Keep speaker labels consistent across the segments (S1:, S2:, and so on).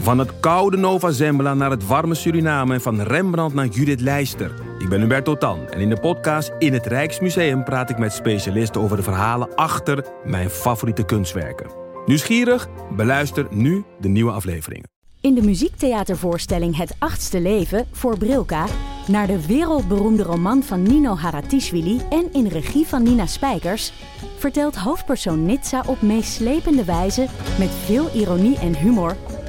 S1: Van het koude Nova Zembla naar het warme Suriname en van Rembrandt naar Judith Leister. Ik ben Hubert Totan en in de podcast In het Rijksmuseum praat ik met specialisten over de verhalen achter mijn favoriete kunstwerken. Nieuwsgierig? Beluister nu de nieuwe afleveringen.
S2: In de muziektheatervoorstelling Het Achtste Leven voor Brilka naar de wereldberoemde roman van Nino Haratischvili en in regie van Nina Spijkers vertelt hoofdpersoon Nitsa op meeslepende wijze met veel ironie en humor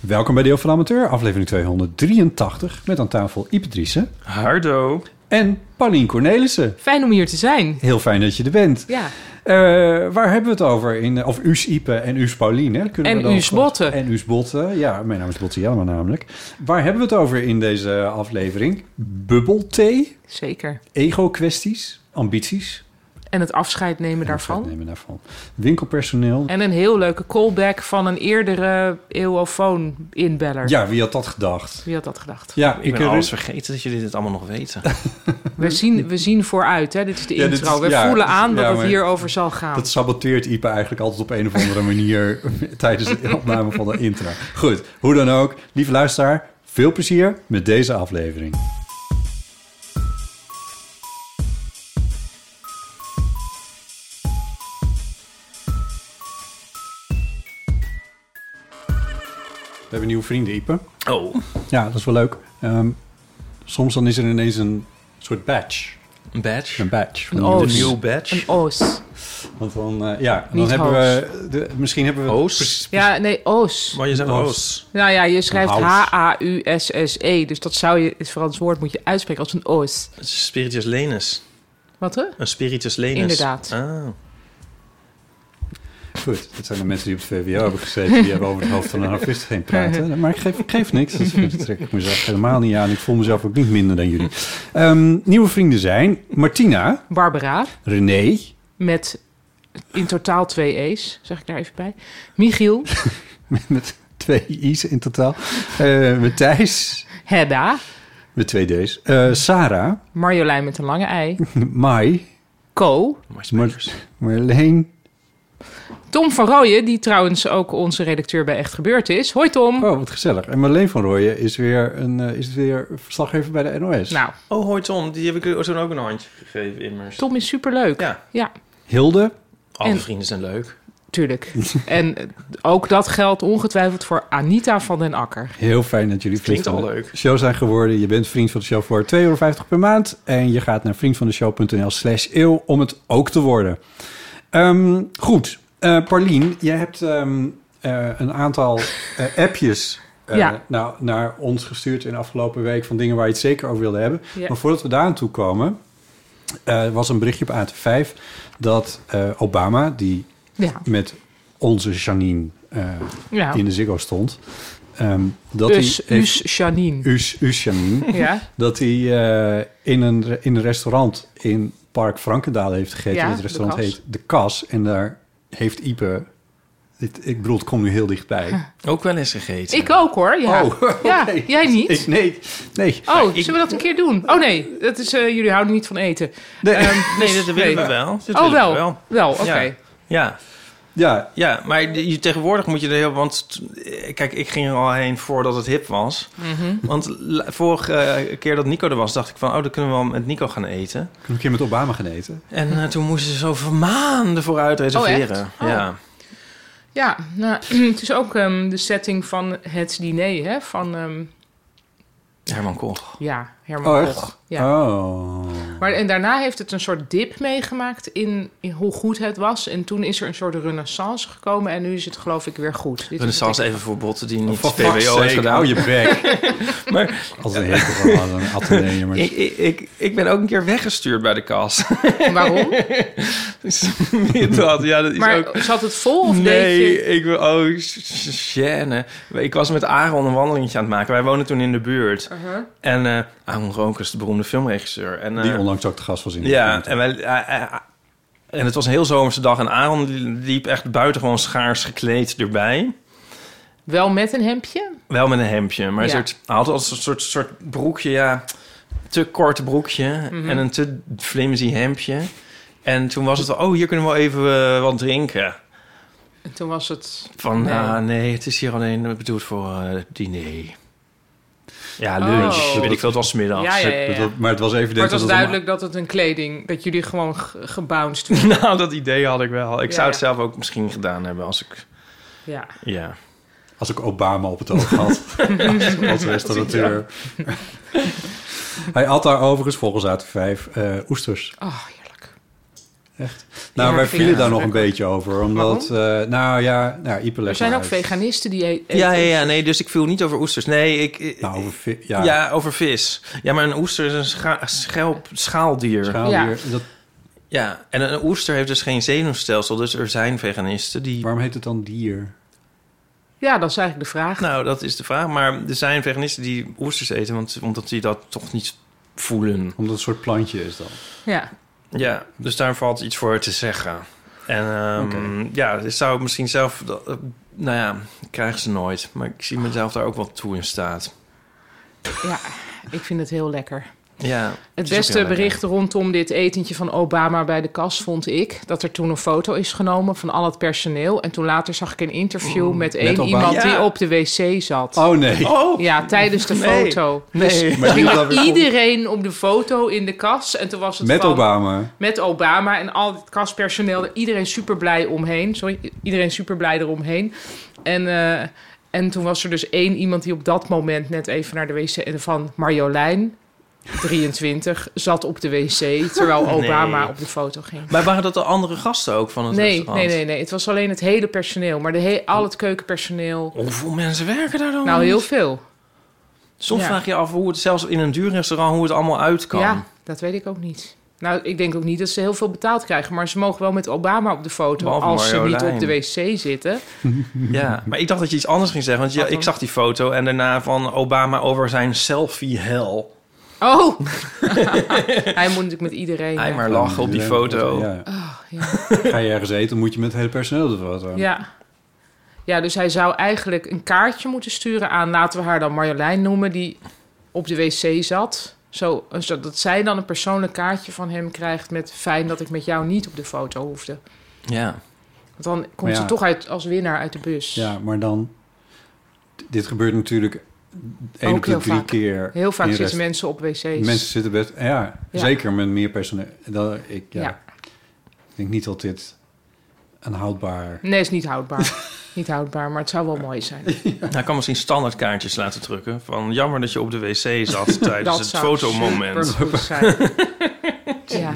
S3: Welkom bij Deel van de Amateur, aflevering 283, met aan tafel Ipe Driessen
S4: Hardo.
S3: en Paulien Cornelissen.
S5: Fijn om hier te zijn.
S3: Heel fijn dat je er bent.
S5: Ja.
S3: Eh, waar hebben we het over? In, of Us Ipe en Us Paulien. Hè? Kunnen
S5: En
S3: we dan
S5: Us
S3: gewoon-
S5: Botte.
S3: En Us Botte. Ja, mijn naam is Botte Jellema namelijk. Waar hebben we het over in deze aflevering? Bubbelthee,
S5: Zeker.
S3: ego-kwesties, ambities.
S5: En het afscheid nemen daarvan.
S3: Nemen daarvan. Winkelpersoneel.
S5: En een heel leuke callback van een eerdere eeuwofoon-inbeller.
S3: Ja, wie had dat gedacht?
S5: Wie had dat gedacht?
S3: Ja,
S4: Ik, ben
S3: herinner-
S4: alles vergeten dat jullie dit allemaal nog weten.
S5: We, zien, we zien vooruit, hè? dit is de
S3: Ja, dit
S5: intro.
S3: is-
S5: we
S3: ja,
S5: voelen
S3: dit-
S5: aan dat
S3: ja, maar-
S5: het hierover zal gaan.
S3: Dat saboteert Ipe eigenlijk altijd op een of andere manier tijdens de opname van de intro. Goed, hoe dan ook. Lieve luisteraar, veel plezier met deze aflevering. We hebben nieuwe vrienden, Ipe.
S4: Oh,
S3: Ja, dat is wel leuk. Ehm, soms dan is er ineens een soort badge.
S4: een badge.
S3: Een badge. van
S5: Een
S3: nieuwe
S5: oost.
S4: Een
S3: vrienden.
S4: nieuw badge.
S5: Een oos.
S3: Want dan, eh, ja, dan
S5: Niet
S3: hebben
S5: hoos.
S3: we... De, misschien hebben we...
S4: Hoos?
S3: Precies.
S5: Ja, nee, oos.
S4: Maar je zegt Oh,
S3: Oost.
S4: oost.
S5: Nou ja, je schrijft
S3: Een house.
S5: H-A-U-S-S-E. Dus dat zou je, het Frans woord moet je uitspreken als een oos.
S4: Spiritus lenus.
S5: Wat hè?
S4: Een spiritus lenus.
S5: Inderdaad.
S4: Ah.
S3: Goed, dat zijn de mensen die op het VWO hebben gezeten. Die hebben over het hoofd van een artist heen praten. Maar ik geef, ik geef niks. Dus dat trek ik mezelf helemaal niet aan. Ik voel mezelf ook niet minder dan jullie. Ehm, nieuwe vrienden zijn Martina,
S5: Barbara.
S3: René,
S5: Met in totaal twee E's, zeg ik daar even bij. Michiel.
S3: met twee i's in totaal. eh, met Thijs,
S5: Hedda.
S3: met twee d's. eh, Sarah,
S5: Marjolein met een lange ei.
S3: Mai,
S5: Co.
S4: Maar
S3: Mar- Marleen.
S5: Tom van Rooyen, die trouwens ook onze redacteur bij Echt Gebeurd is. Hoi Tom.
S3: Oh, wat gezellig. En Marleen van Rooyen is weer, een, eh, is weer verslaggever bij de NOS.
S5: Nou,
S4: Oh, hoi Tom. Die heb ik toen ook een handje gegeven immers.
S5: Tom is superleuk.
S4: Ja.
S3: Hilde,
S4: Alle
S5: En-
S4: vrienden zijn leuk.
S5: tuurlijk. en eh, ook dat geldt ongetwijfeld voor Anita van den Akker.
S3: Heel fijn dat jullie vriend
S4: Klinkt
S3: van
S4: al
S3: de
S4: leuk.
S3: show zijn geworden. Je bent vriend van de show voor 2,50 euro per maand. En je gaat naar vriendvandeshow.nl slash eeuw om het ook te worden. Ehm, goed, Eh Paulien, jij hebt ehm, eh, een aantal eh, appjes eh,
S5: Ja.
S3: nou, naar ons gestuurd in de afgelopen week... van dingen waar je het zeker over wilde hebben.
S5: Ja.
S3: Maar voordat we daar aan toe komen, eh, was een berichtje op AT5... dat eh, Obama, die
S5: Ja.
S3: met onze Janine eh,
S5: ja.
S3: in de Ziggo stond... ehm, dat
S5: Dus
S3: hij heeft-
S5: Us Janine.
S3: Us, Us Janine.
S5: Ja.
S3: dat hij eh, in, een, re- in een restaurant in Park Frankendaal heeft gegeten.
S5: Ja,
S3: het restaurant
S5: De Kas.
S3: heet De Kas. En daar heeft Ipe... dit- ik bedoel, het komt nu heel dichtbij.
S4: Ook wel eens gegeten.
S5: Ik ook hoor. Ja.
S3: Oh, oké.
S5: ja. Jij niet?
S3: Ik, nee, nee.
S5: Oh, zullen we dat een keer doen? Oh nee, dat is, eh, jullie houden niet van eten.
S3: nee.
S5: Ehm,
S4: Nee,
S5: dus-
S4: dat willen we wel. Dat willen
S5: Oh
S4: we
S5: wel, wel, oké.
S4: Ja. Ja.
S3: ja,
S4: Ja, maar de- je, tegenwoordig moet je er heel... Want t- eh, kijk, ik ging er al heen voordat het hip was.
S5: Mhm.
S4: Want la- vorige eh, keer dat Nico er was, dacht ik van... oh, dan kunnen we wel met Nico gaan eten.
S3: ik heb een keer met Obama gaan eten.
S4: En eh, toen moesten ze zoveel maanden vooruit reserveren.
S5: Oh, echt? Oh.
S4: Ja.
S5: Ja, nou, het is ook ehm, de setting van het diner, hè? Van, ehm,
S4: Herman Koch.
S5: ja, Herman
S3: Oh,
S5: Koch.
S3: echt?
S5: Ja.
S3: Oh.
S5: Maar en daarna heeft het een soort dip meegemaakt in, in hoe goed het was. En toen is er een soort renaissance gekomen. En nu is het geloof ik weer goed. Dit is
S4: Renaissance
S5: het-
S4: even voor botten die niet
S3: Van Oh,
S4: VWO
S3: fuck's
S4: heeft
S3: sake,
S4: gedaan.
S3: hou je bek.
S4: Maar
S3: Als een hekel van alle Atheneëmers.
S4: ik, ik, ik, ik ben ook een keer weggestuurd bij de kast.
S5: Waarom?
S4: Dus dat, ja, dat is
S5: Maar
S4: ook...
S5: zat het vol of deed
S4: nee,
S5: je...
S4: ik wil... Oh, sh- gêne. Ik was met Aaron een wandelingetje aan het maken. Wij woonden toen in de buurt.
S5: Uh-huh.
S4: En eh Aaron Ronkers, de beroemde filmregisseur. En, eh,
S3: Die onlangs ook te gast was in de
S4: Ja,
S3: film.
S4: en, wij, eh, eh, en het was een heel zomerse dag. En Aaron liep echt buitengewoon schaars gekleed erbij.
S5: Wel met een hemdje?
S4: Wel met een hemdje, maar een
S5: Ja.
S4: soort, hij had altijd een soort, soort broekje, ja, te kort broekje
S5: Mhm.
S4: en een te flimsy hemdje. En toen was het wel, oh, hier kunnen we wel even eh, wat drinken.
S5: En toen was het...
S4: Van,
S5: Nee.
S4: nee. nee, het is hier alleen bedoeld voor eh, diner. Ja,
S5: Oh.
S4: lunch, weet ik veel, het was 's middags.
S5: Ja, ja, ja.
S3: Dat- dat- maar het was evident
S5: Maar het
S3: dat
S5: was
S3: het
S5: duidelijk dat het een kleding... dat jullie gewoon ge- gebounced werden.
S4: Nou, dat idee had ik wel. Ik
S5: Ja,
S4: zou het
S5: ja.
S4: zelf ook misschien gedaan hebben als ik,
S5: Ja.
S4: ja.
S3: om- als ik Obama op het oog had als- als restaurateur. Hij had daar overigens volgens AT5 eh, oesters.
S5: Oh, heerlijk.
S3: Nou,
S5: Ja,
S3: wij
S5: ik vind
S3: vielen
S5: het
S3: daar nog een
S5: verschrikkelijk.
S3: beetje over. Omdat, eh, nou ja, nou, Ipe
S5: Er
S3: legt
S5: zijn
S3: maar
S5: ook
S3: uit.
S5: veganisten die e- eten...
S4: Ja, ja, ja, nee, dus ik viel niet over oesters. Nee, ik... ik-
S3: Nou, over vi- ja,
S4: ja.
S3: ja.
S4: over vis. Ja, maar een oester is een scha- schelp, schaaldier.
S5: Ja.
S3: Dat,
S4: Ja, en een oester heeft dus geen zenuwstelsel, dus er zijn veganisten die...
S3: waarom heet het dan dier?
S5: Ja, dat is eigenlijk de vraag.
S4: Nou, dat is de vraag, maar er zijn veganisten die oesters eten, want, omdat die dat toch niet voelen.
S3: Omdat het een soort plantje is dan.
S5: Ja.
S4: Ja, dus daar valt iets voor te zeggen. En ehm, ja, ik zou misschien zelf... dat- eh, Nou ja, ik krijg ze nooit, maar ik zie mezelf daar ook wel toe in staat.
S5: ja, ik vind het heel lekker.
S4: Ja,
S5: Het
S4: is ook heel
S5: beste
S4: lekker.
S5: bericht rondom dit etentje van Obama bij de kas vond ik dat er toen een foto is genomen van al het personeel. En toen later zag ik een interview met één
S3: Obama.
S5: iemand die
S4: Ja.
S5: op de wc zat.
S3: Oh nee.
S4: Oh!
S5: Ja, tijdens de
S4: Nee.
S5: foto. Dus
S4: Nee.
S3: Maar die was weer-
S5: Iedereen op de foto in de kas. En toen was het
S3: Met
S5: van-
S3: Obama.
S5: Met Obama en al het kaspersoneel. Iedereen super blij omheen. Sorry, iedereen super blij eromheen. En, eh, en toen was er dus één iemand die op dat moment net even naar de wc... en van Marjolein, 23, zat op de wc... terwijl Obama
S4: Nee.
S5: op de foto ging.
S4: Maar waren dat de andere gasten ook van het
S5: Nee,
S4: restaurant?
S5: nee, nee, nee. Het was alleen het hele personeel. Maar de he- al het keukenpersoneel.
S4: Hoeveel mensen werken daar dan?
S5: Nou, heel veel.
S4: Soms
S5: ja.
S4: vraag je af hoe het zelfs in een duur restaurant hoe het allemaal uit kan.
S5: Ja, dat weet ik ook niet. Nou, ik denk ook niet dat ze heel veel betaald krijgen. Maar ze mogen wel met Obama op de foto...
S4: Behalve
S5: als ze niet
S4: Marjolein.
S5: op de wc zitten.
S4: Ja, maar ik dacht dat je iets anders ging zeggen. Want ja,
S5: Wat dan?
S4: ik zag die foto en daarna van Obama over zijn selfie-hell.
S5: Oh! Hij moet natuurlijk met iedereen.
S4: Hij
S5: ja.
S4: maar lachen op die foto.
S3: Ja.
S5: Oh. ja.
S3: Ga je ergens eten, moet je met het hele personeel de foto.
S5: ja. Ja, dus hij zou eigenlijk een kaartje moeten sturen aan... laten we haar dan Marjolein noemen, die op de wc zat. Zo, zodat zij dan een persoonlijk kaartje van hem krijgt met... fijn dat ik met jou niet op de foto hoefde.
S4: Ja.
S5: Want dan komt
S3: Maar ja.
S5: ze toch uit, als winnaar uit de bus.
S3: Ja, maar dan... Dit gebeurt natuurlijk één
S5: Ook
S3: op de
S5: heel
S3: drie
S5: vaak.
S3: keer.
S5: Heel vaak
S3: in
S5: zitten
S3: rest-
S5: mensen op wc's.
S3: Mensen zitten best... Ja,
S5: Ja.
S3: zeker met meer personeel. Dan, ik, ja,
S5: Ja.
S3: ik denk niet dat dit een houdbaar...
S5: Nee, is niet houdbaar. niet houdbaar, maar het zou wel mooi zijn.
S4: Hij kan misschien standaardkaartjes laten drukken. Van jammer dat je op de wc zat tijdens dus het
S5: zou
S4: fotomoment.
S5: supergoed zijn. ja.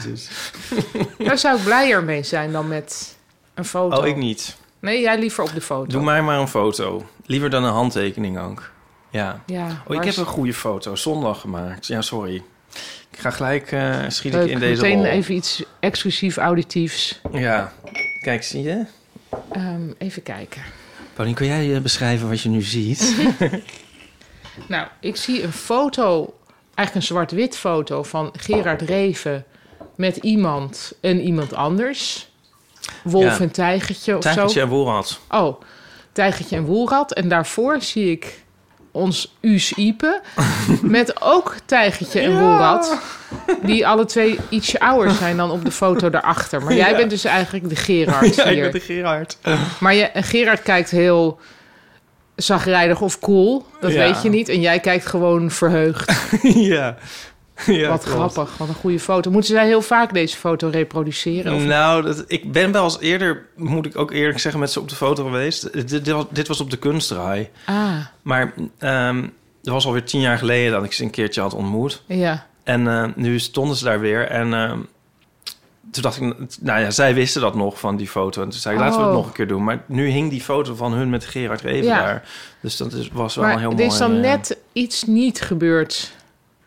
S5: Daar zou ik blijer mee zijn dan met een foto.
S4: Oh, ik niet.
S5: Nee, jij liever op de foto.
S4: Doe mij maar een foto. Liever dan een handtekening ook. Ja.
S5: Ja,
S4: Oh, ik
S5: waar
S4: heb
S5: is-
S4: een goede foto zondag gemaakt. Ja, sorry. Ik ga gelijk eh schiet ik
S5: Leuk,
S4: in deze
S5: meteen
S4: rol.
S5: even iets exclusief auditiefs.
S4: Ja. Kijk, zie je?
S5: Ehm, even kijken.
S4: Paulien, kun jij eh, beschrijven wat je nu ziet?
S5: Nou, ik zie een foto, eigenlijk een zwart-wit foto van Gerard Reven met iemand en iemand anders. Wolf
S4: Ja.
S5: en tijgertje of
S4: Tijgertje
S5: zo.
S4: en Woelrad.
S5: Oh, tijgertje en woelrad. En daarvoor zie ik ons Us Ipe met ook tijgertje en woelrad. Die alle twee ietsje ouder zijn dan op de foto daarachter. Maar jij bent dus eigenlijk de Gerard hier.
S4: Gerard.
S5: Maar je, en Gerard kijkt heel zagrijdig of cool. Dat
S4: Ja.
S5: weet je niet. En jij kijkt gewoon verheugd.
S4: ja. ja.
S5: wat
S4: klopt.
S5: grappig. Wat een goede foto. Moeten zij heel vaak deze foto reproduceren? Of...
S4: Nou, dat, ik ben wel eens eerder, moet ik ook eerlijk zeggen, met ze op de foto geweest. Eh, Dit, dit, was, dit was op de kunstraai.
S5: Ah,
S4: Maar ehm dat was alweer tien jaar geleden dat ik ze een keertje had ontmoet.
S5: ja.
S4: En eh, nu stonden ze daar weer. En eh, toen dacht ik, nou ja, zij wisten dat nog van die foto. En toen zei ik, laten we
S5: Oh.
S4: het nog een keer doen. Maar nu hing die foto van hun met Gerard Reven
S5: Ja.
S4: daar. Dus dat is, was wel
S5: Maar
S4: een heel
S5: er
S4: mooi.
S5: is dan
S4: eh,
S5: net iets niet gebeurd.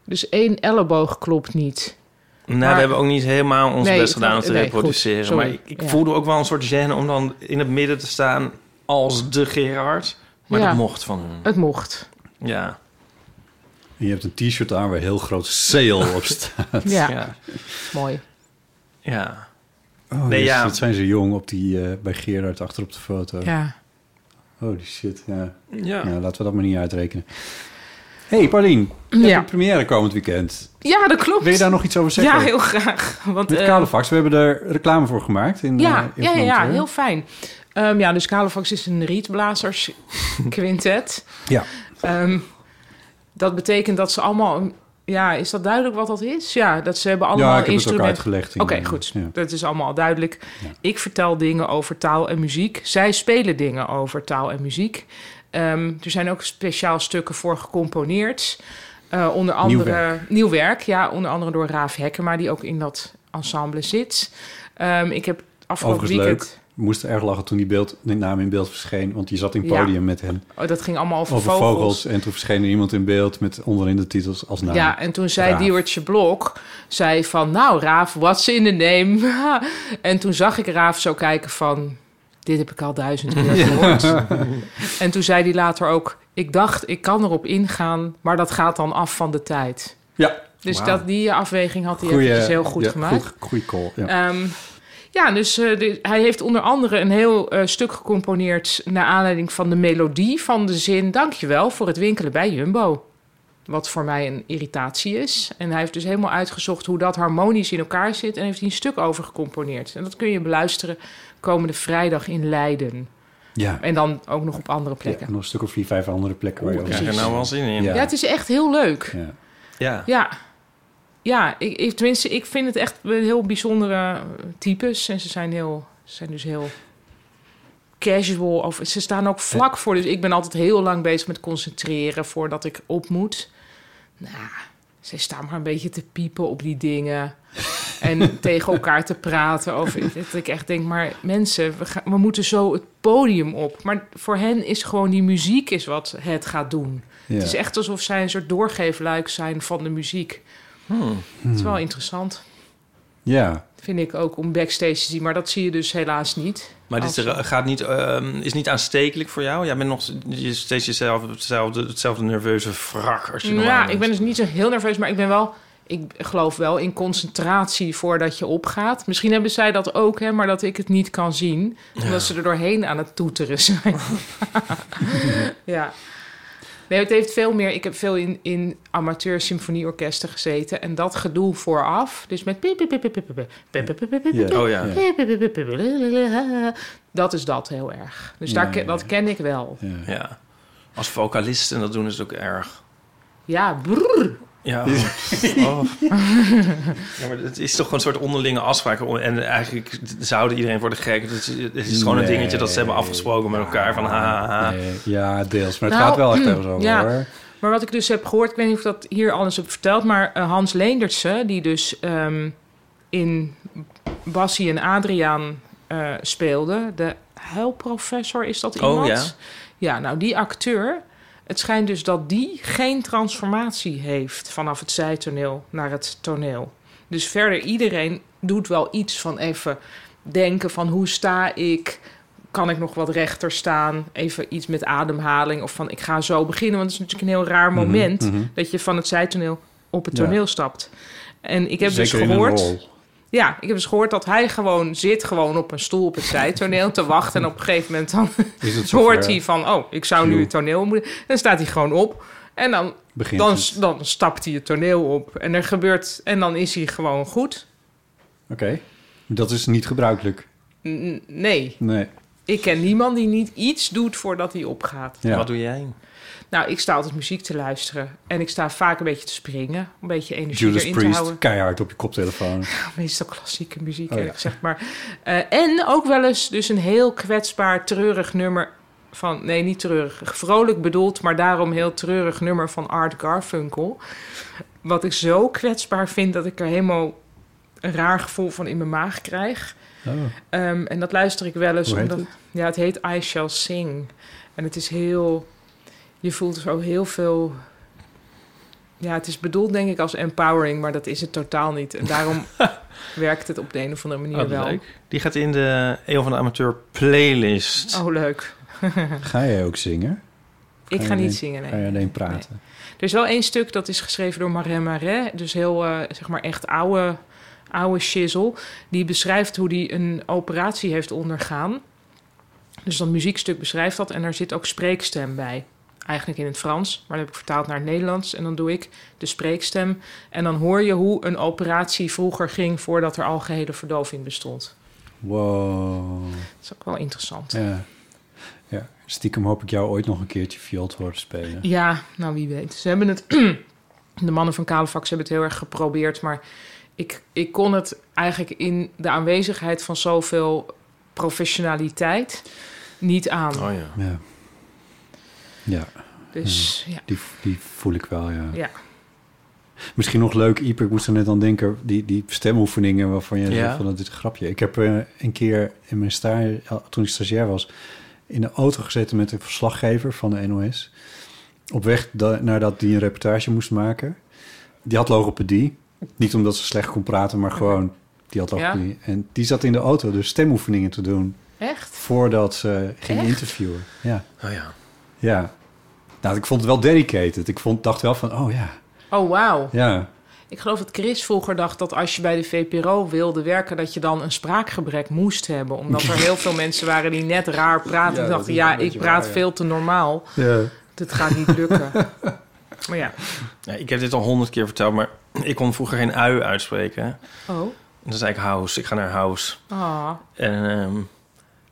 S5: Dus één elleboog klopt niet.
S4: Nou,
S5: maar-
S4: we hebben ook niet helemaal ons
S5: Nee,
S4: best
S5: het
S4: gedaan om
S5: was-
S4: te
S5: nee,
S4: reproduceren.
S5: goed,
S4: maar
S5: sorry.
S4: ik, ik
S5: Ja.
S4: voelde ook wel een soort gêne om dan in het midden te staan als de Gerard. Maar
S5: Ja.
S4: dat mocht van hun.
S5: Het mocht.
S4: Ja.
S3: En je hebt een t-shirt aan waar heel groot sale op staat.
S5: Ja,
S4: ja.
S5: mooi.
S4: ja.
S3: Oh,
S4: Nee,
S3: jezus,
S4: ja.
S3: Dat zijn ze jong op die, eh, bij Gerard achter op de foto.
S5: Ja.
S3: Holy shit, ja.
S4: Ja.
S3: Nou, laten we dat maar niet uitrekenen. hey, Paulien. Je hebt
S5: Ja.
S3: een première komend weekend.
S5: ja, dat klopt.
S3: Wil je daar nog iets over zeggen?
S5: Ja, heel graag. Want,
S3: Met
S5: eh,
S3: Kalefax, we hebben er reclame voor gemaakt. In, eh,
S5: Ja,
S3: in
S5: ja, ja,
S3: Vlaanderen.
S5: heel fijn. Ehm, ja, dus Kalefax is een rietblazersquintet.
S3: Ja.
S5: Ehm, dat betekent dat ze allemaal... een- Ja, is dat duidelijk wat dat is? Ja, dat ze hebben allemaal
S3: ja, ik heb het ook
S5: instrumenten.
S3: uitgelegd. in,
S5: Oké,
S3: eh,
S5: goed.
S3: ja.
S5: Dat is allemaal al duidelijk. Ik vertel dingen over taal en muziek. Zij spelen dingen over taal en muziek. Ehm, er zijn ook speciaal stukken voor gecomponeerd. Eh, onder andere nieuw werk. ja, onder andere door Raaf Hekkema, die ook in dat ensemble zit. Ehm, ik heb afgelopen
S3: Overigens
S5: weekend.
S3: We moesten erg lachen toen die, beeld, die naam in beeld verscheen. Want je zat in het
S5: Ja.
S3: podium met hen
S5: Oh, dat ging allemaal over,
S3: over vogels.
S5: vogels.
S3: En toen verscheen er iemand in beeld met onderin de titels als naam.
S5: Ja, en toen zei
S3: Nou, Raaf.
S5: Diewertje Blok, zei van, nou Raaf, what's in the name? en toen zag ik Raaf zo kijken van, dit heb ik al duizend keer gehoord. en toen zei hij later ook, ik dacht, ik kan erop ingaan, maar dat gaat dan af van de tijd.
S3: ja.
S5: Dus
S4: Wauw.
S5: dat, die afweging had hij
S3: Goeie-
S5: eventjes dus heel goed
S3: ja,
S5: gemaakt.
S3: goed- Goeie call. Ja.
S5: Ehm, ja, dus eh, de- hij heeft onder andere een heel eh, stuk gecomponeerd... naar aanleiding van de melodie van de zin... dankjewel voor het winkelen bij Jumbo. Wat voor mij een irritatie is. En hij heeft dus helemaal uitgezocht hoe dat harmonisch in elkaar zit... en heeft hij een stuk over gecomponeerd. En dat kun je beluisteren komende vrijdag in Leiden.
S3: ja.
S5: En dan ook nog op andere
S3: Ja, en
S5: plekken.
S3: nog een stuk of vier, vijf andere plekken. waar je
S5: Oeh,
S3: over-
S4: Krijg je nou wel zin in.
S3: Ja.
S5: Ja, het is echt heel leuk.
S3: Ja.
S4: Ja.
S5: Ja. Ja, ik, ik, tenminste, ik vind het echt een heel bijzondere types. En ze zijn, heel, ze zijn dus heel casual. Of, ze staan ook vlak voor. Dus ik ben altijd heel lang bezig met concentreren voordat ik op moet. Nou, ze staan maar een beetje te piepen op die dingen. En tegen elkaar te praten over. Dat ik echt denk, maar mensen, we, gaan, we moeten zo het podium op. Maar voor hen is gewoon die muziek is wat het gaat doen.
S3: Ja.
S5: Het is echt alsof zij een soort doorgeefluik zijn van de muziek.
S4: Hmm.
S5: Het is wel interessant,
S3: Ja.
S5: vind ik ook, om backstage te zien. Maar dat zie je dus helaas niet.
S4: Maar dit is,
S5: Als-
S4: gaat niet, ehm, is niet aanstekelijk voor jou? Jij bent nog je- steeds jezelf, hetzelfde, hetzelfde nerveuze wrak als je normaal
S5: Ja,
S4: bent.
S5: ik ben dus niet zo heel nerveus, maar ik ben wel... Ik geloof wel in concentratie voordat je opgaat. Misschien hebben zij dat ook, hè, maar dat ik het niet kan zien. Omdat ze er doorheen aan het toeteren zijn. ja. Nee, het heeft veel meer... Ik heb veel in, in amateur symfonieorkesten gezeten. En dat gedoe vooraf. Dus met... piep, piep, piep, piep, piep, piep, piep, piep, piep, piep, piep,
S3: Ja.
S4: Oh ja.
S3: Ja.
S5: piep, piep, piep, piep, piep. Dat is dat heel erg. Dus
S3: Ja,
S5: daar, ken-
S3: ja.
S5: dat ken ik wel.
S3: Ja.
S4: ja. Als vocalist, en dat doen is ook erg.
S5: Ja, brrr.
S4: Ja. Oh. ja, maar het is toch gewoon een soort onderlinge afspraak. En eigenlijk zouden iedereen voor de gek. Het is, het is gewoon een
S3: Nee.
S4: dingetje dat ze hebben afgesproken met elkaar. Van ha, ha, ha.
S3: Nee, ja, deels. Maar het
S5: Nou,
S3: gaat wel echt ergens over
S5: ja.
S3: hoor.
S5: Maar wat ik dus heb gehoord, ik weet niet of ik dat hier alles heb verteld, maar eh, Hans Leendertse, die dus ehm, in Bassie en Adriaan eh, speelde, de huilprofessor, is dat
S4: Oh,
S5: iemand?
S4: ja.
S5: Ja, nou die acteur, het schijnt dus dat die geen transformatie heeft vanaf het zijtoneel naar het toneel. Dus verder iedereen doet wel iets van even denken van hoe sta ik? Kan ik nog wat rechter staan? Even iets met ademhaling of van ik ga zo beginnen. Want het is natuurlijk een heel raar moment
S3: mhm.
S5: dat je van het zijtoneel op het
S3: Ja.
S5: toneel stapt. En ik heb
S3: Zeker
S5: dus
S3: in een
S5: gehoord...
S3: rol.
S5: Ja, ik heb dus gehoord dat hij gewoon zit gewoon op een stoel op het zijtoneel te wachten. En op een gegeven moment dan
S3: Is het zover?
S5: hoort hij van, oh, ik zou nu
S3: Joe.
S5: het toneel moeten. Dan staat hij gewoon op en dan,
S3: Begint
S5: dan,
S3: het.
S5: dan stapt hij het toneel op. En er gebeurt, en dan is hij gewoon goed.
S3: Oké. Dat is niet gebruikelijk.
S5: N- nee,
S3: Nee.
S5: ik ken niemand die niet iets doet voordat hij opgaat.
S3: Ja.
S4: Wat doe jij?
S5: Nou, ik sta altijd muziek te luisteren. En ik sta vaak een beetje te springen. Een beetje energie
S3: Judas
S5: erin te houden.
S3: Priest, keihard op je koptelefoon.
S5: meestal klassieke muziek,
S3: Oh,
S5: eerlijk
S3: ja.
S5: zeg maar. Eh, en ook wel eens dus een heel kwetsbaar, treurig nummer van... Nee, niet treurig. Vrolijk bedoeld, maar daarom heel treurig nummer van Art Garfunkel. wat ik zo kwetsbaar vind dat ik er helemaal een raar gevoel van in mijn maag krijg. Ehm, en dat luister ik wel eens.
S3: Hoe heet
S5: omdat,
S3: het?
S5: Ja, het heet I Shall Sing. En het is heel... Je voelt zo heel veel... Ja, het is bedoeld denk ik als empowering, maar dat is het totaal niet. En daarom werkt het op de een of andere manier
S4: Oh,
S5: wel.
S4: leuk. Die gaat in de Eeuw van de Amateur playlist.
S5: Oh, leuk.
S3: Ga jij ook zingen?
S5: Ik
S3: je
S5: ga niet
S3: alleen-
S5: zingen, nee.
S3: Ga je alleen praten?
S5: Er is wel één stuk dat is geschreven door Marin Marais. Dus heel, eh, zeg maar, echt oude, oude shizzle. Die beschrijft hoe hij een operatie heeft ondergaan. Dus dat muziekstuk beschrijft dat. En daar zit ook spreekstem bij. Eigenlijk in het Frans, maar dat heb ik vertaald naar het Nederlands. En dan doe ik de spreekstem. En dan hoor je hoe een operatie vroeger ging... voordat er algehele verdoving bestond.
S3: Wow.
S5: Dat is ook wel interessant. Ja,
S3: Ja. ja. Stiekem hoop ik jou ooit nog een keertje viool te horen spelen.
S5: nou wie weet. Ze hebben het... de mannen van Kalefax hebben het heel erg geprobeerd... maar ik, ik kon het eigenlijk in de aanwezigheid van zoveel professionaliteit niet aan.
S4: Oh ja.
S3: Ja. Ja,
S5: Dus ja.
S3: die, die voel ik wel, ja.
S5: Ja.
S3: Misschien nog leuk, Ieper, ik moest er net aan denken, die, die stemoefeningen waarvan jij
S4: Ja.
S3: zegt van dat is een grapje. Ik heb eh, een keer in mijn stage, toen ik stagiair was, in de auto gezeten met een verslaggever van de NOS. Op weg da- nadat die een reportage moest maken. Die had logopedie. Niet omdat ze slecht kon praten, maar gewoon, die had logopedie. En die zat in de auto dus stemoefeningen te doen
S5: Echt?
S3: voordat ze ging
S5: Echt?
S3: interviewen. Ja.
S4: Oh ja.
S3: Ja. Nou, ik vond het wel dedicated. Ik vond, dacht wel van, oh ja,
S5: Oh, wauw.
S3: ja.
S5: Ik geloof dat Chris vroeger dacht dat als je bij de VPRO wilde werken... dat je dan een spraakgebrek moest hebben. Omdat er heel veel mensen waren die net raar praten.
S3: Ja, dat
S5: en dachten,
S3: is wel
S5: ja,
S3: een
S5: ik
S3: beetje
S5: praat
S3: waar, ja.
S5: veel te normaal.
S3: Ja.
S5: Dat gaat niet lukken. maar ja.
S4: Ja, Ik heb dit al honderd keer verteld, maar ik kon vroeger geen ui uitspreken.
S5: Oh.
S4: Dat is eigenlijk house. Ik ga naar house.
S5: Ah.
S4: En ehm,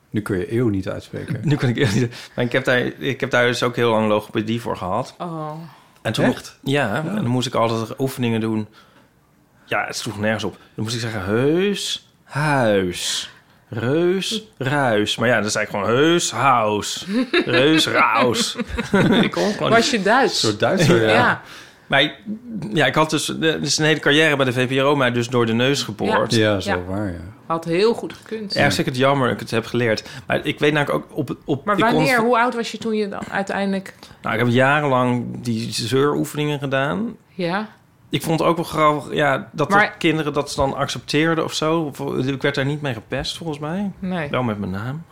S3: Nu kun je eeuw niet uitspreken.
S4: nu kan ik eerlijk niet... Maar ik heb, daar, ik heb daar dus ook heel lang logopedie voor gehad.
S5: Oh.
S4: En toen
S3: Echt?
S4: Ja, en dan moest ik altijd oefeningen doen. Ja, het sloeg nergens op. Dan moest ik zeggen heus, huis. Reus, ruis. Maar ja, dan zei ik gewoon heus, house. Reus, raus. ik kon gewoon niet.
S5: Was je Duits?
S3: Een soort Duitser, ja.
S5: ja.
S4: Maar ik- ja, ik had dus, eh, dus een hele carrière bij de VPRO mij dus door de neus geboord.
S3: Ja, dat is
S5: Ja.
S3: wel waar, ja.
S5: Had heel goed gekund.
S4: Erg vind ik het jammer dat ik het heb geleerd. Maar ik weet namelijk ook op... op
S5: Maar
S4: ik kon-
S5: wanneer, hoe oud was je toen je dan uiteindelijk...
S4: nou, ik heb jarenlang die zeuroefeningen gedaan.
S5: Ja,
S4: Ik vond het ook wel grappig ja, dat
S5: Maar-
S4: de kinderen dat ze dan accepteerden of zo. Of- Ik werd daar niet mee gepest, volgens mij.
S5: nee.
S4: Wel met mijn naam.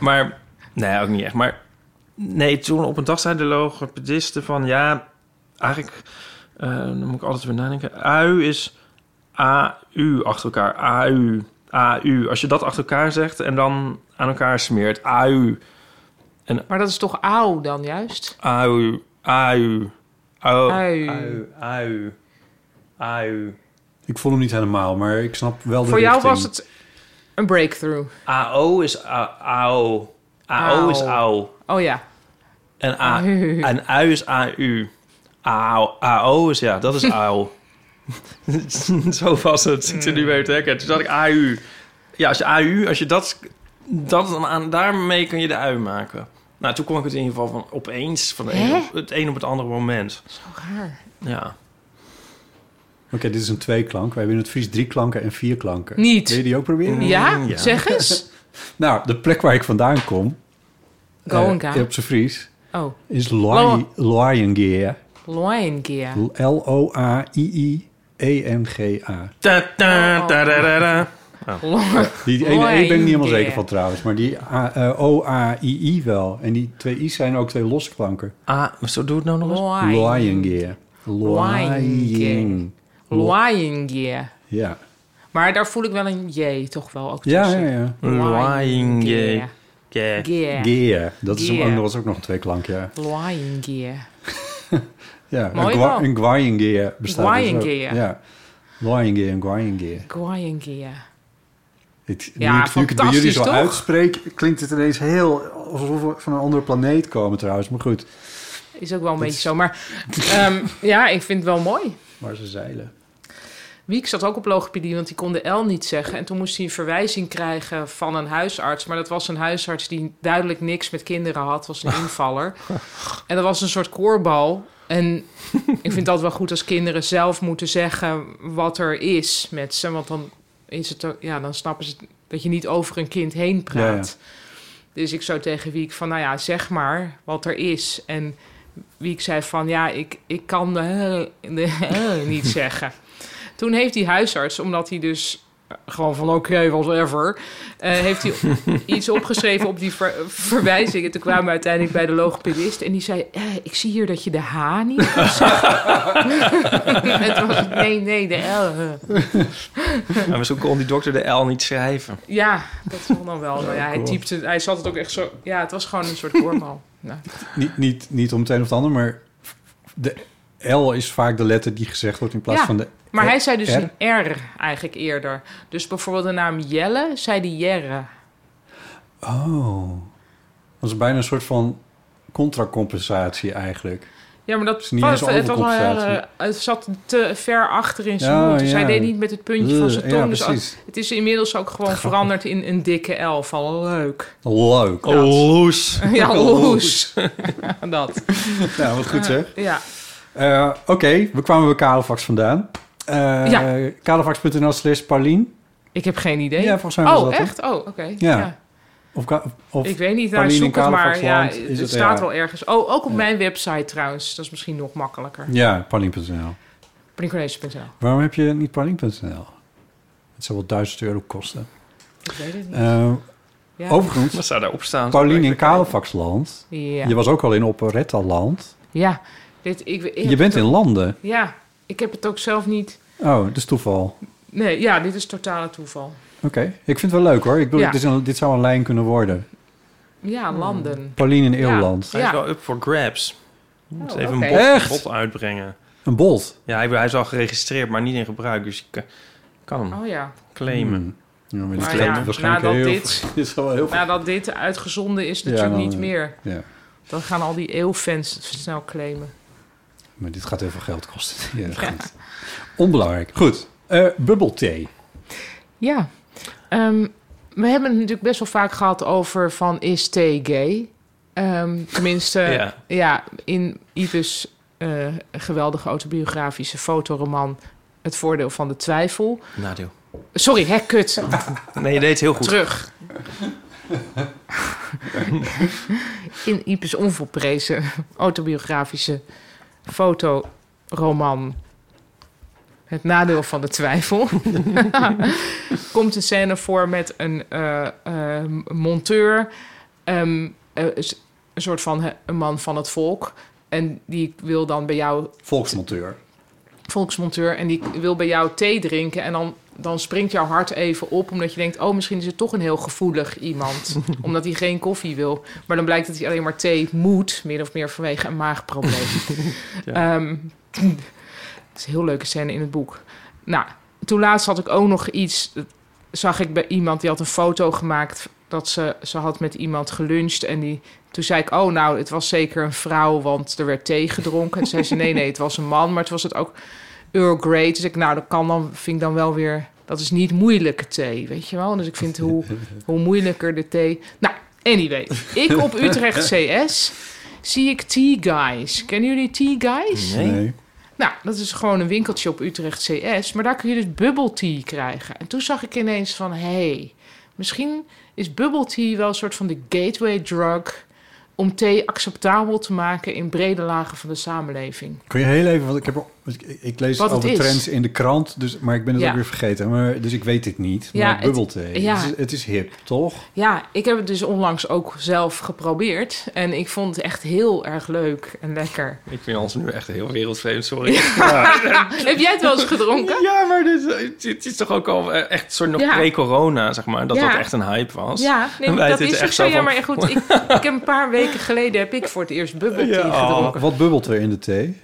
S4: Maar, nee, ook niet echt. Maar nee, toen op een dag zei de logopediste van... Ja, eigenlijk, eh, dan moet ik altijd weer nadenken. AU is AU achter elkaar. AU, AU. Als je dat achter elkaar zegt en dan aan elkaar smeert. AU,
S5: Maar dat is toch oud dan juist?
S4: AU, AU, AU,
S5: Ui.
S4: AU, AU,
S3: Ik vond hem niet helemaal, maar ik snap wel de
S5: Voor jou
S3: richting.
S5: was het een breakthrough.
S4: AO is a- AO. AO
S5: Au.
S4: is AO.
S5: Oh ja.
S4: En, A,
S5: Au.
S4: en U is AU. AO, AO is ja, dat is AO. Zo was het. Ik zit nu weer te hacken. Toen zat ik AU. Ja, als je AU, als je dat, dat dan aan, daarmee kun je de ui maken. Nou, toen kwam ik het in ieder geval van opeens, van de een
S5: Hè?
S4: op, het een op het andere moment.
S5: Zo raar.
S4: Ja.
S3: Oké, dit is een tweeklank. Wij hebben in het Fries drie klanken en vier klanken.
S5: Niet. Mm.
S3: Wil je die ook proberen?
S5: Ja?
S4: ja.
S5: Zeg eens.
S3: Nou, de plek waar ik vandaan kom...
S5: Goenka.
S3: eh, op zijn Fries,
S5: Oh,
S3: is Loai- Loaiengeer.
S5: Loengia.
S3: L-O-A-I-I-E-N-G-A.
S4: Ta, ta, ta, da, da, da.
S3: Die ene E ben ik niet helemaal
S5: Loaiengeer. zeker
S3: zeker
S5: van
S3: van trouwens, maar die eh, O-A-I-I wel. En die twee I's zijn ook twee losse klanken.
S4: Ah, zo doe het nou nog eens.
S3: Loaiengeer. Loaieng.
S5: Loengia.
S3: Ja.
S5: Maar daar voel ik wel een J toch wel ook
S3: Ja,
S5: tussen.
S3: ja, ja.
S4: Loaiengeer. Ge-
S5: Loengia.
S3: Geer. Dat, is hem
S5: Geer.
S3: ook, dat was ook nog een tweeklank, ja.
S5: Loengia.
S3: ja.
S5: Mooi
S3: een gwa-
S5: wel.
S3: een Guayengeer bestaat dus ook.
S5: Guayengeer.
S3: Ja. Loaiengeer en Guayengeer.
S5: Loengia.
S3: Het,
S5: Ja,
S3: nu, ik- nu ik het bij jullie
S5: fantastisch,
S3: zo
S5: toch?
S3: uitspreek, klinkt het ineens heel... alsof we van een andere planeet komen trouwens. Maar goed,
S5: Is ook wel een beetje zo. Maar ehm, ja, ik vind het wel mooi.
S3: waar ze zeilen.
S5: Wiek zat ook op logopedie, want die kon de L niet zeggen. En toen moest hij een verwijzing krijgen van een huisarts. Maar dat was een huisarts die duidelijk niks met kinderen had. was een invaller. En dat was een soort koorbal. En ik vind dat wel goed als kinderen zelf moeten zeggen wat er is met ze. Want dan, is het, ook- ja, dan snappen ze dat je niet over een kind heen praat. Dus ik zou tegen Wiek van, nou ja, zeg maar wat er is. En Wiek zei van, ja, ik, ik kan de, eh, de eh niet zeggen. Toen heeft die huisarts, omdat hij dus eh, gewoon van oké, whatever... eh, heeft hij iets opgeschreven op die ver- verwijzing. En toen kwamen we uiteindelijk bij de logopedist. En die zei, eh, ik zie hier dat je de H niet kan zeggen. en toen was het, nee, nee, de L. eh.
S4: En misschien kon die dokter de L niet schrijven.
S5: Ja, dat vond dan wel. Nou ja, hij typte, hij zat het ook echt zo... Ja, het was gewoon een soort kormal. Nou.
S3: Niet, niet, niet om het een of het ander, maar de L is vaak de letter die gezegd wordt in plaats
S5: Ja,
S3: van de...
S5: Maar
S3: R-
S5: hij zei dus
S3: R?
S5: een R eigenlijk eerder. Dus bijvoorbeeld de naam Jelle, zei die Jerre.
S3: Oh, dat is bijna een soort van contracompensatie eigenlijk.
S5: Ja, maar dat
S3: Is niet eens
S5: was, het, was wel heel,
S3: overcompensatie.
S5: eh, het zat te ver achter in zijn
S3: Ja,
S5: mond. Dus
S3: ja.
S5: hij deed niet met het puntje van zijn
S3: Eh,
S5: tong.
S3: ja,
S5: dus
S3: precies.
S5: het is inmiddels ook gewoon veranderd in een dikke L van leuk.
S3: Leuk.
S5: Dat.
S4: loes.
S5: ja, loes. dat.
S3: Nou, wat goed zeg.
S5: Ja.
S3: Eh, Oké, we kwamen bij Kalefax vandaan. Eh
S5: Ja.
S3: Kalefax.nl slash Paulien.
S5: Ik heb geen idee.
S3: Ja, volgens mij was
S5: oh,
S3: dat het.
S5: echt? Oh, oké.
S3: Ja.
S5: ja.
S3: Of, ka- of
S5: Ik weet niet, nou,
S3: Pauline
S5: zoek het maar. Ja,
S3: Kalefaxland
S5: het,
S3: is het,
S5: staat
S3: ja.
S5: wel ergens. Oh, ook op mijn website trouwens. Dat is misschien nog makkelijker.
S3: Ja, Paulien.nl.
S5: Brinkornese.nl.
S3: Waarom heb je niet Paulien.nl? Het zou wel 1000 euro kosten.
S5: Ik weet het niet.
S3: Eh,
S5: ja.
S3: Overigens,
S4: Wat zou daarop staan?
S3: Paulien in Kalefaxland.
S5: Ja.
S3: Je was ook al in Opperettaland.
S5: ja. Dit, ik, ik heb
S3: Je bent
S5: het
S3: in
S5: ook-
S3: landen.
S5: Ja, ik heb het ook zelf niet...
S3: Oh, dat is toeval.
S5: Nee, ja, dit is totale toeval.
S3: Oké, ik vind het wel leuk hoor. Ik bedoel,
S5: Ja.
S3: dit, is een- dit zou een lijn kunnen worden.
S5: Ja,
S3: Hmm.
S5: landen.
S3: Paulien in Eeuwland.
S4: Hij is
S5: Ja.
S4: wel up for grabs. Moet
S5: Oh,
S4: even
S5: oké.
S4: een
S3: Echt?
S4: bot, bot uitbrengen.
S3: Een bolt.
S4: Ja, hij, hij is al geregistreerd, maar niet in gebruik. Dus je kan, kan hem
S5: Oh ja.
S4: claimen.
S3: Hmm. Ja, maar dit
S5: Maar
S3: klinkt
S5: ja,
S3: waarschijnlijk
S5: nadat
S3: heel
S5: dit-
S3: veel- Dit is wel heel veel.
S5: Nadat Nou, dit uitgezonden is,
S3: Ja,
S5: natuurlijk
S3: dan,
S5: niet
S3: eh,
S5: meer.
S3: Ja,
S5: Dan gaan al die eeuwfans het snel claimen.
S3: maar dit gaat heel veel geld kosten. Ja, dat gaat. Onbelangrijk. Goed. Eh bubbelthee.
S5: Ja. Ehm, we hebben het natuurlijk best wel vaak gehad over van is thee gay? Ehm, tenminste, ja.
S4: Ja.
S5: in Ives eh, geweldige autobiografische fotoroman Het Voordeel van de Twijfel.
S4: Nadeel.
S5: Sorry, hè, kut.
S4: Nee, je deed het heel goed.
S5: Terug. in Ives onvolprezen autobiografische fotoroman Het nadeel van de twijfel. Komt een scène voor met een eh, eh, monteur. ehm, eh, s- een soort van eh, een man van het volk. En die wil dan bij jou
S3: Volksmonteur.
S5: volksmonteur en die wil bij jou thee drinken en dan, dan springt jouw hart even op omdat je denkt, oh misschien is het toch een heel gevoelig iemand, omdat hij geen koffie wil. Maar dan blijkt dat hij alleen maar thee moet, meer of meer vanwege een maagprobleem. Ehm, het is een heel leuke scène in het boek. Nou, toen laatst had ik ook nog iets, dat zag ik bij iemand die had een foto gemaakt dat ze, ze had met iemand geluncht en die toen zei ik, oh nou, het was zeker een vrouw, want er werd thee gedronken. En toen zei ze, nee, nee, het was een man, maar het was het ook Earl Grey. Dus ik, nou, dat kan dan, vind ik dan wel weer, dat is niet moeilijke thee, weet je wel. Dus ik vind hoe, hoe moeilijker de thee... Nou, anyway, ik op Utrecht CS zie ik Tea Guys. Kennen jullie Tea Guys?
S4: Nee.
S5: Nou, dat is gewoon een winkeltje op Utrecht CS. Maar daar kun je dus bubble tea krijgen. En toen zag ik ineens van... hé, hey, misschien is bubble tea wel een soort van de gateway drug... om thee acceptabel te maken in brede lagen van de samenleving.
S3: Kun je heel even, want ik, heb, er- ik, ik lees
S5: Wat het
S3: over
S5: is.
S3: trends in de krant, dus, maar ik ben het
S5: Ja.
S3: ook weer vergeten. Maar, dus ik weet dit niet. Maar
S5: Ja, het-
S3: bubbelthee,
S5: ja.
S3: het, is, het is hip, toch?
S5: Ja, ik heb het dus onlangs ook zelf geprobeerd. En ik vond het echt heel erg leuk en lekker.
S4: Ik vind ons nu echt heel wereldvreemd, sorry.
S5: heb jij het wel eens gedronken?
S4: Ja, maar dit, is- dit is toch ook al eh, echt soort nog
S5: Ja.
S4: pre-corona, zeg maar. Dat
S5: Ja.
S4: dat echt een hype was.
S5: Ja, nee,
S4: En wij
S5: dat
S4: zitten
S5: is ook
S4: echt
S5: zo.
S4: zo
S5: Ja,
S4: van-
S5: maar goed, ik, ik heb een paar weken geleden heb ik voor het eerst bubble tea
S4: Ja, oh.
S5: gedronken.
S3: Wat bubbelt er in de thee?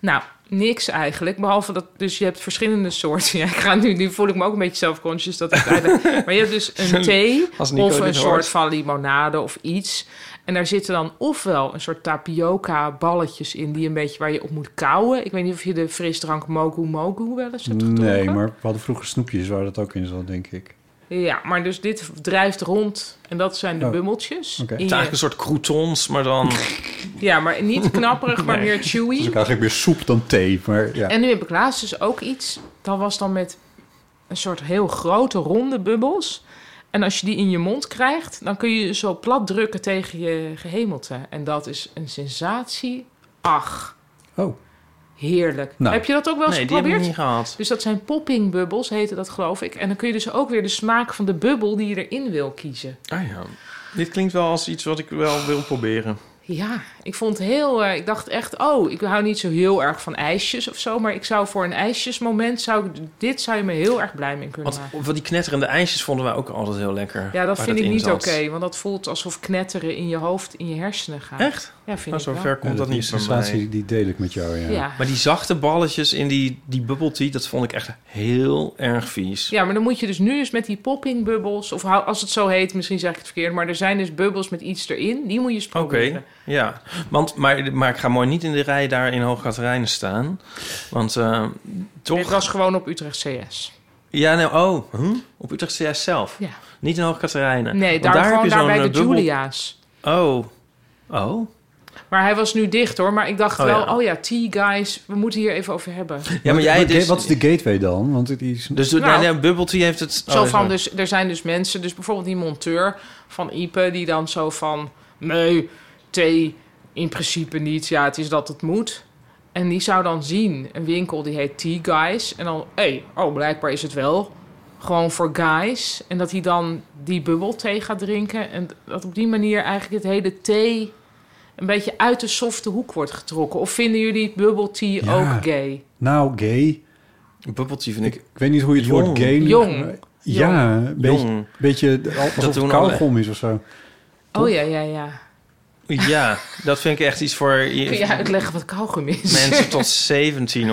S5: Nou, niks eigenlijk. Behalve dat, dus je hebt verschillende soorten. Ja, ik ga nu, nu voel ik me ook een beetje self-conscious. Dat ik eigenlijk- maar je hebt dus een thee
S4: Als Nico
S5: of
S4: dit
S5: een
S4: hoort.
S5: soort van limonade of iets. En daar zitten dan ofwel een soort tapioca balletjes in... die een beetje waar je op moet kauwen. Ik weet niet of je de frisdrank Mogu Mogu wel eens hebt gedronken.
S3: Nee, maar we hadden vroeger snoepjes waar dat ook in zat, denk ik.
S5: Ja, maar dus dit drijft rond. En dat zijn de
S3: Oh.
S5: bummeltjes.
S3: Oké.
S5: In
S4: Het
S5: je-
S4: zijn eigenlijk een soort croutons, maar dan...
S5: ja, maar niet knapperig, maar
S4: Nee.
S5: meer chewy.
S3: Het is ook eigenlijk meer soep dan thee, maar ja.
S5: En nu heb ik laatst dus ook iets. Dat was dan met een soort heel grote ronde bubbels. En als je die in je mond krijgt, dan kun je dus zo plat drukken tegen je gehemelte. En dat is een sensatie. Ach,
S3: Oh,
S5: heerlijk.
S3: Nou.
S5: Heb je dat ook wel eens
S4: Nee, die heb ik
S5: geprobeerd?
S4: niet gehad.
S5: Dus dat zijn poppingbubbels, heette dat geloof ik. En dan kun je dus ook weer de smaak van de bubbel die je erin wil kiezen.
S4: Ah ja. Dit klinkt wel als iets wat ik wel wil proberen.
S5: Ja, ik vond het heel. eh, ik dacht echt, oh, ik hou niet zo heel erg van ijsjes of zo. Maar ik zou voor een ijsjesmoment. Zou, ik- dit zou je me heel erg blij mee kunnen
S4: Want
S5: maken.
S4: wat die knetterende ijsjes vonden wij ook altijd heel lekker.
S5: Ja, dat
S4: waar
S5: vind ik
S4: in
S5: niet oké.
S4: zat.
S5: want dat voelt alsof knetteren in je hoofd, in je hersenen gaat.
S4: Echt?
S5: Ja, vind
S4: Nou,
S5: ik
S4: zo
S5: wel.
S4: ver komt
S3: ja,
S4: dat,
S3: eh, die
S4: niet van
S3: sensatie
S4: mij.
S3: die deel ik met jou, ja.
S5: Ja.
S4: Maar die zachte balletjes in die, die bubble tea, dat vond ik echt heel erg vies.
S5: ja, maar dan moet je dus nu eens met die poppingbubbels... of hou- als het zo heet, misschien zeg ik het verkeerd... maar er zijn dus bubbels met iets erin. Die moet je eens
S4: Oké,
S5: proberen.
S4: ja. Want, maar, maar ik ga mooi niet in de rij daar in Hoogkaterijnen staan. Want eh,
S5: Dit
S4: toch...
S5: was gewoon op Utrecht CS.
S4: Ja, nou, oh, huh? op Utrecht CS zelf.
S5: Ja.
S4: Niet in Hoogkaterijnen.
S5: Nee,
S4: Want
S5: daar,
S4: heb
S5: gewoon
S4: je
S5: daar
S4: zo'n,
S5: bij de
S4: eh, bubbel-
S5: Julia's.
S4: Oh, oh.
S5: Maar hij was nu dicht hoor. Maar ik dacht
S4: Oh,
S5: wel,
S4: ja.
S5: oh ja, tea guys, we moeten hier even over hebben.
S4: Ja, maar jij
S3: Wat-
S4: dus...
S3: Wat is de gateway dan? Want het is...
S4: Dus de,
S5: Nou.
S4: nee, nee, Bubble Tea heeft het...
S5: zo
S4: oh,
S5: van,
S4: sorry.
S5: dus, er zijn dus mensen, dus bijvoorbeeld die monteur van Ipe, die dan zo van, nee, thee in principe niet, ja, het is dat het moet. En die zou dan zien, een winkel die heet Tea Guys, en dan, hé, oh, blijkbaar is het wel gewoon voor guys. En dat hij dan die bubbelthee gaat drinken en dat op die manier eigenlijk het hele thee een beetje uit de softe hoek wordt getrokken. Of vinden jullie bubble tea
S3: Ja.
S5: ook gay?
S3: Nou, gay.
S5: dus-
S4: Bubble Tea vind
S3: Ik,
S4: ik...
S3: ik weet niet hoe je het
S4: Jong.
S3: woord gay...
S5: Jong.
S3: Ja, een beetje,
S4: Jong.
S3: beetje alsof
S4: Dat
S3: het
S4: doen
S3: kauwgom is of zo.
S5: Oh ja, ja, ja.
S4: Ja, dat vind ik echt iets voor
S5: Kun je uitleggen wat kauwgum is?
S4: mensen tot 17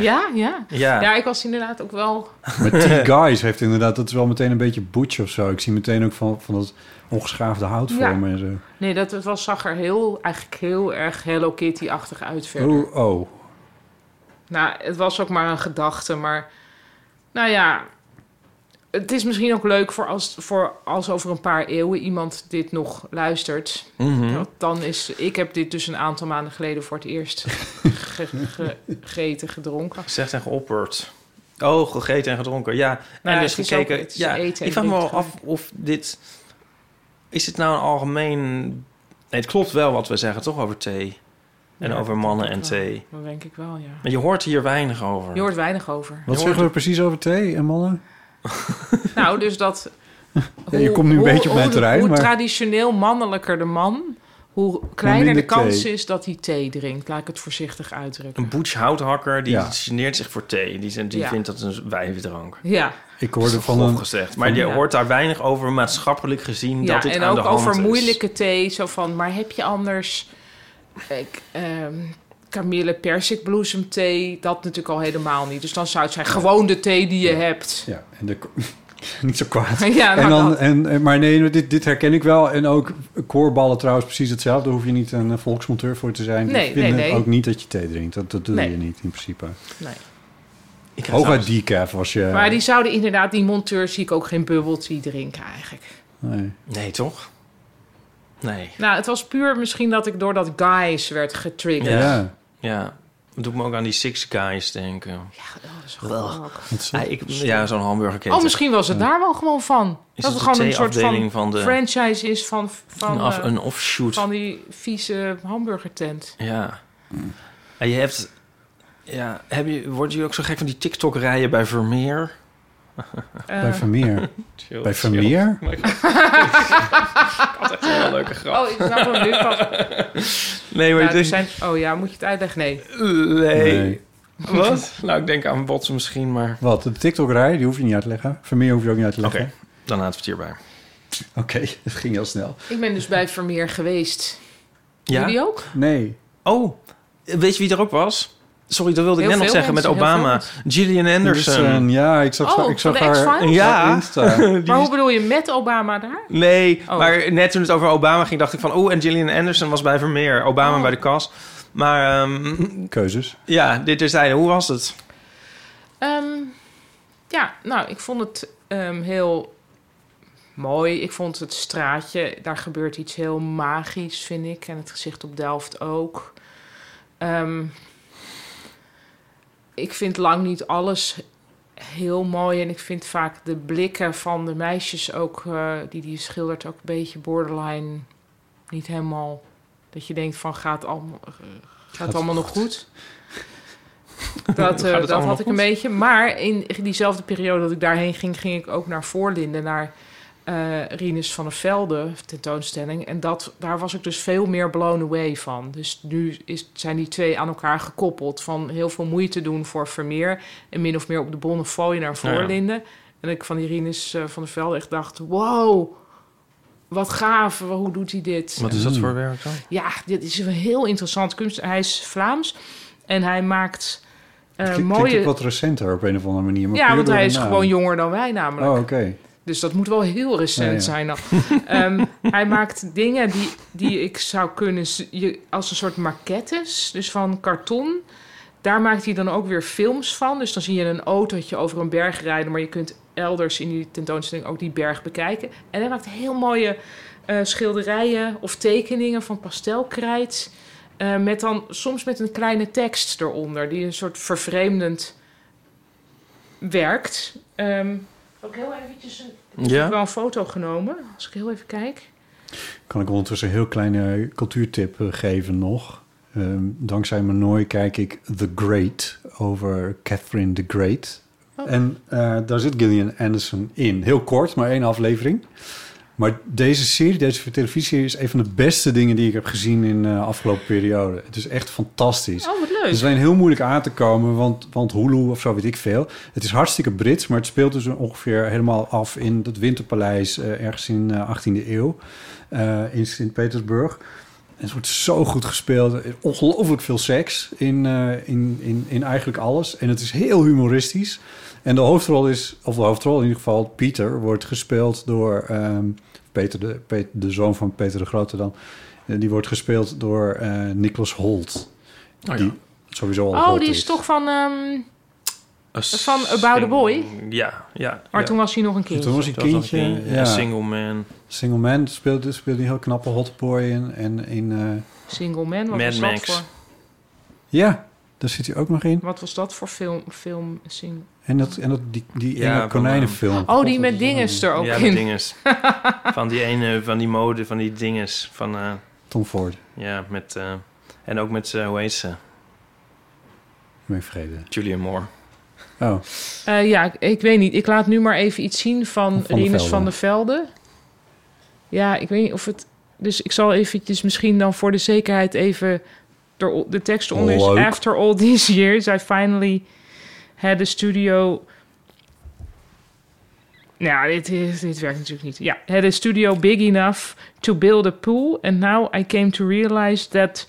S5: Ja, ja.
S4: Ja.
S5: Ja, ik was inderdaad ook wel.
S3: Maar T-Guys heeft inderdaad... Dat is wel meteen een beetje butch of zo. Ik zie meteen ook van, van dat ongeschaafde hout
S5: Ja.
S3: vormen en zo.
S5: Nee, dat het was, zag er heel, eigenlijk heel erg Hello Kitty-achtig uit verder.
S3: Oh, oh.
S5: Nou, het was ook maar een gedachte, maar. Nou ja. Het is misschien ook leuk voor als, voor als over een paar eeuwen iemand dit nog luistert.
S4: Mhm.
S5: Want dan is. Ik heb dit dus een aantal maanden geleden voor het eerst ge- ge- gegeten, gedronken.
S4: Gezegd en geopperd. Oh, gegeten en gedronken. Ja, en
S5: ja,
S4: dus
S5: het is
S4: gekeken.
S5: ook- het is
S4: ja,
S5: eten en
S4: ik vraag me wel
S5: drinken
S4: af of dit. Is het nou een algemeen. Nee, het klopt wel wat we zeggen, toch? Over thee. En
S5: Ja,
S4: over mannen en
S5: dat wel.
S4: thee.
S5: Dat denk ik wel, ja.
S4: Maar je hoort hier weinig over.
S5: Je hoort weinig over.
S3: Wat zeggen we precies over thee en mannen?
S5: Nou, dus dat.
S3: Ja, je komt nu een beetje op mijn
S5: hoe-
S3: terrein,
S5: Hoe
S3: maar-
S5: traditioneel mannelijker de man, hoe kleiner de
S3: minder
S5: kans
S3: thee.
S5: is dat hij thee drinkt. Laat ik het voorzichtig uitdrukken.
S4: Een boetsch houthakker die
S3: Ja.
S4: geneert zich voor thee. Die, die
S5: Ja.
S4: vindt dat een wijvendrank.
S5: Ja,
S3: Ik hoorde van
S4: Grof
S3: een...
S4: gezegd. Maar je
S5: Ja.
S4: hoort daar weinig over maatschappelijk gezien
S5: ja
S4: dat dit
S5: en
S4: aan
S5: ook
S4: de hand
S5: over
S4: is.
S5: moeilijke thee. Zo van, maar heb je anders. Ik, ehm Camille persikbloesem thee, dat natuurlijk al helemaal niet. Dus dan zou het zijn gewoon de thee die je hebt.
S3: Ja, en de... Niet zo kwaad.
S5: Ja, nou
S3: en dan,
S5: dat.
S3: en, en- maar nee, dit, dit herken ik wel. En ook koorballen trouwens precies hetzelfde. Daar hoef je niet een eh, volksmonteur voor te zijn.
S5: Nee,
S3: ik vind
S5: nee,
S3: het
S5: nee.
S3: ook niet dat je thee drinkt. Dat, dat doe
S5: Nee.
S3: je niet in principe.
S5: Nee.
S4: Ik heb
S3: Hooguit
S4: trouwens-
S3: decaf was je...
S5: Maar die zouden inderdaad, die monteur zie ik ook geen bubbeltje drinken eigenlijk.
S3: Nee.
S4: Nee, toch? Nee.
S5: Nou, het was puur misschien dat ik door dat guys werd getriggerd.
S3: Ja.
S4: Ja. Ja. Dat doet me ook aan die Six Guys denken.
S5: Ja, oh, dat is
S4: Wel.
S5: goed.
S3: Dat is-
S4: Ja, ik, ja zo'n hamburgerketen.
S5: Oh, misschien was het daar wel gewoon van.
S4: Is
S5: dat
S4: het
S5: het
S4: de
S5: gewoon een soort van,
S4: theeafdeling van de-
S5: franchise is van, van,
S4: een, af-
S5: eh,
S4: een offshoot.
S5: van die vieze hamburgertent.
S4: Ja. En je hebt... Ja, heb je, word je ook zo gek van die TikTok-rijen bij Vermeer?
S3: bij
S5: Eh
S3: Vermeer. bij Vermeer?
S4: Dat is echt wel een leuke grap.
S5: oh, ik snap hem nu pas. Ja,
S4: Nee, maar
S5: er
S4: het is...
S5: zijn, oh ja, moet je het uitleggen? Nee.
S4: Nee.
S3: Nee.
S4: Wat? nou, ik denk aan botsen misschien, maar...
S3: Wat? De TikTok-rij? Die hoef je niet uit te leggen. Vermeer hoef je ook niet uit te
S4: Oké,
S3: leggen.
S4: dan laten we het hierbij.
S3: Oké, dat ging heel snel.
S5: Ik ben dus bij Vermeer geweest.
S4: Ja?
S5: Jullie ook?
S3: Nee.
S4: Oh, weet je wie er ook was? Sorry, dat wilde ik
S5: Heel
S4: net nog
S5: veel
S4: zeggen met
S5: mensen, heel veel
S4: Obama. Gillian Anderson.
S3: Anderson, Dus, eh, Ja, ik zag,
S5: Oh,
S3: ik zag
S5: van de
S3: haar
S5: X-Files?
S4: Ja.
S3: Insta.
S4: Die
S5: Maar
S4: is-
S5: hoe bedoel je met Obama daar?
S4: Nee,
S5: Oh.
S4: maar net toen het over Obama ging, dacht ik van... Oh, en Gillian Anderson was bij Vermeer. Obama
S5: Oh.
S4: bij de kas. Maar ehm,
S3: Keuzes.
S4: ja, dit is hij. Hoe was het?
S5: Ehm, ja, nou, ik vond het ehm, heel mooi. Ik vond het straatje, daar gebeurt iets heel magisch, vind ik. En het gezicht op Delft ook. Ehm, ik vind lang niet alles heel mooi. En ik vind vaak de blikken van de meisjes ook, eh, die die schildert, ook een beetje borderline. Niet helemaal. Dat je denkt van gaat allemaal, eh, gaat het allemaal nog goed? Dat, eh,
S4: allemaal
S5: dat
S4: nog
S5: had ik een
S4: goed?
S5: beetje. Maar in diezelfde periode dat ik daarheen ging, ging ik ook naar Voorlinden, naar eh Rinus van der Velde tentoonstelling. En dat, daar was ik dus veel meer blown away van. Dus nu is, zijn die twee aan elkaar gekoppeld. Van heel veel moeite doen voor Vermeer. En min of meer op de Bonnefoy naar
S4: Ja, ja.
S5: Voorlinden. En ik van die Rinus eh, van der Velde echt dacht... Wow, wat gaaf, wa- hoe doet hij dit?
S4: Wat is dat voor werk dan?
S5: Ja, dit is een heel interessant kunst. Hij is Vlaams en hij maakt eh,
S3: Klinkt- Klinkt
S5: mooie...
S3: ook wat recenter op een of andere manier. maar
S5: ja,
S3: puur
S5: want
S3: door
S5: hij
S3: de
S5: is
S3: naam.
S5: gewoon jonger dan wij namelijk.
S3: Oh, oké.
S5: Dus dat moet wel heel recent
S3: Ja, ja.
S5: zijn dan. Ehm, hij maakt dingen die, die ik zou kunnen... z- Je, als een soort maquettes, dus van karton. Daar maakt hij dan ook weer films van. Dus dan zie je een autootje over een berg rijden... maar je kunt elders in die tentoonstelling ook die berg bekijken. En hij maakt heel mooie eh, schilderijen of tekeningen van pastelkrijt... eh, met dan soms met een kleine tekst eronder... die een soort vervreemdend werkt. Ehm, ook heel eventjes een ik heb
S4: Ja?
S5: wel een foto genomen, als ik heel even kijk.
S3: Kan ik ondertussen een heel kleine cultuurtip eh, geven nog. Ehm, dankzij mijn nooi kijk ik The Great over Catherine the Great.
S5: Oh.
S3: En eh, daar zit Gillian Anderson in. Heel kort, maar één aflevering. Maar deze serie, deze televisieserie, is een van de beste dingen die ik heb gezien in de afgelopen periode. Het is echt fantastisch.
S5: Oh, wat leuk.
S3: Het is alleen Dus heel moeilijk aan te komen, want, want Hulu of zo weet ik veel. Het is hartstikke Brits, maar het speelt dus ongeveer helemaal af in dat winterpaleis eh, ergens in de 18e eeuw eh, in Sint-Petersburg. En het wordt zo goed gespeeld. Ongelooflijk veel seks in, eh, in, in, in eigenlijk alles. En het is heel humoristisch. En de hoofdrol is, of de hoofdrol in ieder geval, Pieter, wordt gespeeld door ehm, Peter, de, Pet- de zoon van Peter de Grote dan. Eh, Die wordt gespeeld door eh Nicholas Holt.
S4: Oh,
S3: Die sowieso al
S5: Oh,
S3: Holt
S5: die is toch van... ehm, Van About a Boy?
S4: Ja, ja.
S5: maar
S4: ja.
S5: toen was hij nog een kindje.
S3: Toen was hij kindje.
S4: Ja.
S3: ja.
S4: Single man.
S3: Single Man speelde, speelde die heel knappe hot boy in. En in eh,
S5: Single Man, wat
S4: Mad
S5: was
S4: Max.
S5: dat voor...
S3: ja, daar zit hij ook nog in.
S5: Wat was dat voor film? film single?
S3: En, dat, en dat, die, die
S4: Ja,
S3: enge
S4: van,
S3: konijnenfilm.
S5: Oh, die met dinges er ook
S4: ja, met
S5: in.
S4: dinges. van die ene, van die mode, van die dinges. Van, eh,
S3: Tom Ford.
S4: ja, met... eh, en ook met, eh, hoe heet ze?
S3: Ben ik vergeten.
S4: Julia Moore.
S3: Oh,
S5: Eh, ja, ik, ik weet niet. Ik laat nu maar even iets zien van,
S3: Van Van der
S5: Rinus
S3: Velde.
S5: van der Velde. Ja, ik weet niet of het... Dus ik zal eventjes misschien dan voor de zekerheid even... De, de tekst onder is...
S3: Leuk.
S5: After all these years, I finally had a studio... Nou, dit, is- dit werkt natuurlijk niet. Ja, had a studio big enough to build a pool... and now I came to realize that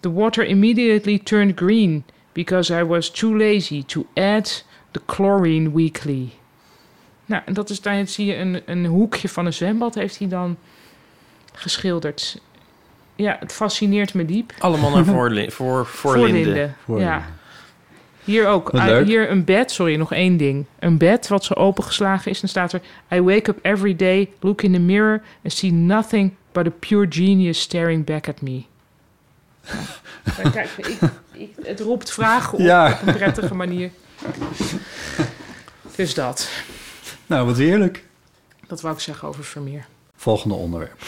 S5: the water immediately turned green... because I was too lazy to add the chlorine weekly. Nou, en dat is daar zie je een, een hoekje van een zwembad heeft hij dan geschilderd. Ja, het fascineert me diep.
S4: Allemaal naar voor, voor, voor Linde.
S3: Voor
S5: Ja.
S3: Linde.
S5: Hier ook.
S3: Wat
S5: Ah,
S3: leuk.
S5: hier een bed. Sorry, nog één ding. Een bed wat zo opengeslagen is. Dan staat er... I wake up every day, look in the mirror... and see nothing but a pure genius staring back at me. Ja. Kijk, ik, ik, het roept vragen op
S3: Ja.
S5: op een prettige manier. Dus dat.
S3: nou wat heerlijk.
S5: Dat wou ik zeggen over Vermeer.
S3: Volgende onderwerp.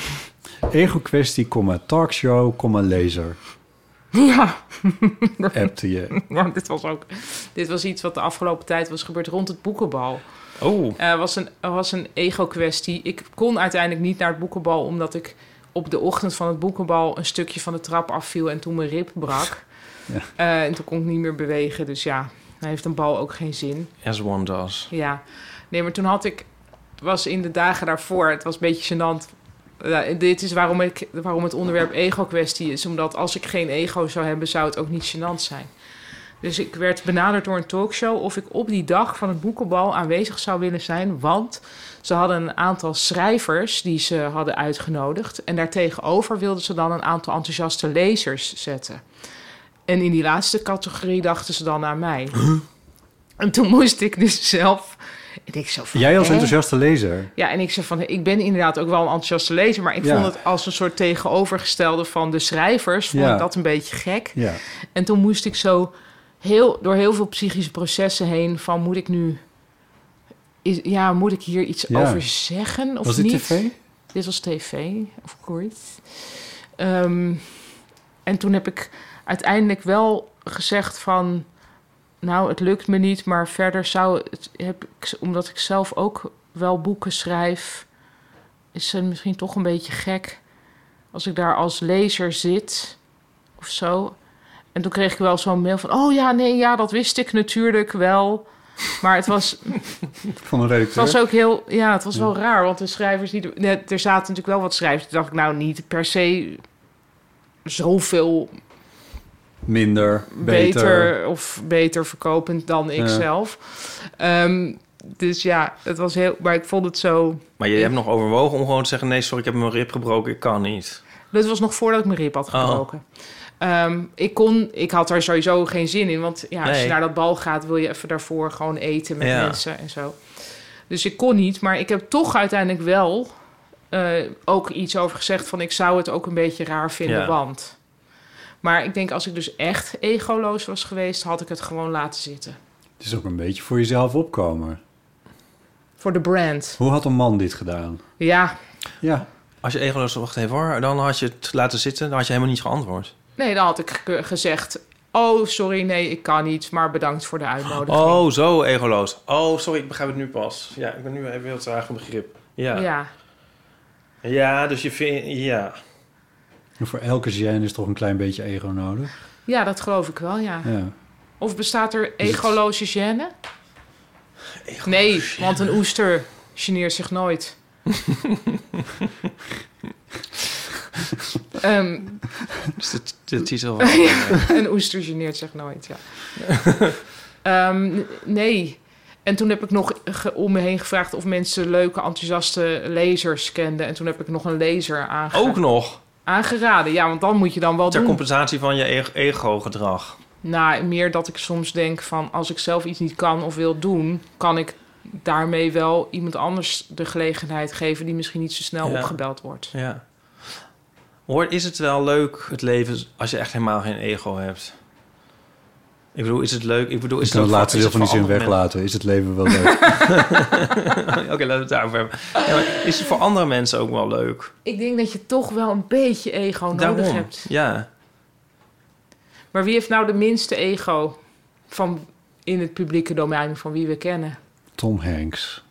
S3: Ego-kwestie, comma, talkshow, comma, laser.
S5: Ja,
S3: Appte je.
S5: want dit was ook... Dit was iets wat de afgelopen tijd was gebeurd rond het boekenbal.
S4: Oh,
S5: Eh, was een, was een ego-kwestie. Ik kon uiteindelijk niet naar het boekenbal... omdat ik op de ochtend van het boekenbal... een stukje van de trap afviel en toen mijn rib brak.
S3: Ja.
S5: Eh, en toen kon ik niet meer bewegen. Dus ja, dan heeft een bal ook geen zin.
S4: as one does.
S5: Ja, nee, maar toen had ik... was in de dagen daarvoor... het was een beetje gênant... Ja, dit is waarom, ik, waarom het onderwerp ego-kwestie is. Omdat als ik geen ego zou hebben... zou het ook niet gênant zijn. Dus ik werd benaderd door een talkshow of ik op die dag van het boekenbal aanwezig zou willen zijn. Want ze hadden een aantal schrijvers die ze hadden uitgenodigd. En daartegenover wilden ze dan een aantal enthousiaste lezers zetten. En in die laatste categorie dachten ze dan aan mij. En toen moest ik dus zelf. En ik zo van,
S3: Jij als
S5: hè?
S3: enthousiaste lezer.
S5: Ja, en ik zei van, ik ben inderdaad ook wel een enthousiaste lezer... maar ik
S3: Ja.
S5: vond het als een soort tegenovergestelde van de schrijvers... vond
S3: Ja.
S5: ik dat een beetje gek.
S3: Ja.
S5: En toen moest ik zo heel, door heel veel psychische processen heen... van moet ik nu... Is, ja, moet ik hier iets
S3: Ja.
S5: over zeggen of
S3: Was dit
S5: niet?
S3: tv?
S5: Dit was tv, of course. Ehm, en toen heb ik uiteindelijk wel gezegd van... Nou, het lukt me niet, maar verder zou het... Heb ik, omdat ik zelf ook wel boeken schrijf... is het misschien toch een beetje gek... als ik daar als lezer zit of zo. En toen kreeg ik wel zo'n mail van... Oh ja, nee, ja, dat wist ik natuurlijk wel. Maar het was,
S3: Van een
S5: het
S3: redacteur.
S5: was ook heel, ja, het was wel raar, want de schrijvers die, nee, er zaten natuurlijk wel wat schrijvers. Toen dacht ik nou niet per se zoveel
S3: Minder,
S5: beter,
S3: beter.
S5: of beter verkopend dan
S3: Ja.
S5: ik zelf. Ehm, dus ja, het was heel, maar ik vond het zo.
S4: Maar je hebt nog overwogen om gewoon te zeggen... nee, sorry, ik heb mijn rib gebroken, ik kan niet.
S5: Dit was nog voordat ik mijn rib had
S4: Oh.
S5: gebroken. Ehm, ik kon, ik had er sowieso geen zin in, want ja, als
S4: Nee.
S5: je naar dat bal gaat, wil je even daarvoor gewoon eten met
S4: Ja.
S5: mensen en zo. Dus ik kon niet, maar ik heb toch uiteindelijk wel eh, ook iets over gezegd van ik zou het ook een beetje raar vinden,
S4: Ja.
S5: want. Maar ik denk als ik dus echt egoloos was geweest, had ik het gewoon laten zitten.
S3: Het is ook een beetje voor jezelf opkomen.
S5: Voor de brand.
S3: Hoe had een man dit gedaan?
S5: Ja.
S3: Ja,
S4: Als je egoloos wacht even hoor, dan had je het laten zitten. Dan had je helemaal niet geantwoord.
S5: Nee, dan had ik ge- gezegd, oh sorry, nee, ik kan niet, maar bedankt voor de uitnodiging.
S4: Oh, zo egoloos. Oh, sorry, ik begrijp het nu pas. Ja, ik ben nu even heel traag op begrip. Ja. ja.
S5: ja.
S4: dus je vindt... Ja.
S3: maar voor elke gêne is toch een klein beetje ego nodig.
S5: Ja, dat geloof ik wel, ja.
S3: Ja.
S5: Of bestaat er
S3: Is het-
S5: egoloze gêne? nee, want een oester geneert zich nooit. Ehm,
S4: Dat is de, de titel van... Ja.
S5: een oester geneert zich nooit, ja. Ehm, n- nee. En toen heb ik nog ge- om me heen gevraagd of mensen leuke, enthousiaste lezers kenden. En toen heb ik nog een lezer aange-
S3: Oh,
S4: Ook nog,
S5: aangeraden. Ja, want dan moet je dan wel
S4: ter
S5: doen.
S4: compensatie van je e- ego-gedrag.
S5: Nou, meer dat ik soms denk van als ik zelf iets niet kan of wil doen, kan ik daarmee wel iemand anders de gelegenheid geven die misschien niet zo snel
S4: Ja.
S5: opgebeld wordt.
S4: Ja. Hoor, is het wel leuk, het leven, als je echt helemaal geen ego hebt? Ik bedoel, is het leuk? Ik bedoel, is
S3: Ik kan het
S4: ook-
S3: laatste
S4: is
S3: deel van die
S4: voor
S3: zin
S4: andere mensen-
S3: weglaten. Is het leven wel leuk?
S4: Oké, laten we het daarover hebben. Ja, maar is het voor andere mensen ook wel leuk?
S5: Ik denk dat je toch wel een beetje ego nodig hebt.
S4: Ja.
S5: Maar wie heeft nou de minste ego van in het publieke domein van wie we kennen?
S3: Tom Hanks.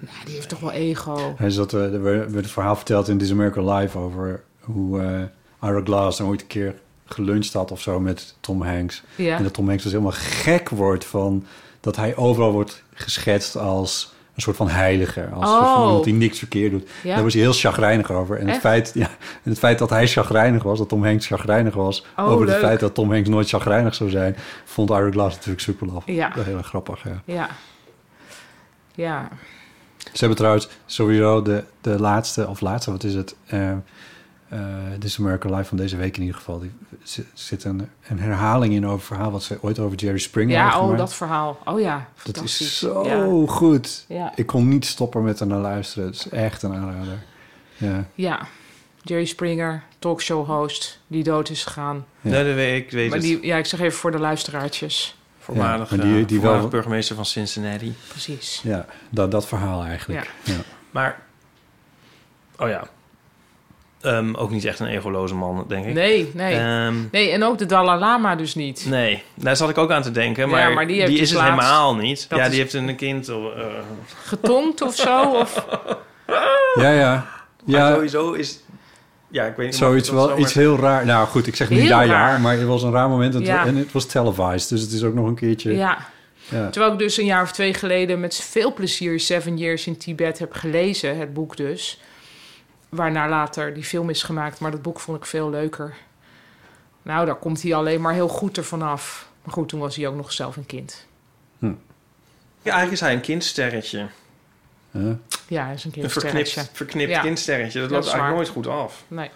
S5: Ja, die heeft toch wel ego.
S3: Hij zat, eh, er werd werd het verhaal verteld in This American Life over hoe eh Ira Glass nou ooit een keer geluncht had of zo met Tom Hanks.
S5: Ja.
S3: En dat Tom Hanks dus helemaal gek wordt van dat hij overal wordt geschetst als een soort van heilige. Als een soort van
S5: Oh.
S3: iemand die niks verkeerd doet.
S5: Ja?
S3: Daar was hij heel chagrijnig over. En het,
S5: Echt?
S3: feit, ja, en het feit dat hij chagrijnig was, dat Tom Hanks chagrijnig was...
S5: Oh,
S3: over het
S5: leuk.
S3: feit dat Tom Hanks nooit chagrijnig zou zijn... vond Ira Glass natuurlijk super laf.
S5: Ja.
S3: Heel erg grappig, ja.
S5: Ja. Ja.
S3: Ze hebben trouwens sowieso de, de laatste, of laatste, wat is het? eh eh, This American Life van deze week in ieder geval. Die, er zit een, een herhaling in over het verhaal... wat ze ooit over Jerry Springer
S5: Ja,
S3: hadden
S5: oh,
S3: gemaakt.
S5: dat verhaal. Oh ja,
S3: Dat
S5: fantastisch.
S3: is zo
S5: Ja.
S3: goed.
S5: Ja.
S3: Ik kon niet stoppen met er naar luisteren. Het is echt een aanrader. Ja.
S5: Ja, Jerry Springer, talkshow-host, die dood is gegaan.
S3: Ja.
S4: Nee, dat weet ik, ik weet
S5: Maar
S4: het.
S5: die, ja, ik zeg even voor de luisteraartjes.
S4: voormalig,
S3: Ja, maar die-
S4: eh,
S3: die
S4: voormalig
S3: wel-
S4: burgemeester van Cincinnati.
S5: Precies.
S3: Ja, dat, dat verhaal eigenlijk. Ja.
S4: Maar, oh ja. Ehm, ook niet echt een egoloze man, denk ik.
S5: Nee, Eh. nee.
S4: Ehm,
S5: nee, en ook de Dalai Lama dus niet.
S4: nee, daar zat ik ook aan te denken.
S5: Ja,
S4: Maar,
S5: maar die
S4: die,
S5: heeft
S4: is
S5: dus
S4: het
S5: laatst-
S4: helemaal niet.
S5: Dat
S4: ja,
S5: is-
S4: die heeft een kind. Of, eh,
S5: Getongd of zo? Of...
S3: ja, ja.
S4: Maar
S3: Ja,
S4: sowieso is... Ja, ik weet niet.
S3: zoiets
S4: maar dat
S3: wel.
S4: is
S3: Iets heel raar. Nou goed, ik zeg niet
S5: Heel
S3: ja, ja,
S5: raar.
S3: maar het was een raar moment. En, het-
S5: Ja.
S3: en het was televised, dus het is ook nog een keertje.
S5: Ja.
S3: Ja.
S5: Terwijl ik dus een jaar of twee geleden met veel plezier Seven Years in Tibet heb gelezen, het boek dus. Waarna later die film is gemaakt, maar dat boek vond ik veel leuker. Nou, daar komt hij alleen maar heel goed ervan af. Maar goed, toen was hij ook nog zelf een kind.
S4: Ja, eigenlijk is hij een kindsterretje.
S3: Huh?
S5: Ja, hij is een kind.
S4: Een verknipt, verknipt
S5: Ja.
S4: kindsterretje. Dat
S5: Dat
S4: loopt
S5: is
S4: eigenlijk
S5: waar.
S4: nooit goed af.
S5: Nee.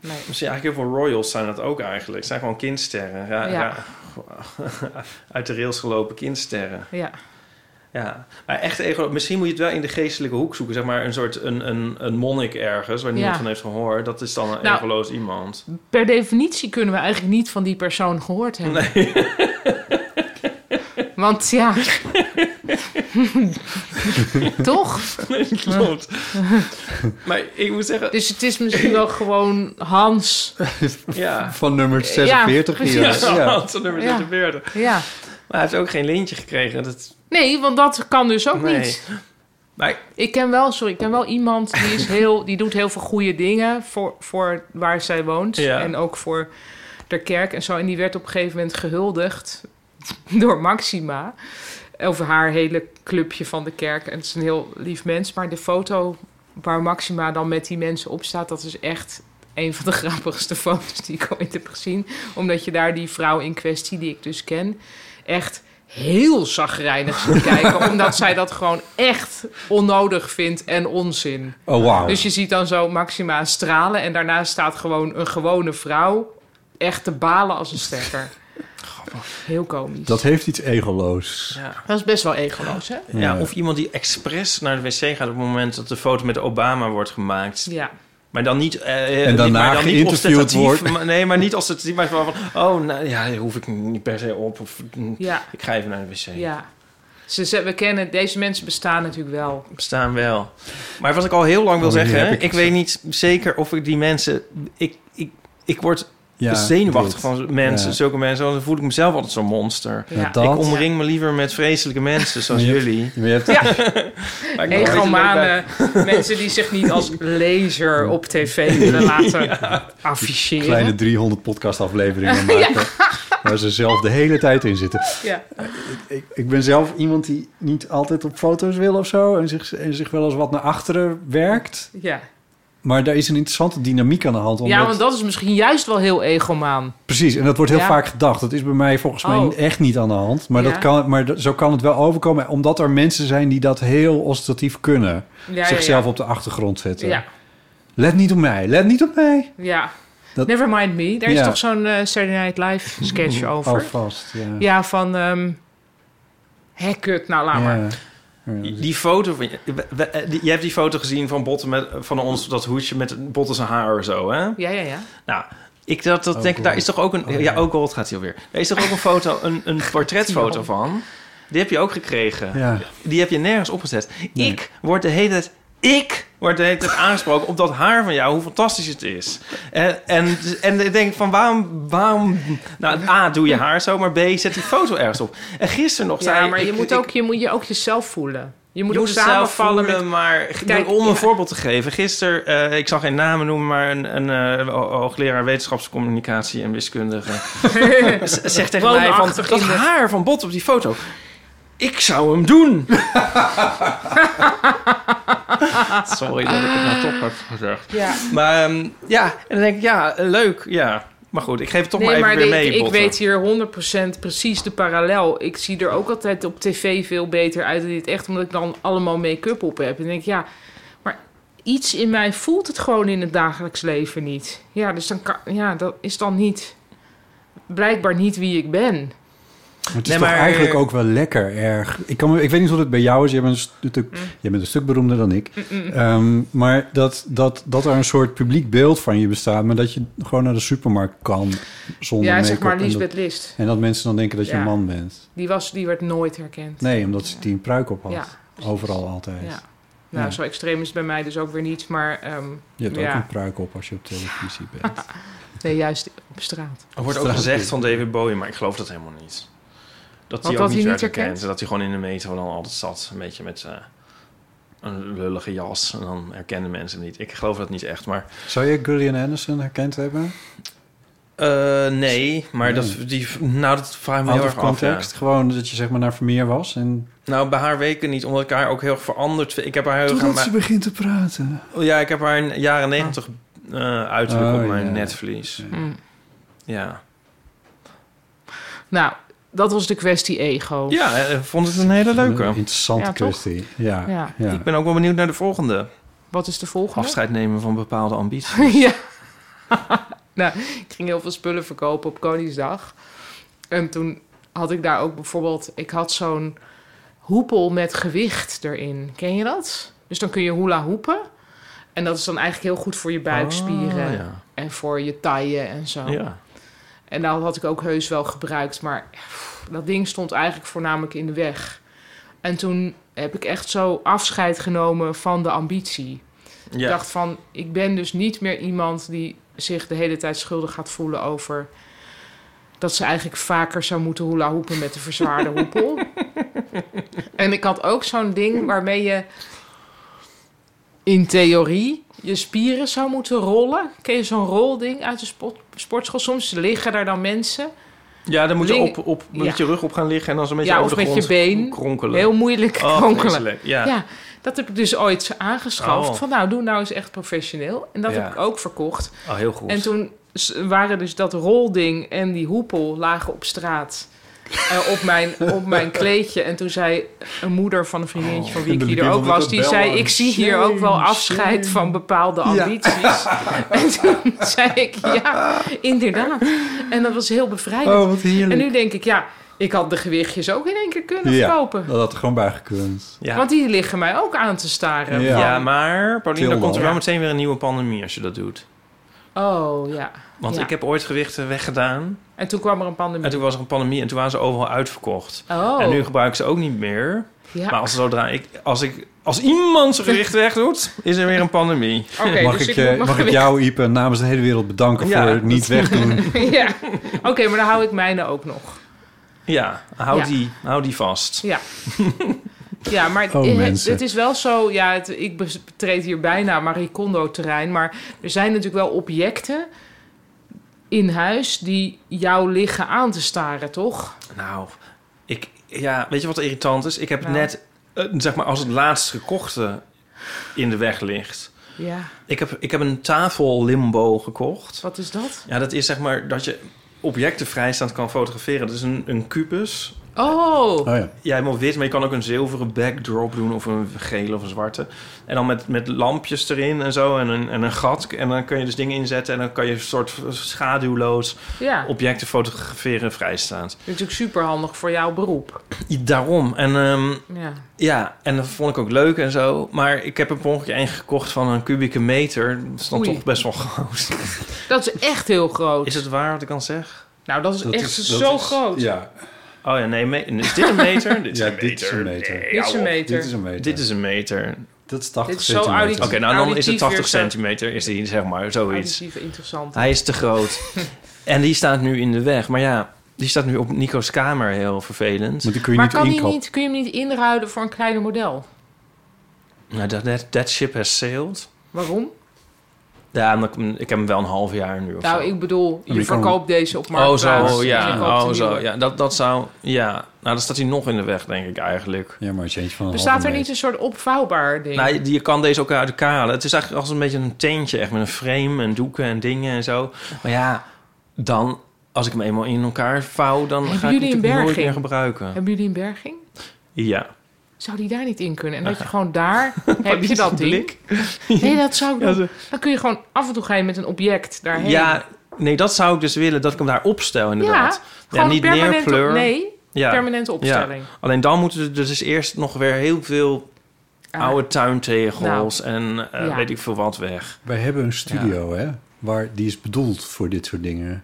S5: Nee.
S4: Misschien eigenlijk heel veel royals zijn dat ook eigenlijk. Het zijn gewoon kindsterren. Ra-
S5: Ja.
S4: ra- uit de rails gelopen kindsterren.
S5: Ja.
S4: Ja. Maar echt ego, misschien moet je het wel in de geestelijke hoek zoeken. Zeg maar een soort een, een, een monnik ergens waar niemand
S5: Ja.
S4: van heeft gehoord. Dat is dan een
S5: Nou.
S4: egoloos iemand.
S5: Per definitie kunnen we eigenlijk niet van die persoon gehoord hebben.
S4: Nee.
S5: Want ja. Toch?
S4: Nee, klopt. maar ik moet zeggen,
S5: Dus het is misschien wel gewoon Hans.
S4: ja.
S3: Van nummer
S5: Ja,
S3: 46 hier.
S5: precies.
S4: Ja,
S3: Ja.
S4: want dan nummer
S5: Ja.
S4: 46.
S5: Ja.
S4: Maar hij heeft ook geen lintje gekregen. Dat,
S5: Nee, want dat kan dus ook
S4: Nee.
S5: niet.
S4: maar
S5: Ik ken wel, sorry, ik ken wel iemand die, is heel, die doet heel veel goede dingen voor, voor waar zij woont.
S4: Ja.
S5: En ook voor de kerk en zo. En die werd op een gegeven moment gehuldigd door Maxima. Over haar hele clubje van de kerk. En het is een heel lief mens. Maar de foto waar Maxima dan met die mensen op staat, dat is echt een van de grappigste foto's die ik ooit heb gezien. Omdat je daar die vrouw in kwestie, die ik dus ken, echt heel zagrijnig ziet kijken. omdat zij dat gewoon echt onnodig vindt en onzin.
S3: Oh, wauw.
S5: Dus je ziet dan zo Maxima stralen en daarna staat gewoon een gewone vrouw echt te balen als een stekker. Heel komisch.
S3: Dat
S5: Dat,
S3: heeft iets egoloos.
S4: ja.
S5: is best wel egoloos, hè?
S4: Ja, of iemand die expres naar de wc gaat op het moment dat de foto met Obama wordt gemaakt.
S5: Ja.
S4: Maar dan niet... eh,
S3: En daarna
S4: maar dan niet
S3: geïnterviewd
S4: ostentatief,
S3: wordt.
S4: maar- nee, maar niet als het... Maar van, oh, nou, ja, daar hoef ik niet per se op. Of, mm,
S5: Ja.
S4: Ik ga even naar de wc.
S5: ja. Ze, ze- we kennen, deze mensen bestaan natuurlijk wel.
S4: Bestaan wel. Maar wat ik al heel lang wil
S3: Oh, hier
S4: zeggen...
S3: heb
S4: hè,
S3: ik
S4: ik weet niet zeker of ik die mensen... Ik, ik, ik word
S3: Ja,
S4: zenuwachtig
S3: dit.
S4: van mensen,
S3: Ja.
S4: zulke mensen. Want dan voel ik mezelf altijd zo'n monster.
S5: Ja.
S3: dat-
S4: Ik omring me liever met vreselijke mensen zoals
S3: Ja.
S4: jullie.
S3: Je hebt
S5: Ja.
S4: Maar ik mag
S5: Egomanen, mensen die zich niet als laser op tv willen laten afficheren.
S3: kleine 300 podcastafleveringen maken. Waar ze zelf de hele tijd in zitten.
S5: Ja.
S3: Ik, ik ben zelf iemand die niet altijd op foto's wil of zo. En zich, en zich wel eens wat naar achteren werkt.
S5: Ja.
S3: Maar daar is een interessante dynamiek aan de hand. Omdat,
S5: ja, want dat is misschien juist wel heel egomaan.
S3: Precies, en dat wordt heel
S5: Ja.
S3: vaak gedacht. Dat is bij mij volgens mij
S5: Oh.
S3: echt niet aan de hand. Maar,
S5: Ja.
S3: dat kan, maar dat- zo kan het wel overkomen. Omdat er mensen zijn die dat heel ostentatief kunnen.
S5: Ja,
S3: zichzelf
S5: ja,
S3: op de achtergrond
S5: ja.
S3: zetten.
S5: Ja,
S3: Let niet op mij, let niet op mij.
S5: ja.
S3: Dat-
S5: Never mind me. Daar is
S3: Ja.
S5: toch zo'n eh, Saturday Night Live sketch over.
S3: Alvast, ja.
S5: Ja, van... ehm hè, kut, nou laat maar.
S3: Ja. Ja.
S4: Die foto van je, we- we- eh, die- je hebt die foto gezien van Botten met van ons dat hoedje met Botten zijn haar zo, hè?
S5: Ja, ja, ja.
S4: Nou, ik dat, dat
S3: Oh,
S4: denk, daar
S3: God.
S4: is toch ook een
S3: Oh,
S4: ja,
S3: ja.
S4: ook Gold gaat hier weer. Er is toch ook een foto, een, een portretfoto van. Die heb je ook gekregen.
S3: Ja.
S4: Die heb je nergens opgezet.
S3: Nee.
S4: Ik word de hele tijd ik word de hele tijd aangesproken op dat haar van jou, hoe fantastisch het is. En, en, en ik denk van waarom, waarom... Nou, A, doe je haar zo, maar B, zet die foto ergens op. En gisteren nog zei
S5: ja maar je,
S4: ik-
S5: moet
S4: ik-
S5: ook, je moet je ook jezelf voelen. Je moet
S4: je
S5: ook
S4: moet dus het zelf
S5: samenvallen
S4: voelen,
S5: met...
S4: maar
S5: Kijk,
S4: om een
S5: ja.
S4: voorbeeld te geven. Gisteren, eh, ik zal geen namen noemen, maar een, een eh, ho- hoogleraar wetenschapscommunicatie en wiskundige z- zegt tegen mij van,
S5: Woonachtig
S4: dat
S5: in de-
S4: haar van Bot op die foto. Ik zou hem doen. Sorry dat ik het nou toch heb gezegd.
S5: Ja.
S4: Maar ehm, ja, en dan denk ik, ja, leuk, ja. Maar goed, ik geef het toch maar
S5: nee,
S4: even
S5: maar
S4: weer
S5: ik-
S4: mee,
S5: ik
S4: Botte.
S5: weet hier 100% precies de parallel. Ik zie er ook altijd op tv veel beter uit dan dit echt, omdat ik dan allemaal make-up op heb. En denk ik, ja, maar iets in mij voelt het gewoon in het dagelijks leven niet. Ja, dus dan kan, ja, dat is dan niet, blijkbaar niet wie ik ben.
S3: Maar het is
S4: Nee,
S3: toch
S4: maar-
S3: eigenlijk ook wel lekker erg. Ik, kan, me- ik weet niet of het bij jou is. Jij bent een,
S5: Mm.
S3: stuk, jij bent een stuk beroemder dan ik. Ehm, maar dat, dat, dat er een soort publiek beeld van je bestaat. Maar dat je gewoon naar de supermarkt kan zonder
S5: ja,
S3: make-up.
S5: zeg maar
S3: en dat-
S5: Lisbeth List.
S3: En dat mensen dan denken dat je
S5: Ja.
S3: een man bent.
S5: Die, was, die werd nooit herkend.
S3: Nee, omdat ze die een pruik op had.
S5: Ja,
S3: Overal altijd.
S5: Ja. Nou,
S3: Ja.
S5: zo extreem is het bij mij dus ook weer niet, maar ehm,
S3: Je hebt
S5: Ja.
S3: ook een pruik op als je op televisie bent.
S5: nee, juist op straat.
S4: Er wordt ook
S3: Straat-
S4: gezegd van David Bowie, maar ik geloof dat helemaal niet. Dat hij
S5: Wat,
S4: ook
S5: dat
S4: niet
S5: hij
S4: werd
S5: niet herkend?
S4: herkend. Dat hij gewoon in de metro dan altijd zat. Een beetje met eh, een lullige jas. En dan herkenden mensen hem niet. Ik geloof dat niet echt. Maar
S3: Zou je Gillian Anderson herkend hebben?
S4: eh, nee, maar
S3: Nee.
S4: Dat, die, nou, dat vraag ik me
S3: Out
S4: heel
S3: of
S4: erg af. ja.
S3: context. Gewoon dat je zeg maar naar Vermeer was. En
S4: Nou, bij haar weken niet, omdat ik haar ook heel erg veranderd vind. Ik heb haar heel erg aan
S3: totdat
S4: mijn-
S3: ze Ah. begint te praten.
S4: Ja, ik heb haar in jaren negentig eh uiterlijk
S3: Oh,
S4: op mijn
S3: ja.
S4: netvlies.
S5: Mm.
S4: Ja.
S5: Nou, dat was de kwestie ego.
S4: Ja, eh, vond het een hele leuke.
S3: Een interessante
S5: Ja, toch?
S3: kwestie. Ja,
S5: Ja.
S3: ja.
S4: Ik ben ook wel benieuwd naar de volgende.
S5: Wat is de volgende?
S4: Afscheid nemen van bepaalde ambities.
S5: ja. nou, ik ging heel veel spullen verkopen op Koningsdag. En toen had ik daar ook bijvoorbeeld... Ik had zo'n hoepel met gewicht erin. Ken je dat? Dus dan kun je hula hoepen. En dat is dan eigenlijk heel goed voor je buikspieren.
S4: Ah, ja.
S5: En voor je taille en zo.
S4: ja.
S5: En dat had ik ook heus wel gebruikt. Maar pff, dat ding stond eigenlijk voornamelijk in de weg. En toen heb ik echt zo afscheid genomen van de ambitie.
S4: Ja.
S5: Ik dacht van, ik ben dus niet meer iemand die zich de hele tijd schuldig gaat voelen over... dat ze eigenlijk vaker zou moeten hula hoepen met de verzwaarde hoepel. en ik had ook zo'n ding waarmee je in theorie je spieren zou moeten rollen. Ken je zo'n rolding uit de sport, sportschool? Soms liggen daar dan mensen.
S4: ja, dan moet je
S5: Ling-
S4: op, op, met
S5: Ja.
S4: je rug op gaan liggen en dan zo'n beetje
S5: Ja,
S4: over
S5: of
S4: de
S5: met je
S4: grond
S5: been.
S4: kronkelen.
S5: Heel moeilijk
S4: Oh,
S5: kronkelen.
S4: vreselijk. Ja.
S5: Ja, dat heb ik dus ooit aangeschaft.
S4: Oh.
S5: Van nou, doe nou eens echt professioneel. En dat
S4: Ja.
S5: heb ik ook verkocht.
S4: Oh, heel goed.
S5: En toen s- waren dus dat rolding en die hoepel lagen op straat. eh, op, mijn, op mijn kleedje. En toen zei een moeder van een vriendinnetje van wie
S3: Oh. en
S5: ik
S3: dan
S5: hier
S3: liep
S5: ook
S3: iemand
S5: was...
S3: te
S5: die
S3: bellen.
S5: zei, ik zie hier ook wel
S3: Shame,
S5: afscheid
S3: shame.
S5: van bepaalde
S3: Ja.
S5: ambities. En toen zei ik, ja, inderdaad. En dat was heel bevrijdend.
S3: Oh, wat heerlijk.
S5: en nu denk ik, ja, ik had de gewichtjes ook in één keer kunnen
S3: ja,
S5: verkopen.
S3: dat had er gewoon bij gekund.
S4: ja.
S5: Want die liggen mij ook aan te staren.
S3: Ja.
S4: ja. maar Pauline,
S3: Tilman.
S4: dan komt er
S5: Ja.
S4: wel meteen weer een nieuwe pandemie als je dat doet.
S5: Oh ja.
S4: Want
S5: Ja.
S4: ik heb ooit gewichten weggedaan.
S5: En toen kwam er een pandemie.
S4: En toen was er een pandemie en toen waren ze overal uitverkocht.
S5: Oh,
S4: En nu gebruik ik ze ook niet meer.
S5: ja.
S4: Maar als, zodra ik, als, ik, als iemand zijn gewicht wegdoet, is er weer een pandemie.
S5: Oké,
S3: mag
S5: dus
S3: ik,
S5: moet
S3: eh,
S5: nog
S3: mag ik
S5: weer-
S3: jou, Ipe, namens de hele wereld bedanken
S4: Ja,
S3: voor
S4: dat-
S3: het niet wegdoen?
S5: ja. Oké, maar dan hou ik mijne ook nog.
S4: Ja, hou,
S5: Ja.
S4: Die, hou die vast.
S5: Ja. Ja, maar eh,
S3: Oh,
S5: het- het,
S3: mensen.
S5: is wel zo... Ja, het, ik betreed hier bijna Marie Kondo-terrein. Maar er zijn natuurlijk wel objecten in huis... die jou liggen aan te staren, toch?
S4: Nou, ik, ja, weet je wat irritant is? Ik heb het
S5: Nou.
S4: net, eh, zeg maar, als het laatst gekochte in de weg ligt.
S5: Ja.
S4: Ik heb, ik heb een tafellimbo gekocht.
S5: Wat is dat?
S4: Ja, dat is zeg maar dat je objecten vrijstaand kan fotograferen. Dat is een, een kubus.
S5: Oh,
S3: Oh ja.
S4: Ja, helemaal wit, maar je kan ook een zilveren backdrop doen... of een gele of een zwarte. En dan met, met lampjes erin en zo en een, en een gat. En dan kun je dus dingen inzetten... en dan kan je een soort schaduwloos
S5: ja.
S4: objecten fotograferen vrijstaand.
S5: Natuurlijk superhandig voor jouw beroep.
S4: Daarom. En ehm,
S5: Ja.
S4: Ja, en dat vond ik ook leuk en zo. Maar ik heb er per ongeluk één gekocht van een kubieke meter. Dat is dan
S5: Oei.
S4: toch best wel groot.
S5: Dat is echt heel groot.
S4: Is het waar wat ik kan zeggen?
S5: Nou, dat is
S3: Dat
S5: echt
S3: is- dat
S5: zo
S3: is-
S5: groot.
S3: Ja,
S4: Oh ja, nee. me- is dit een meter? dit is
S3: Ja,
S4: een meter.
S3: dit is een meter.
S4: Nee,
S5: Dit is een
S4: ouwe.
S5: meter.
S3: dit is een meter.
S4: Dit is een meter. Oké,
S3: dat is 80
S5: dit is zo
S3: centimeter.
S5: auditief.
S3: Oké,
S4: nou dan is
S5: Auditief
S4: het 80
S5: weer zo.
S4: centimeter, is die, zeg maar, zoiets.
S5: Auditief interessant.
S4: Hij is te groot. en die staat nu in de weg. Maar ja, die staat nu op Nico's kamer, heel vervelend.
S3: Maar dus die kun je
S5: maar
S3: niet
S5: kan die
S3: inkopen.
S5: niet, kun je hem niet inruilen voor een kleiner model?
S4: Nou, dat that, that ship has sailed.
S5: Waarom?
S4: Ja, maar ik, ik heb hem wel een half jaar nu of zo.
S5: Nou, ik bedoel,
S3: die
S5: je
S3: kan-
S5: verkoopt deze op
S4: Oh
S5: marktplaats. Dus
S4: zo,
S5: en je koopt
S4: ja.
S5: een
S4: Oh zo,
S5: nieuwe.
S4: ja. Dat, dat zou... Ja. Nou, dan staat hij nog in de weg, denk ik eigenlijk.
S3: Ja, maar het is eentje van een
S5: Bestaat
S3: halve
S5: er niet
S3: meter.
S5: een soort opvouwbaar ding?
S4: Oh, Nou, je- je kan deze ook uit elkaar halen. Het is eigenlijk als een beetje een tentje, echt met een frame en doeken en dingen en zo. Maar ja, dan... Als ik hem eenmaal in elkaar vouw, dan
S5: Hebben
S4: ga ik
S5: jullie
S4: hem
S5: een
S4: natuurlijk nooit
S5: berging?
S4: meer gebruiken.
S5: Hebben jullie een berging?
S4: Ja.
S5: Zou die daar niet in kunnen? En dat je gewoon daar... heb je dat ding?
S4: blik?
S5: Nee, dat zou ik
S4: Ja,
S5: doen. Dan kun je gewoon af en toe gaan met een object daarheen.
S4: Ja, nee, dat zou ik dus willen, dat ik hem daar opstel
S5: ja,
S4: inderdaad.
S5: gewoon
S4: niet
S5: permanent op-
S4: neerpleuren.
S5: Nee,
S4: Ja.
S5: permanente opstelling.
S4: Alleen dan moeten er dus eerst nog weer heel veel
S5: Ah, Nou.
S4: oude tuintegels en eh,
S5: ja.
S4: weet ik veel wat weg.
S3: Wij hebben een studio, hè, waar die is bedoeld voor dit soort dingen.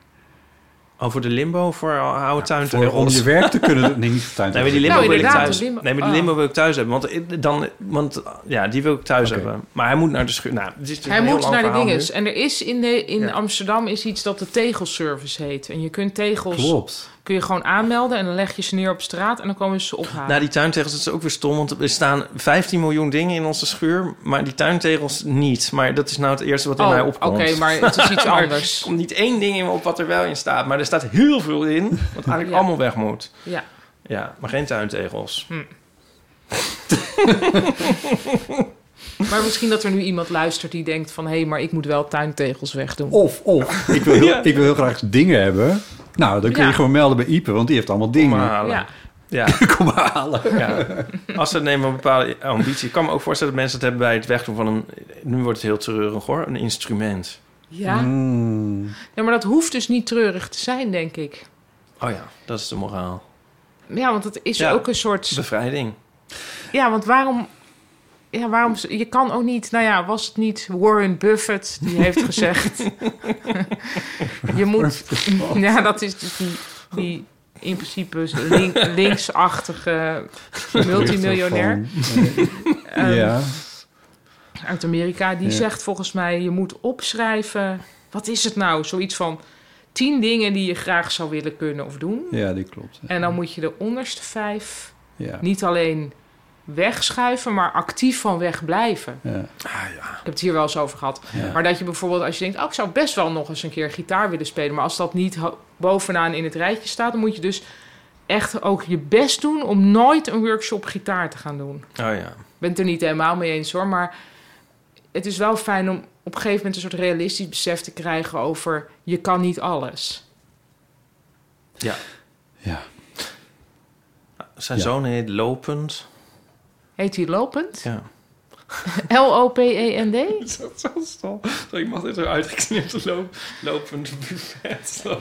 S4: Oh, voor de limbo, voor oude
S3: Voor,
S4: tuintegels.
S3: om je werk te kunnen doen. Nee, niet voor tuin.
S4: Nee, maar die limbo
S5: Nou,
S4: wil ik
S5: inderdaad,
S4: thuis.
S5: de limbo-
S4: nee, maar die
S5: ah.
S4: limbo wil ik thuis hebben. Want, ik- dan, want ja, die wil ik thuis
S3: Oké.
S4: hebben. Maar hij moet naar de schuur. Nou, dit is
S5: Hij moet naar de dinges.
S4: dingen.
S5: En er is in, de, in
S4: Ja.
S5: Amsterdam is iets dat de tegelservice heet. En je kunt tegels
S3: Klopt.
S5: kun je gewoon aanmelden en dan leg je ze neer op straat en dan komen ze ophalen.
S4: Nou, die tuintegels dat is ook weer stom. Want er staan 15 miljoen dingen in onze schuur. Maar die tuintegels niet. Maar dat is nou het eerste wat in
S5: oh,
S4: mij
S5: oké,
S4: opkomt.
S5: maar het is iets
S4: Maar
S5: anders.
S4: Er komt niet één ding in me op wat er wel in staat. Maar er staat heel veel in. Wat eigenlijk
S5: Ja.
S4: allemaal weg moet.
S5: Ja.
S4: Ja, maar geen tuintegels.
S5: Maar misschien dat er nu iemand luistert die
S3: Oh,
S5: denkt van... hé, maar ik moet wel tuintegels wegdoen.
S3: Of, of, ik wil heel, ik wil heel graag dingen hebben Nou, dan kun je
S5: Ja.
S3: gewoon melden bij Ipe, want die heeft allemaal dingen.
S4: Kom halen.
S5: Ja.
S4: Ja.
S3: Kom maar halen.
S4: Ja. Als ze nemen een bepaalde ambitie. Ik kan me ook voorstellen dat mensen het hebben bij het wegdoen van een... Nu wordt het heel treurig hoor, een instrument.
S5: Ja.
S3: Mm.
S5: ja, maar dat hoeft dus niet treurig te zijn, denk ik.
S4: Oh ja, dat is de moraal.
S5: Ja, want het is
S4: Ja.
S5: ook een soort...
S4: Bevrijding.
S5: Ja, want waarom... Ja, waarom... Je kan ook niet... Nou ja, was het niet Warren Buffett die heeft gezegd... je moet... Ja, dat is dus die... die in principe link- linksachtige multimiljonair Ehm,
S3: Van- ja.
S5: uit Amerika. Die
S3: Ja.
S5: zegt volgens mij, je moet opschrijven... Wat is het nou? Zoiets van tien dingen die je graag zou willen kunnen of doen.
S3: ja, die klopt.
S5: En dan moet je de onderste vijf
S3: Ja.
S5: niet alleen wegschuiven, maar actief van weg blijven.
S3: Ja.
S5: Ik heb het hier wel eens over gehad.
S3: Ja.
S5: Maar dat je bijvoorbeeld, als je denkt, oh, ik zou best wel nog eens een keer gitaar willen spelen. Maar als dat niet ho- bovenaan in het rijtje staat, dan moet je dus echt ook je best doen om nooit een workshop gitaar te gaan doen.
S4: Oh ja.
S5: Ik ben het er niet helemaal mee eens hoor, maar het is wel fijn om op een gegeven moment een soort realistisch besef te krijgen over je kan niet alles.
S4: ja.
S3: Ja.
S4: Zijn
S3: Ja.
S4: zoon heet Lopend.
S5: Heet hij lopend?
S4: Ja.
S5: L-O-P-E-N-D?
S4: Zo, zo stom. Zo, ik mag dit zo uitgeknipt loop, lopend buffet. Zo.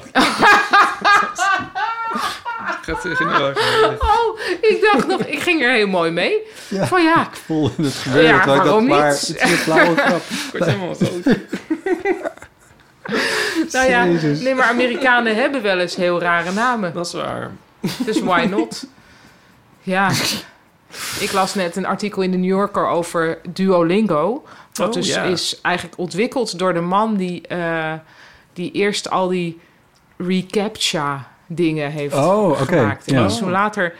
S4: Gaat tegen heel erg.
S5: Oh, ik dacht nog, ik ging er heel mooi mee.
S3: Ja.
S5: Van ja,
S3: Ik voelde het gebeuren.
S5: Ja,
S3: terwijl ik
S5: waarom
S3: dat maar,
S5: niet?
S3: Het is een flauwe grap.
S4: Ik word helemaal zo.
S5: nou ja,
S3: Jezus.
S5: nee, maar Amerikanen hebben wel eens heel rare namen.
S4: Dat is waar.
S5: Dus why not? Ja, ik las net een artikel in de New Yorker over Duolingo. Wat
S4: Oh,
S5: dus
S4: ja.
S5: is eigenlijk ontwikkeld door de man die, eh, die eerst al die recaptcha dingen heeft
S3: Oh, oké,
S5: gemaakt. En
S3: ja.
S5: die is toen later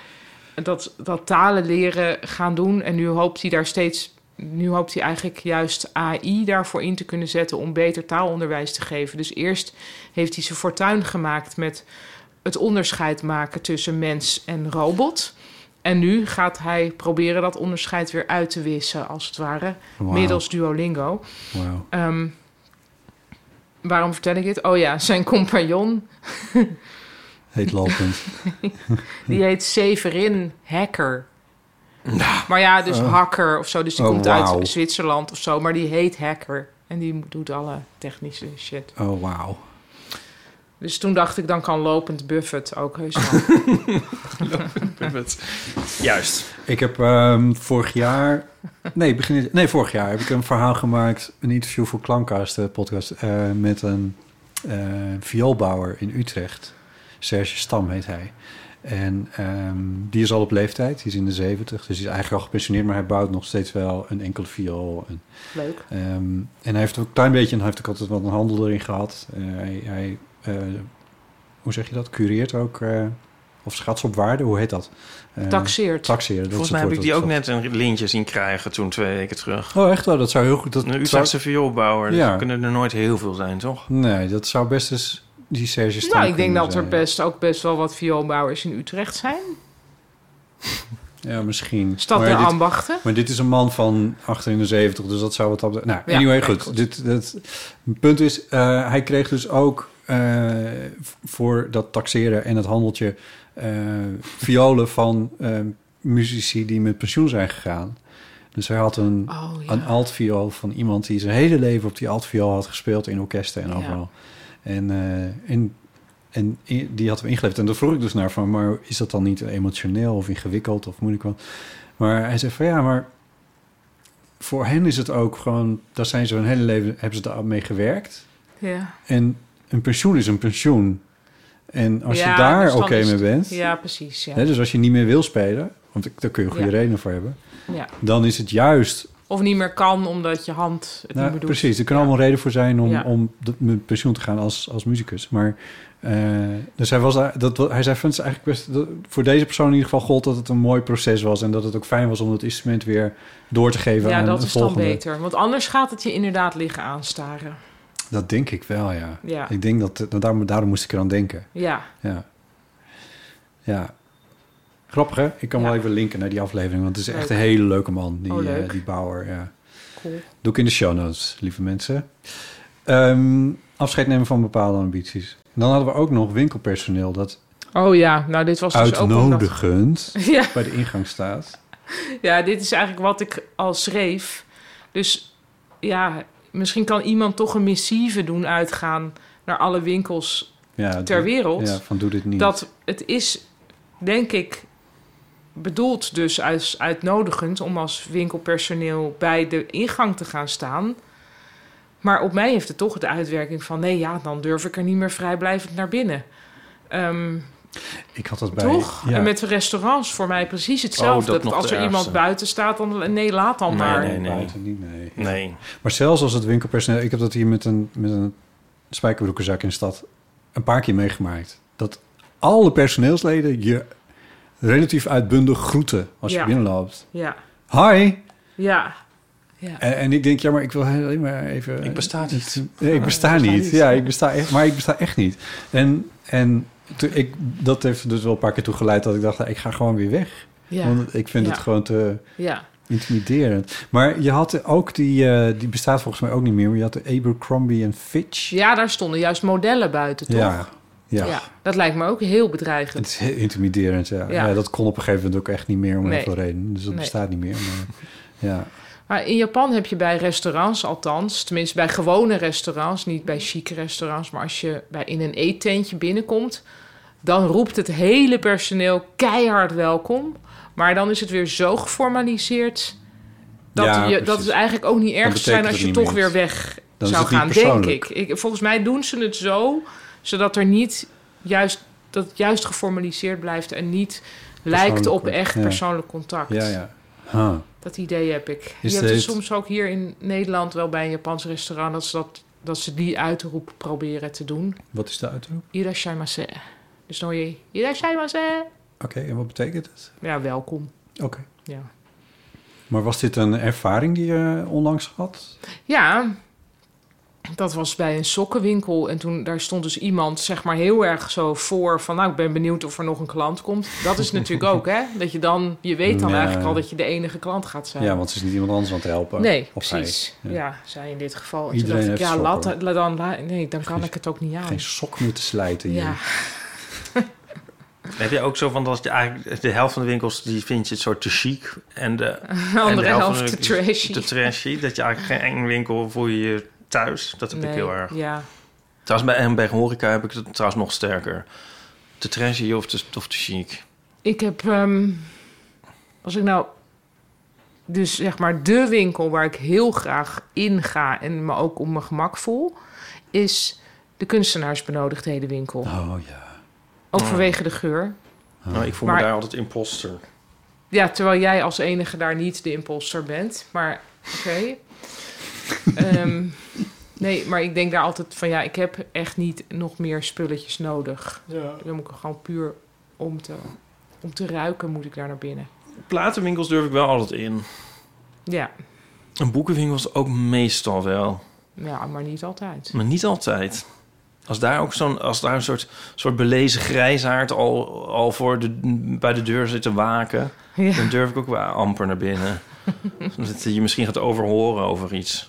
S5: dat, dat talen leren gaan doen. En nu hoopt hij daar steeds... Nu hoopt hij eigenlijk juist AI daarvoor in te kunnen zetten... om beter taalonderwijs te geven. Dus eerst heeft hij zijn fortuin gemaakt met het onderscheid maken tussen mens en robot. En nu gaat hij proberen dat onderscheid weer uit te wissen, als het ware,
S3: Wauw.
S5: middels Duolingo.
S3: Wauw.
S5: Ehm, waarom vertel ik dit? Oh ja, zijn compagnon,
S3: Heet lopend.
S5: die heet Severin Hacker. Maar ja, dus hacker of zo. Dus die
S3: Ah. Oh,
S5: komt
S3: wauw.
S5: uit Zwitserland of zo, maar die heet Hacker. En die doet alle technische shit.
S3: Oh, wauw.
S5: Dus toen dacht ik, dan kan lopend Buffett ook heus wel.
S4: Buffett. Juist.
S3: Ik heb ehm, vorig jaar... Nee, begin, dit- nee, vorig jaar heb ik een verhaal gemaakt... een interview voor Klankkast, de podcast... eh, met een eh vioolbouwer in Utrecht. Serge Stam heet hij. En ehm, die is al op leeftijd. Die is in de zeventig. Dus die is eigenlijk al gepensioneerd... maar hij bouwt nog steeds wel een enkel viool... en
S5: Leuk.
S3: Ehm, en hij heeft ook een klein beetje, en hij heeft ook altijd wat een handel erin gehad. Eh, hij, hij eh, hoe zeg je dat? Cureert ook, eh, of schatst op waarde, hoe heet dat? Eh,
S5: Taxeert.
S3: Taxeren. dat is
S4: Volgens mij
S3: het
S4: heb ik
S3: woord
S4: die ook
S3: dat
S4: net een lintje zien krijgen toen twee weken terug.
S3: zat. Oh, echt wel, dat zou heel goed. Dat
S4: Een
S3: zou-
S4: Utrechtse vioolbouwer. Dus
S3: Ja.
S4: er kunnen er nooit heel veel zijn, toch?
S3: nee, dat zou best eens die Serge Stam
S5: Nou, ik denk
S3: kunnen
S5: dat er
S3: zijn.
S5: best, ook best wel wat vioolbouwers in Utrecht zijn.
S3: Ja, misschien.
S5: Stad
S3: Maar
S5: der
S3: dit-
S5: ambachten.
S3: Maar dit is een man van 78, dus dat zou wat... dat betreft- Nou,
S5: Ja,
S3: anyway,
S5: nee,
S3: goed.
S5: goed.
S3: Dit, dit, het punt is, eh, hij kreeg dus ook eh, voor dat taxeren en het handeltje... eh, violen van eh, muzici die met pensioen zijn gegaan. Dus hij had een,
S5: Oh ja.
S3: een altviool van iemand die zijn hele leven op die altviool had gespeeld... in orkesten en
S5: Ja.
S3: overal. En, eh, en, en i- die had hem ingeleverd. En daar vroeg ik dus naar van... maar is dat dan niet emotioneel of ingewikkeld of moeilijk? Want- Maar hij zei van ja, maar voor hen is het ook gewoon... daar zijn ze hun hele leven, hebben ze daarmee gewerkt.
S5: ja.
S3: En een pensioen is een pensioen. En als
S5: Ja,
S3: je daar
S5: dus
S3: oké
S5: dan is
S3: mee
S5: het-
S3: bent...
S5: Ja, precies. Ja.
S3: Hè, dus als je niet meer wil spelen... want ik- daar kun je goede
S5: Ja.
S3: redenen voor hebben...
S5: Ja.
S3: dan is het juist...
S5: Of niet meer kan omdat je hand het niet
S3: Nou,
S5: meer doet.
S3: precies, er kan allemaal reden voor zijn om,
S5: Ja.
S3: om de- met pensioen te gaan als, als muzikus. Maar eh, dus hij, was, daar- dat, hij zei, vindt het eigenlijk best, dat- voor deze persoon in ieder geval gold dat het een mooi proces was... en dat het ook fijn was om dat instrument weer door te geven
S5: Ja,
S3: aan
S5: dat
S3: een
S5: is
S3: volgende.
S5: dan beter. Want anders gaat het je inderdaad liggen aanstaren.
S3: Dat denk ik wel, ja.
S5: Ja.
S3: Ik denk dat, dat daarom, daarom moest ik eraan denken.
S5: Ja,
S3: Ja. ja. Grappig, hè? Ik kan
S5: Ja.
S3: wel even linken naar die aflevering, want het is echt
S5: Leuk.
S3: een hele leuke man, die,
S5: Oh, leuk.
S3: eh, die bouwer. Ja.
S5: cool.
S3: Doe ik in de show notes, lieve mensen. Ehm, afscheid nemen van bepaalde ambities. En dan hadden we ook nog winkelpersoneel dat
S5: Oh ja, nou dit was dus ook... omdat-
S3: uitnodigend
S5: Ja,
S3: bij de ingang staat.
S5: ja, dit is eigenlijk wat ik al schreef. Dus ja, misschien kan iemand toch een missieve doen uitgaan... naar alle winkels
S3: Ja,
S5: ter
S3: doe-
S5: wereld.
S3: Ja, van doe dit niet.
S5: Dat het is, denk ik, bedoeld dus als uitnodigend om als winkelpersoneel bij de ingang te gaan staan. Maar op mij heeft het toch de uitwerking van nee, ja, dan durf ik er niet meer vrijblijvend naar binnen. Ehm,
S3: ik had dat bij.
S5: toch?
S3: Ja.
S5: En met de restaurants voor mij precies hetzelfde.
S4: Oh, dat
S5: dat
S4: nog
S5: als
S4: de
S5: er iemand
S4: ergste.
S5: buiten staat, dan nee, laat dan
S4: Nee,
S5: maar.
S4: nee.
S3: Buiten niet, nee.
S4: Nee.
S3: Maar zelfs als het winkelpersoneel... Ik heb dat hier met een, met een spijkerbroekenzak in de stad een paar keer meegemaakt. Dat alle personeelsleden je relatief uitbundig groeten als je
S5: Ja.
S3: binnenloopt.
S5: Ja,
S3: Hi!
S5: ja.
S3: En, en ik denk, ja, maar ik wil alleen maar even...
S4: Ik besta Eh, niet.
S3: Nee, ik besta niet.
S4: niet.
S3: Ja, ik besta echt, maar ik besta echt niet. En, en toen ik, dat heeft dus wel een paar keer toe geleid dat ik dacht, nou, ik ga gewoon weer weg.
S5: ja.
S3: Want ik vind het
S5: Ja.
S3: gewoon te
S5: ja.
S3: intimiderend. Maar je had ook die, eh, die bestaat volgens mij ook niet meer, maar je had de Abercrombie en Fitch.
S5: Ja, daar stonden juist modellen buiten, toch?
S3: Ja, ja.
S5: Ja, dat lijkt me ook heel bedreigend.
S3: Het is heel intimiderend, ja. ja.
S5: Ja.
S3: Dat kon op een gegeven moment ook echt niet meer om
S5: Nee.
S3: heel veel redenen. Dus dat
S5: Nee.
S3: bestaat niet meer. Maar, ja.
S5: Maar in Japan heb je bij restaurants, althans, tenminste bij gewone restaurants, niet bij chique restaurants, maar als je bij, in een eetentje binnenkomt, dan roept het hele personeel keihard welkom. Maar dan is het weer zo geformaliseerd dat,
S3: Ja,
S5: je, dat
S3: precies.
S5: het eigenlijk ook niet
S3: Dan
S5: erg zou zijn
S3: betekent
S5: als je
S3: het
S5: toch
S3: niet
S5: weer
S3: meer
S5: weg
S3: Dan is
S5: zou
S3: het niet
S5: gaan, denk
S3: persoonlijk.
S5: ik. ik. Volgens mij doen ze het zo, zodat er niet juist, dat het juist geformaliseerd blijft en niet lijkt op
S3: Persoonlijk,
S5: echt
S3: ja.
S5: persoonlijk contact.
S3: ja, ja. Huh.
S5: Dat idee heb ik.
S3: Is
S5: je hebt het
S3: dit-
S5: soms ook hier in Nederland wel bij een Japans restaurant... dat ze, dat, dat ze die uitroep proberen te doen.
S3: Wat is de uitroep?
S5: Irashaimase. Dus dan hoor je Irashaimase.
S3: Oké, en wat betekent het?
S5: Ja, welkom.
S3: Oké.
S5: Ja,
S3: Maar was dit een ervaring die je eh, onlangs had?
S5: ja dat was bij een sokkenwinkel. En toen, daar stond dus iemand zeg maar heel erg zo voor... van nou, ik ben benieuwd of er nog een klant komt. Dat is natuurlijk ook, hè? Dat je dan... Je weet dan
S3: Ja.
S5: eigenlijk al dat je de enige klant gaat zijn.
S3: Ja, want ze is niet iemand anders aan het helpen.
S5: Nee,
S3: Of
S5: precies.
S3: hij.
S5: ja. zij in dit geval. En
S3: Iedereen
S5: toen dacht ik,
S3: heeft
S5: ja, laat,
S3: sokken.
S5: la- dan, la- nee, dan kan ik het ook niet aan.
S3: Geen sok meer te slijten hier.
S5: ja.
S4: Heb je ook zo van dat je eigenlijk de helft van de winkels die vind je het soort te chic en de
S5: De
S4: en
S5: andere
S4: de van
S5: helft
S4: de
S5: te
S4: winkels
S5: trashy.
S4: Te trashy, dat je eigenlijk geen eng winkel voel je je thuis. Dat heb ik
S5: Nee,
S4: heel erg.
S5: Ja.
S4: Trouwens bij en bij horeca heb ik het trouwens nog sterker. Te trashy of te, of te chic.
S5: Ik heb, ehm, als ik nou, dus zeg maar de winkel waar ik heel graag in ga en me ook op mijn gemak voel, is de kunstenaarsbenodigdhedenwinkel.
S4: Ah.
S3: Oh ja.
S5: Ook vanwege de geur.
S4: Nou, ik voel me
S5: Maar-
S4: daar altijd imposter.
S5: Ja, terwijl jij als enige daar niet de imposter bent. Maar oké. Ehm, nee, maar ik denk daar altijd van ja, ik heb echt niet nog meer spulletjes nodig. Dan moet ik gewoon puur om te, om te ruiken, moet ik daar naar binnen.
S4: Platenwinkels durf ik wel altijd in.
S5: Ja,
S4: En boekenwinkels ook meestal wel.
S5: ja maar niet altijd.
S4: Maar niet altijd. Als daar ook zo'n, als daar een soort, soort belezen grijzaard al, al voor de, bij de deur zit te waken,
S5: Ja.
S4: dan durf ik ook wel amper naar binnen. Omdat je misschien gaat overhoren over iets.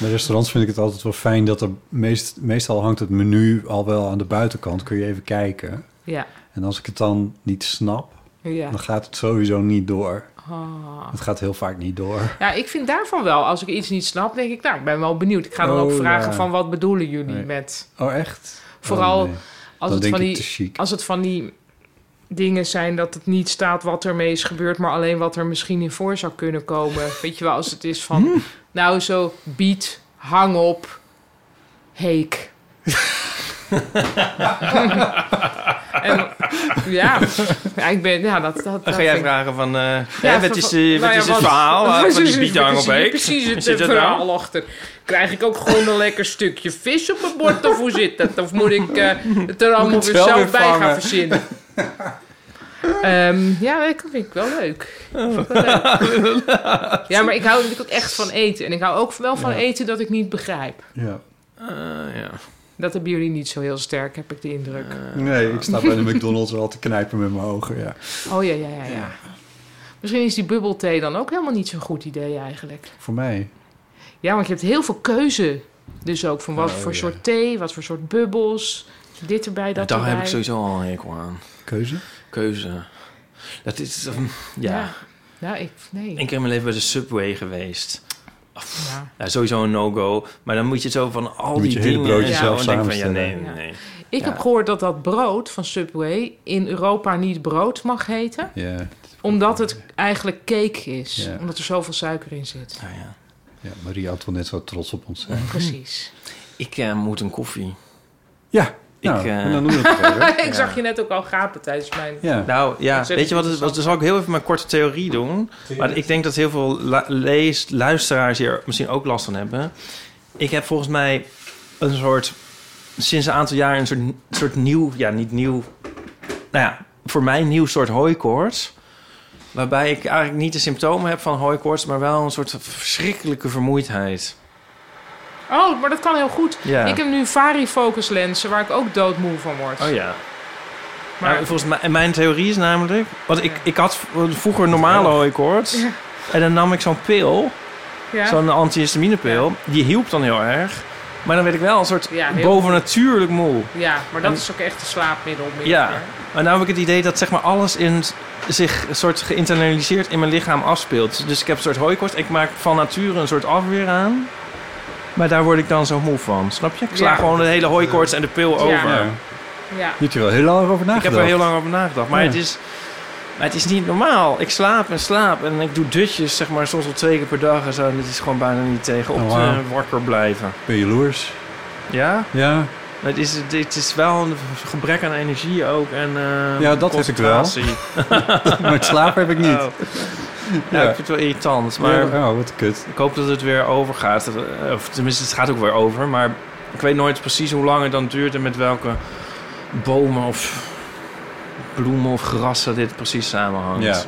S3: Bij restaurants vind ik het altijd wel fijn dat er meest, meestal hangt het menu al wel aan de buitenkant. Kun je even kijken.
S5: Ja.
S3: En als ik het dan niet snap,
S5: Ja.
S3: dan gaat het sowieso niet door.
S5: Ah.
S3: Het gaat heel vaak niet door.
S5: ja, ik vind daarvan wel, als ik iets niet snap, denk ik, nou, ik ben wel benieuwd. Ik ga dan ook
S3: Oh,
S5: vragen
S3: ja.
S5: van wat bedoelen jullie
S3: Nee.
S5: met.
S3: Oh echt?
S5: Vooral
S3: Oh, nee. dan
S5: Als het
S3: denk
S5: van
S3: ik
S5: die
S3: te chic.
S5: als het van die dingen zijn dat het niet staat wat ermee is gebeurd, maar alleen wat er misschien in voor zou kunnen komen. Weet je wel, als het is van, nou zo, bied, hang op, heek. en, ja, ja, ik ben, ja, dat, dat,
S4: Dan
S5: dat
S4: ga jij
S5: vind ik-
S4: vragen van, eh,
S5: Ja,
S4: hè, wat
S5: van-
S4: is, eh,
S5: nou
S4: wat
S5: ja,
S4: is het
S5: wat-
S4: verhaal eh,
S5: wat is
S4: van die
S5: het-
S4: bietang op
S5: precies-
S4: Beek?
S5: Precies het eh,
S4: Zit dat
S5: verhaal
S4: nou?
S5: achter. Krijg ik ook gewoon een lekker stukje vis op mijn bord of hoe zit dat? Of moet ik eh, het er allemaal
S3: Moet het
S5: weer
S3: wel
S5: zelf
S3: weer
S5: bij
S3: vangen.
S5: gaan verzinnen? Ehm, ja, dat vind ik wel leuk. Vind ik wel leuk. Ja, maar ik hou natuurlijk ook echt van eten. En ik hou ook wel van
S3: Ja.
S5: eten dat ik niet begrijp.
S3: Ja.
S4: Eh, ja.
S5: Dat hebben jullie niet zo heel sterk, heb ik de indruk.
S3: Nee, ik sta bij de McDonald's wel te knijpen met mijn ogen. Ja.
S5: Oh ja, ja, ja, ja. Misschien is die bubbelthee dan ook helemaal niet zo'n goed idee eigenlijk.
S3: Voor mij.
S5: Ja, want je hebt heel veel keuze. Dus ook van wat
S4: Oh,
S5: voor
S4: ja.
S5: soort thee, wat voor soort bubbels. Dit erbij, dat
S4: Daar
S5: erbij.
S4: heb ik sowieso al een hekel aan.
S3: Keuze?
S4: Keuze. Dat is... ehm, ja.
S5: Ja. Nou, ik... Nee.
S4: Eén keer in mijn leven bij de Subway geweest.
S5: Ja.
S4: Ja, Nou, sowieso een no-go. Maar dan moet je zo van al
S3: Moet
S4: die
S3: je hele
S4: dingen...
S3: broodjes
S4: en zo,
S3: zelf
S4: en denk van, ja, nee,
S3: samenstellen.
S4: nee,
S5: Ja.
S4: nee.
S5: Ik
S4: Ja.
S5: heb gehoord dat dat brood van Subway in Europa niet brood mag heten.
S3: Ja,
S5: Omdat het eigenlijk cake is.
S3: Ja.
S5: Omdat er zoveel suiker in zit.
S4: Nou ja.
S3: ja Marie-Antoinette zou trots op ons zijn.
S5: Precies.
S4: Ik eh, moet een koffie.
S3: Ja, nou,
S4: Ik, eh,
S3: en dan doen we het gewoon, hè?
S5: ik zag je net ook al gapen tijdens mijn...
S3: Ja.
S4: Nou ja,
S5: Ontzettend
S4: weet je wat het was? Dan zal ik heel even mijn korte theorie doen. Maar ik denk dat heel veel la- lees, luisteraars hier misschien ook last van hebben. Ik heb volgens mij een soort, sinds een aantal jaar, een soort, soort nieuw, ja, niet nieuw, nou ja, voor mij een nieuw soort hooikoorts. Waarbij ik eigenlijk niet de symptomen heb van hooikoorts, maar wel een soort verschrikkelijke vermoeidheid.
S5: Oh, maar dat kan heel goed.
S4: Ja.
S5: Ik heb nu varifocus lenzen waar ik ook doodmoe van word.
S4: Oh ja. Maar
S5: Maar-
S4: volgens mij, en mijn theorie is namelijk... Want ik, ik had v- vroeger normale hooikoorts. En dan nam ik zo'n pil,
S5: Ja?
S4: zo'n antihistaminepil. Die hielp dan heel erg. Maar dan werd ik wel een soort
S5: Ja, heel
S4: bovennatuurlijk moe.
S5: Ja, maar dat is ook echt een slaapmiddel. meer.
S4: Ja. Maar nou heb ik het idee dat zeg maar alles in s- zich een soort geïnternaliseerd in mijn lichaam afspeelt. Dus ik heb een soort hooikoorts. Ik maak van nature een soort afweer aan. Maar daar word ik dan zo moe van, snap je? Ik sla
S5: Ja.
S4: gewoon de hele hooikoorts en de pil over.
S3: Ja.
S5: Ja.
S3: Je hebt er wel heel lang over
S4: Ik
S3: nagedacht.
S4: heb er heel lang over nagedacht. Maar,
S3: Ja.
S4: het is, maar het is niet normaal. Ik slaap en slaap en ik doe dutjes, zeg maar, soms al twee keer per dag en zo. En het is gewoon bijna niet tegen op
S3: Oh,
S4: te
S3: wauw.
S4: wakker blijven.
S3: Ben je jaloers?
S4: Ja?
S3: Ja,
S4: Het is, het is wel een gebrek aan energie ook. En, eh,
S3: Ja, dat heb ik wel.
S4: concentratie.
S3: maar het slapen heb ik niet.
S4: Oh. Ja,
S3: Ja.
S4: ik vind het wel irritant. Maar
S3: Ja, oh, wat kut.
S4: ik hoop dat het weer overgaat. Eh, Of tenminste, het gaat ook weer over. Maar ik weet nooit precies hoe lang het dan duurt en met welke bomen of bloemen of grassen dit precies samenhangt.
S3: Ja,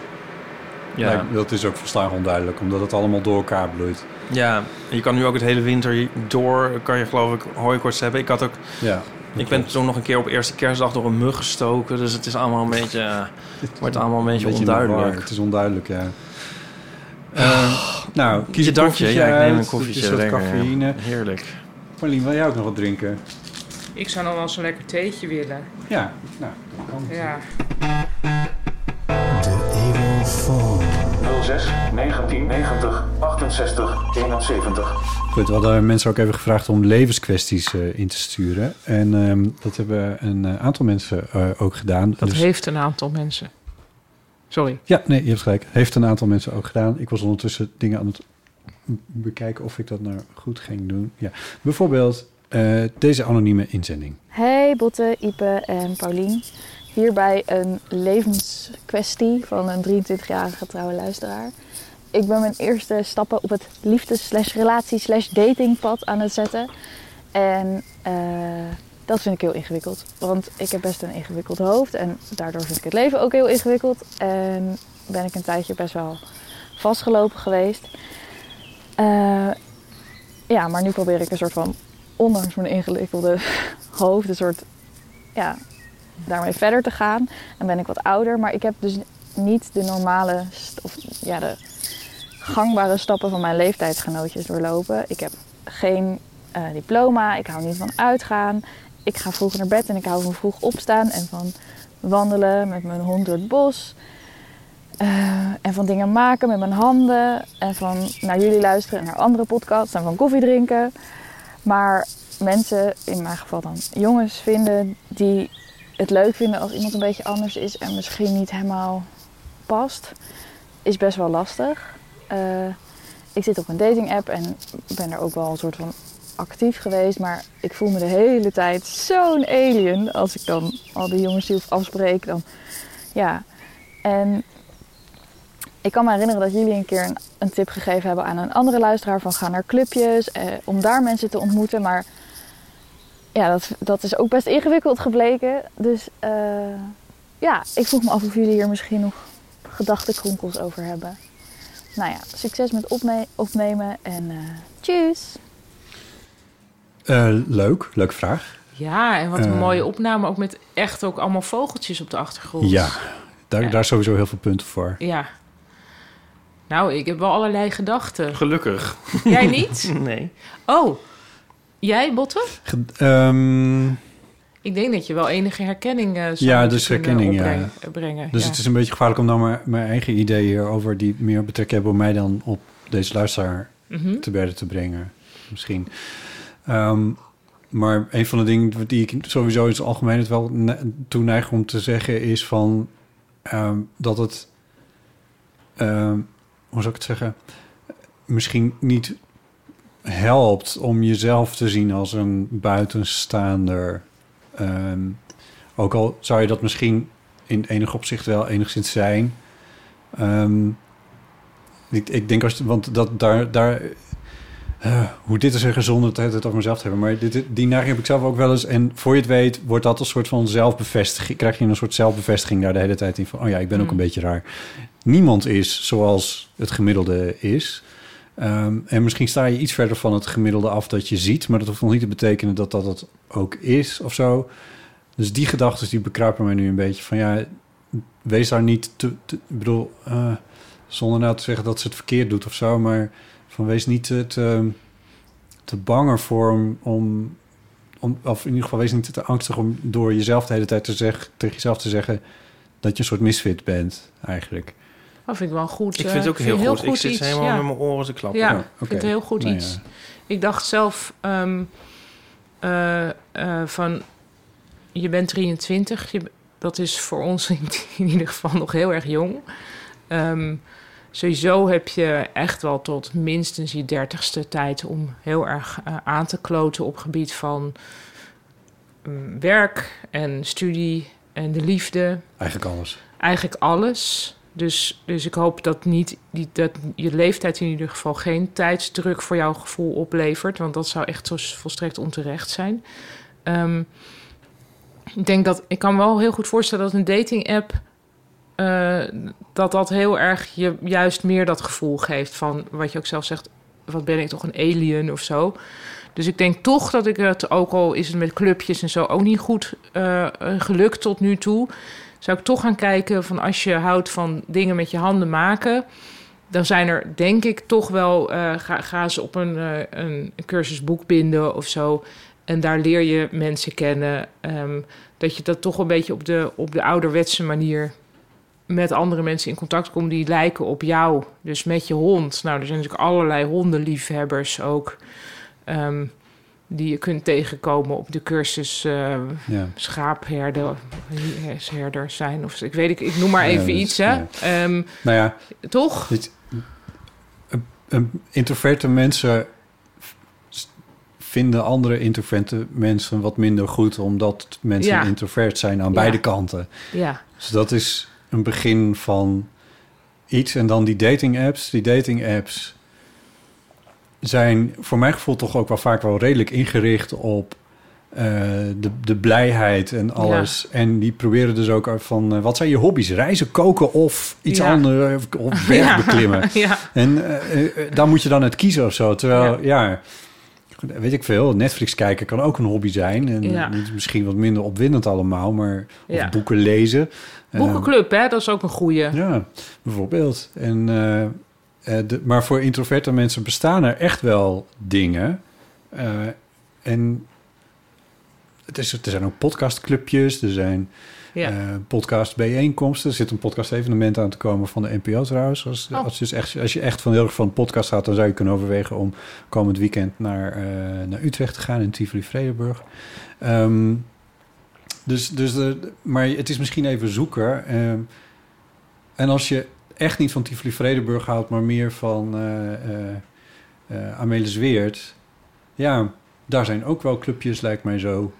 S4: Ja,
S3: Nee, dat is ook volslagen onduidelijk, omdat het allemaal door elkaar bloeit.
S4: ja, en je kan nu ook het hele winter hier door, kan je geloof ik hooikoorts hebben. Ik, had ook,
S3: Ja,
S4: ik ben toen nog een keer op eerste kerstdag door een mug gestoken. Dus het is allemaal een beetje, eh, wordt allemaal een beetje,
S3: in de war.
S4: onduidelijk. Oh,
S3: Het is onduidelijk, ja. Eh, nou, kies
S4: Je
S3: een
S4: dankje,
S3: koffietje
S4: ja, ik
S3: uit.
S4: neem een
S3: Het
S4: koffietje.
S3: is wat
S4: lekker.
S3: cafeïne.
S4: Heerlijk.
S3: Marlien, wil jij ook nog wat drinken?
S5: Ik zou nog wel eens een lekker theetje willen.
S3: Ja, nou, dat kan.
S5: Ja.
S6: 06 1990 68 71.
S3: Goed, we hadden mensen ook even gevraagd om levenskwesties eh, in te sturen. En ehm, dat hebben een eh, aantal mensen eh, ook gedaan.
S5: Dat
S3: Dus-
S5: heeft een aantal mensen. Sorry.
S3: Ja, nee, je hebt gelijk. Heeft een aantal mensen ook gedaan. Ik was ondertussen dingen aan het m- bekijken of ik dat nou goed ging doen. Ja, bijvoorbeeld eh, deze anonieme inzending.
S7: Hey Botte, Ipe en Paulien. Hierbij een levenskwestie van een 23-jarige trouwe luisteraar. Ik ben mijn eerste stappen op het liefdes-relatie-datingpad aan het zetten. En eh, dat vind ik heel ingewikkeld. Want ik heb best een ingewikkeld hoofd en daardoor vind ik het leven ook heel ingewikkeld. En ben ik een tijdje best wel vastgelopen geweest. Eh, ja, maar nu probeer ik een soort van, ondanks mijn ingewikkelde hoofd een soort, ja, daarmee verder te gaan. En ben ik wat ouder, maar ik heb dus niet de normale, st- of ja, de gangbare stappen van mijn leeftijdsgenootjes doorlopen. Ik heb geen eh, diploma, ik hou niet van uitgaan. Ik ga vroeg naar bed en ik hou van vroeg opstaan en van wandelen met mijn hond door het bos. Eh, en van dingen maken met mijn handen. En van naar jullie luisteren en naar andere podcasts. En van koffie drinken. Maar mensen, in mijn geval dan jongens, vinden die het leuk vinden als iemand een beetje anders is en misschien niet helemaal past, is best wel lastig. Eh, ik zit op een dating app en ben er ook wel een soort van actief geweest, maar ik voel me de hele tijd zo'n alien als ik dan al die jongens die afspreek. Dan, ja. En ik kan me herinneren dat jullie een keer een, een tip gegeven hebben aan een andere luisteraar van ga naar clubjes eh, om daar mensen te ontmoeten, maar ja, dat, dat is ook best ingewikkeld gebleken. Dus eh, ja, ik vroeg me af of jullie hier misschien nog gedachtenkronkels over hebben. Nou ja, succes met opne- opnemen en eh tjus!
S3: Eh, leuk, leuke vraag.
S5: Ja, en wat een
S3: Eh.
S5: mooie opname. Ook met echt ook allemaal vogeltjes op de achtergrond.
S3: Ja, daar,
S5: Ja.
S3: daar sowieso heel veel punten voor.
S5: Ja. Nou, ik heb wel allerlei gedachten.
S4: Gelukkig.
S5: Jij niet?
S4: Nee.
S5: Oh, jij, Botte?
S3: Ge- ehm,
S5: Ik denk dat je wel enige herkenning eh zou
S3: Ja,
S5: moeten
S3: dus
S5: kunnen
S3: herkenning, ja.
S5: opbrengen- eh, brengen.
S3: dus
S5: ja.
S3: het is een beetje gevaarlijk om nou maar mijn eigen ideeën hierover... die meer betrekking hebben op mij dan op deze luisteraar
S5: Mhm.
S3: te berden te brengen. Misschien. Ehm, maar een van de dingen die ik sowieso in het algemeen het wel ne- toe neig om te zeggen... is van ehm, dat het... ehm, hoe zou ik het zeggen? Misschien niet helpt om jezelf te zien als een buitenstaander. Ehm, ook al zou je dat misschien in enig opzicht wel enigszins zijn. Ehm, ik, ik denk als... Want dat, daar... daar eh, hoe dit te zeggen zonder het, het over mezelf te hebben. Maar dit, die neiging heb ik zelf ook wel eens. En voor je het weet wordt dat een soort van zelfbevestiging. Krijg je een soort zelfbevestiging daar de hele tijd in. Van, oh ja, ik ben ook een beetje raar. Niemand is zoals het gemiddelde is. Ehm, en misschien sta je iets verder van het gemiddelde af dat je ziet. Maar dat hoeft nog niet te betekenen dat dat het ook is of zo. Dus die gedachten die bekruipen mij nu een beetje. Van ja, wees daar niet te... te- ik bedoel... eh, zonder nou te zeggen dat ze het verkeerd doet of zo, maar van wees niet te, te, te bang ervoor om, om, om- of in ieder geval wees niet te angstig om door jezelf de hele tijd te zeggen, tegen jezelf te zeggen dat je een soort misfit bent eigenlijk.
S5: Dat vind ik wel goed.
S4: Ik
S5: eh,
S4: vind het ook heel, goed. Ik zit
S5: iets,
S4: helemaal
S5: ja.
S4: met mijn oren te klappen.
S5: Ja,
S3: Ja,
S5: ik vind
S3: oké.
S5: het heel goed
S3: Nou
S5: iets.
S3: ja.
S5: Ik dacht zelf ehm, eh, eh, van... Je bent 23. Je, dat is voor ons in, ieder geval nog heel erg jong. Ehm, sowieso heb je echt wel tot minstens je dertigste tijd... om heel erg eh, aan te kloten op gebied van... mm, werk en studie en de liefde
S3: Eigenlijk alles.
S5: eigenlijk alles. Dus, dus ik hoop dat, niet, die, dat je leeftijd in ieder geval geen tijdsdruk voor jouw gevoel oplevert. Want dat zou echt zo volstrekt onterecht zijn. Ehm, ik denk dat ik kan me wel heel goed voorstellen dat een dating app. eh, dat dat heel erg je juist meer dat gevoel geeft van wat je ook zelf zegt. Wat ben ik toch een alien of zo? Dus ik denk toch dat ik het, ook al is het met clubjes en zo ook niet goed eh, eh, gelukt tot nu toe zou ik toch gaan kijken van als je houdt van dingen met je handen maken. Dan zijn er denk ik toch wel, eh, ga, ga eens op een, eh, een cursus boekbinden of zo. En daar leer je mensen kennen. ehm, dat je dat toch een beetje op de, op de ouderwetse manier met andere mensen in contact komt die lijken op jou. Dus met je hond. Nou, er zijn natuurlijk allerlei hondenliefhebbers ook. ehm, die je kunt tegenkomen op de cursus eh,
S3: Ja.
S5: schaapherder herder zijn. Of, ik weet ik, ik noem maar
S3: Ja,
S5: even
S3: dat is-
S5: iets, hè.
S3: ja.
S5: Ehm,
S3: Nou ja,
S5: toch?
S3: dit, een- een- Ehm, introverte mensen v- vinden andere introverte mensen wat minder goed omdat mensen
S5: Ja.
S3: introvert zijn aan
S5: Ja.
S3: beide kanten.
S5: Ja.
S3: Dus dat is een begin van iets. En dan die dating apps. Die dating apps zijn voor mijn gevoel toch ook wel vaak wel redelijk ingericht op eh, de, de blijheid en alles. En die proberen dus ook uit van, eh, wat zijn je hobby's? Reizen, koken of iets
S5: Ja.
S3: anders, of, of berg
S5: Ja.
S3: beklimmen.
S5: ja.
S3: En eh, eh, eh, daar moet je dan uit kiezen of zo. Terwijl, ja. weet ik veel. Netflix kijken kan ook een hobby zijn. En
S5: Ja.
S3: het is misschien wat minder opwindend allemaal, maar of
S5: Ja.
S3: boeken lezen. Eh,
S5: Boekenclub, hè, dat is ook een goeie.
S3: ja, bijvoorbeeld. En, eh, eh, de- maar voor introverte mensen bestaan er echt wel dingen. Eh, en het is, er zijn ook podcastclubjes, er zijn
S5: Ja.
S3: eh podcastbijeenkomsten. Er zit een podcast-evenement aan te komen van de NPO trouwens. Als,
S5: Oh.
S3: als, je dus echt, als je echt van heel erg van podcast houdt, dan zou je kunnen overwegen om komend weekend naar, eh, naar Utrecht te gaan in Tivoli-Vredenburg. Ehm, dus, dus de, maar het is misschien even zoeken. ehm, en als je echt niet van Tivoli Vredenburg houdt, maar meer van eh eh, eh, Amelis Weert. Ja, daar zijn ook wel clubjes, lijkt mij zo.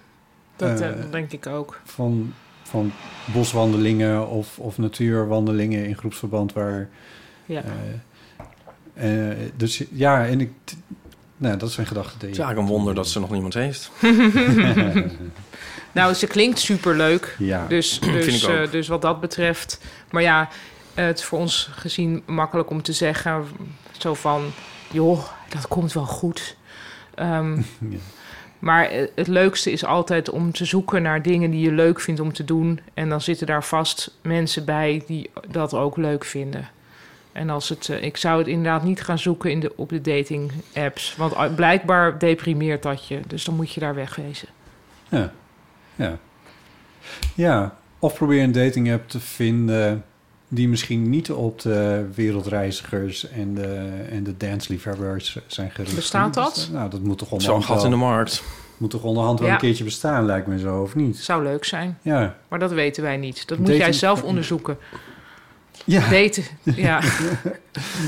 S5: dat
S3: eh,
S5: eh, denk ik ook.
S3: Van, van boswandelingen of, of natuurwandelingen in groepsverband. Waar,
S5: Ja.
S3: eh, eh, dus ja, en ik. t- Nou, dat zijn gedachten die.
S4: Het is eigenlijk een wonder dat ze nog niemand heeft.
S5: Nou, ze klinkt superleuk.
S3: Ja.
S5: Dus, dus,
S4: ik ook.
S5: eh, dus wat dat betreft. Maar ja, eh, het is voor ons gezien makkelijk om te zeggen. Zo van, joh, dat komt wel goed. Ehm, Maar eh, het leukste is altijd om te zoeken naar dingen die je leuk vindt om te doen. En dan zitten daar vast mensen bij die dat ook leuk vinden. En als het, eh, ik zou het inderdaad niet gaan zoeken in de, op de dating apps. Want eh, blijkbaar deprimeert dat je. Dus dan moet je daar wegwezen.
S3: Ja. Ja. ja. Of probeer een dating app te vinden die misschien niet op de wereldreizigers en de, en de danceliefhebbers zijn gericht.
S5: Bestaat dat?
S3: Dus, eh, Nou, dat moet toch
S4: Zo'n
S3: onderhand,
S4: gat in de
S3: wel,
S4: markt.
S3: moet toch onderhand wel
S5: Ja.
S3: een keertje bestaan, lijkt me zo, of niet?
S5: Zou leuk zijn.
S3: Ja.
S5: Maar dat weten wij niet. Dat moet
S3: Dating-
S5: jij zelf onderzoeken.
S3: Ja,
S5: Daten. Ja.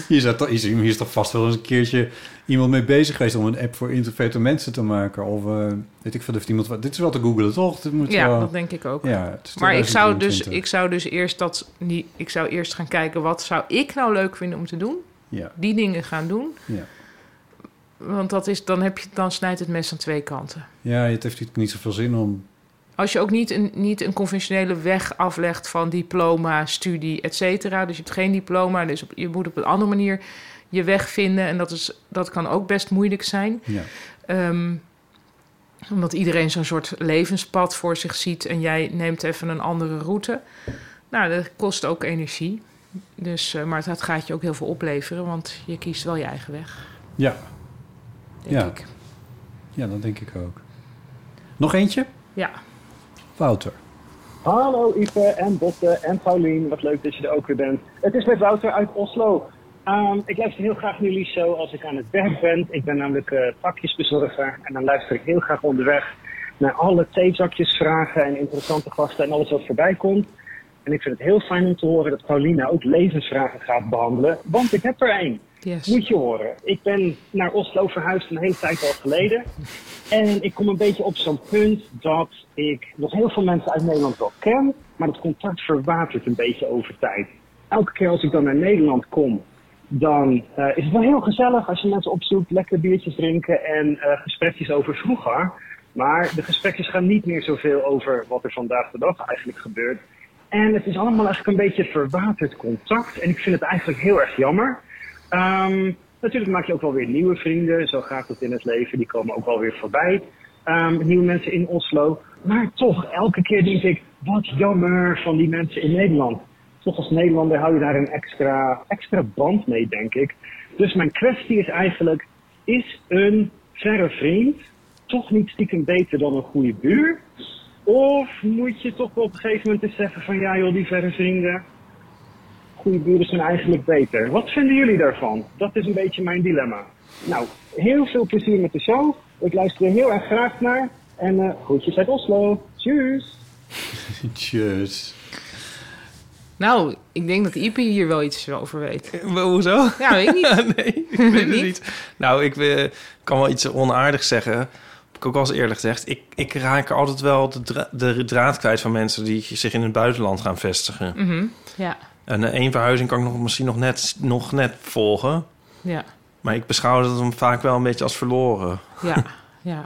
S3: hier is, toch- hier is- hier is toch vast wel eens een keertje iemand mee bezig geweest om een app voor introverte mensen te maken. Of eh, weet ik veel, of iemand... wat- Dit is wel te googlen, toch? Dit moet
S5: ja,
S3: wel-
S5: dat denk ik ook.
S3: ja, het is
S5: Maar ik zou, dus,
S3: 2023.
S5: ik zou dus eerst dat niet. Ik zou eerst gaan kijken wat zou ik nou leuk vinden om te doen.
S3: Ja,
S5: Die dingen gaan doen.
S3: ja.
S5: Want dat is, dan, heb je, dan snijdt het mes aan twee kanten.
S3: ja, het heeft natuurlijk niet zoveel zin om...
S5: Als je ook niet een, niet een conventionele weg aflegt van diploma, studie, et cetera. Dus je hebt geen diploma, dus op- je moet op een andere manier je weg vinden. En dat, is, dat kan ook best moeilijk zijn.
S3: Ja.
S5: Ehm, omdat iedereen zo'n soort levenspad voor zich ziet en jij neemt even een andere route. Nou, dat kost ook energie. Dus, eh, maar dat gaat je ook heel veel opleveren, want je kiest wel je eigen weg,
S3: Ja,
S5: denk
S3: Ja.
S5: ik.
S3: ja, dat denk ik ook. Nog eentje?
S5: Ja.
S3: Wouter.
S8: Hallo Ipe en Botte en Paulien, wat leuk dat je er ook weer bent. Het is met Wouter uit Oslo. Ehm, ik luister heel graag naar jullie show als ik aan het werk ben. Ik ben namelijk eh, pakjesbezorger en dan luister ik heel graag onderweg naar alle theezakjes, vragen en interessante gasten en alles wat voorbij komt. En ik vind het heel fijn om te horen dat Paulina ook levensvragen gaat behandelen, want ik heb er één.
S5: Yes.
S8: Moet je horen. Ik ben naar Oslo verhuisd een hele tijd al geleden. En ik kom een beetje op zo'n punt dat ik nog heel veel mensen uit Nederland wel ken. Maar dat contact verwatert een beetje over tijd. Elke keer als ik dan naar Nederland kom, dan eh, is het wel heel gezellig als je mensen opzoekt. Lekker biertjes drinken en eh, gesprekjes over vroeger. Maar de gesprekjes gaan niet meer zoveel over wat er vandaag de dag eigenlijk gebeurt. En het is allemaal eigenlijk een beetje verwaterd contact. En ik vind het eigenlijk heel erg jammer. Ehm, natuurlijk maak je ook wel weer nieuwe vrienden. Zo gaat het in het leven. Die komen ook wel weer voorbij. Ehm, nieuwe mensen in Oslo. Maar toch, elke keer denk ik, wat jammer van die mensen in Nederland. Toch als Nederlander hou je daar een extra, extra band mee, denk ik. Dus mijn kwestie is eigenlijk, is een verre vriend toch niet stiekem beter dan een goede buur? Of moet je toch wel op een gegeven moment eens zeggen van, ja joh, die verre vrienden, goede buren zijn eigenlijk beter. Wat vinden jullie daarvan? Dat is een beetje mijn dilemma. Nou, heel veel plezier met de show. Ik luister er heel erg graag naar. En eh groetjes uit Oslo. Tjus!
S3: Tjus.
S5: Nou, ik denk dat Ipe hier wel iets over weet.
S4: Hoezo?
S5: Ja, weet ik niet.
S4: nee, ik weet het
S5: Niet?
S4: niet. Nou, ik eh, kan wel iets onaardigs zeggen. Heb ik ook al eens eerlijk gezegd. Ik, ik raak altijd wel de, dra- de draad kwijt van mensen die zich in het buitenland gaan vestigen.
S5: Mhm. Ja,
S4: En eh, één verhuizing kan ik nog, misschien nog net, nog net volgen.
S5: ja,
S4: Maar ik beschouw dat hem vaak wel een beetje als verloren.
S5: ja, ja.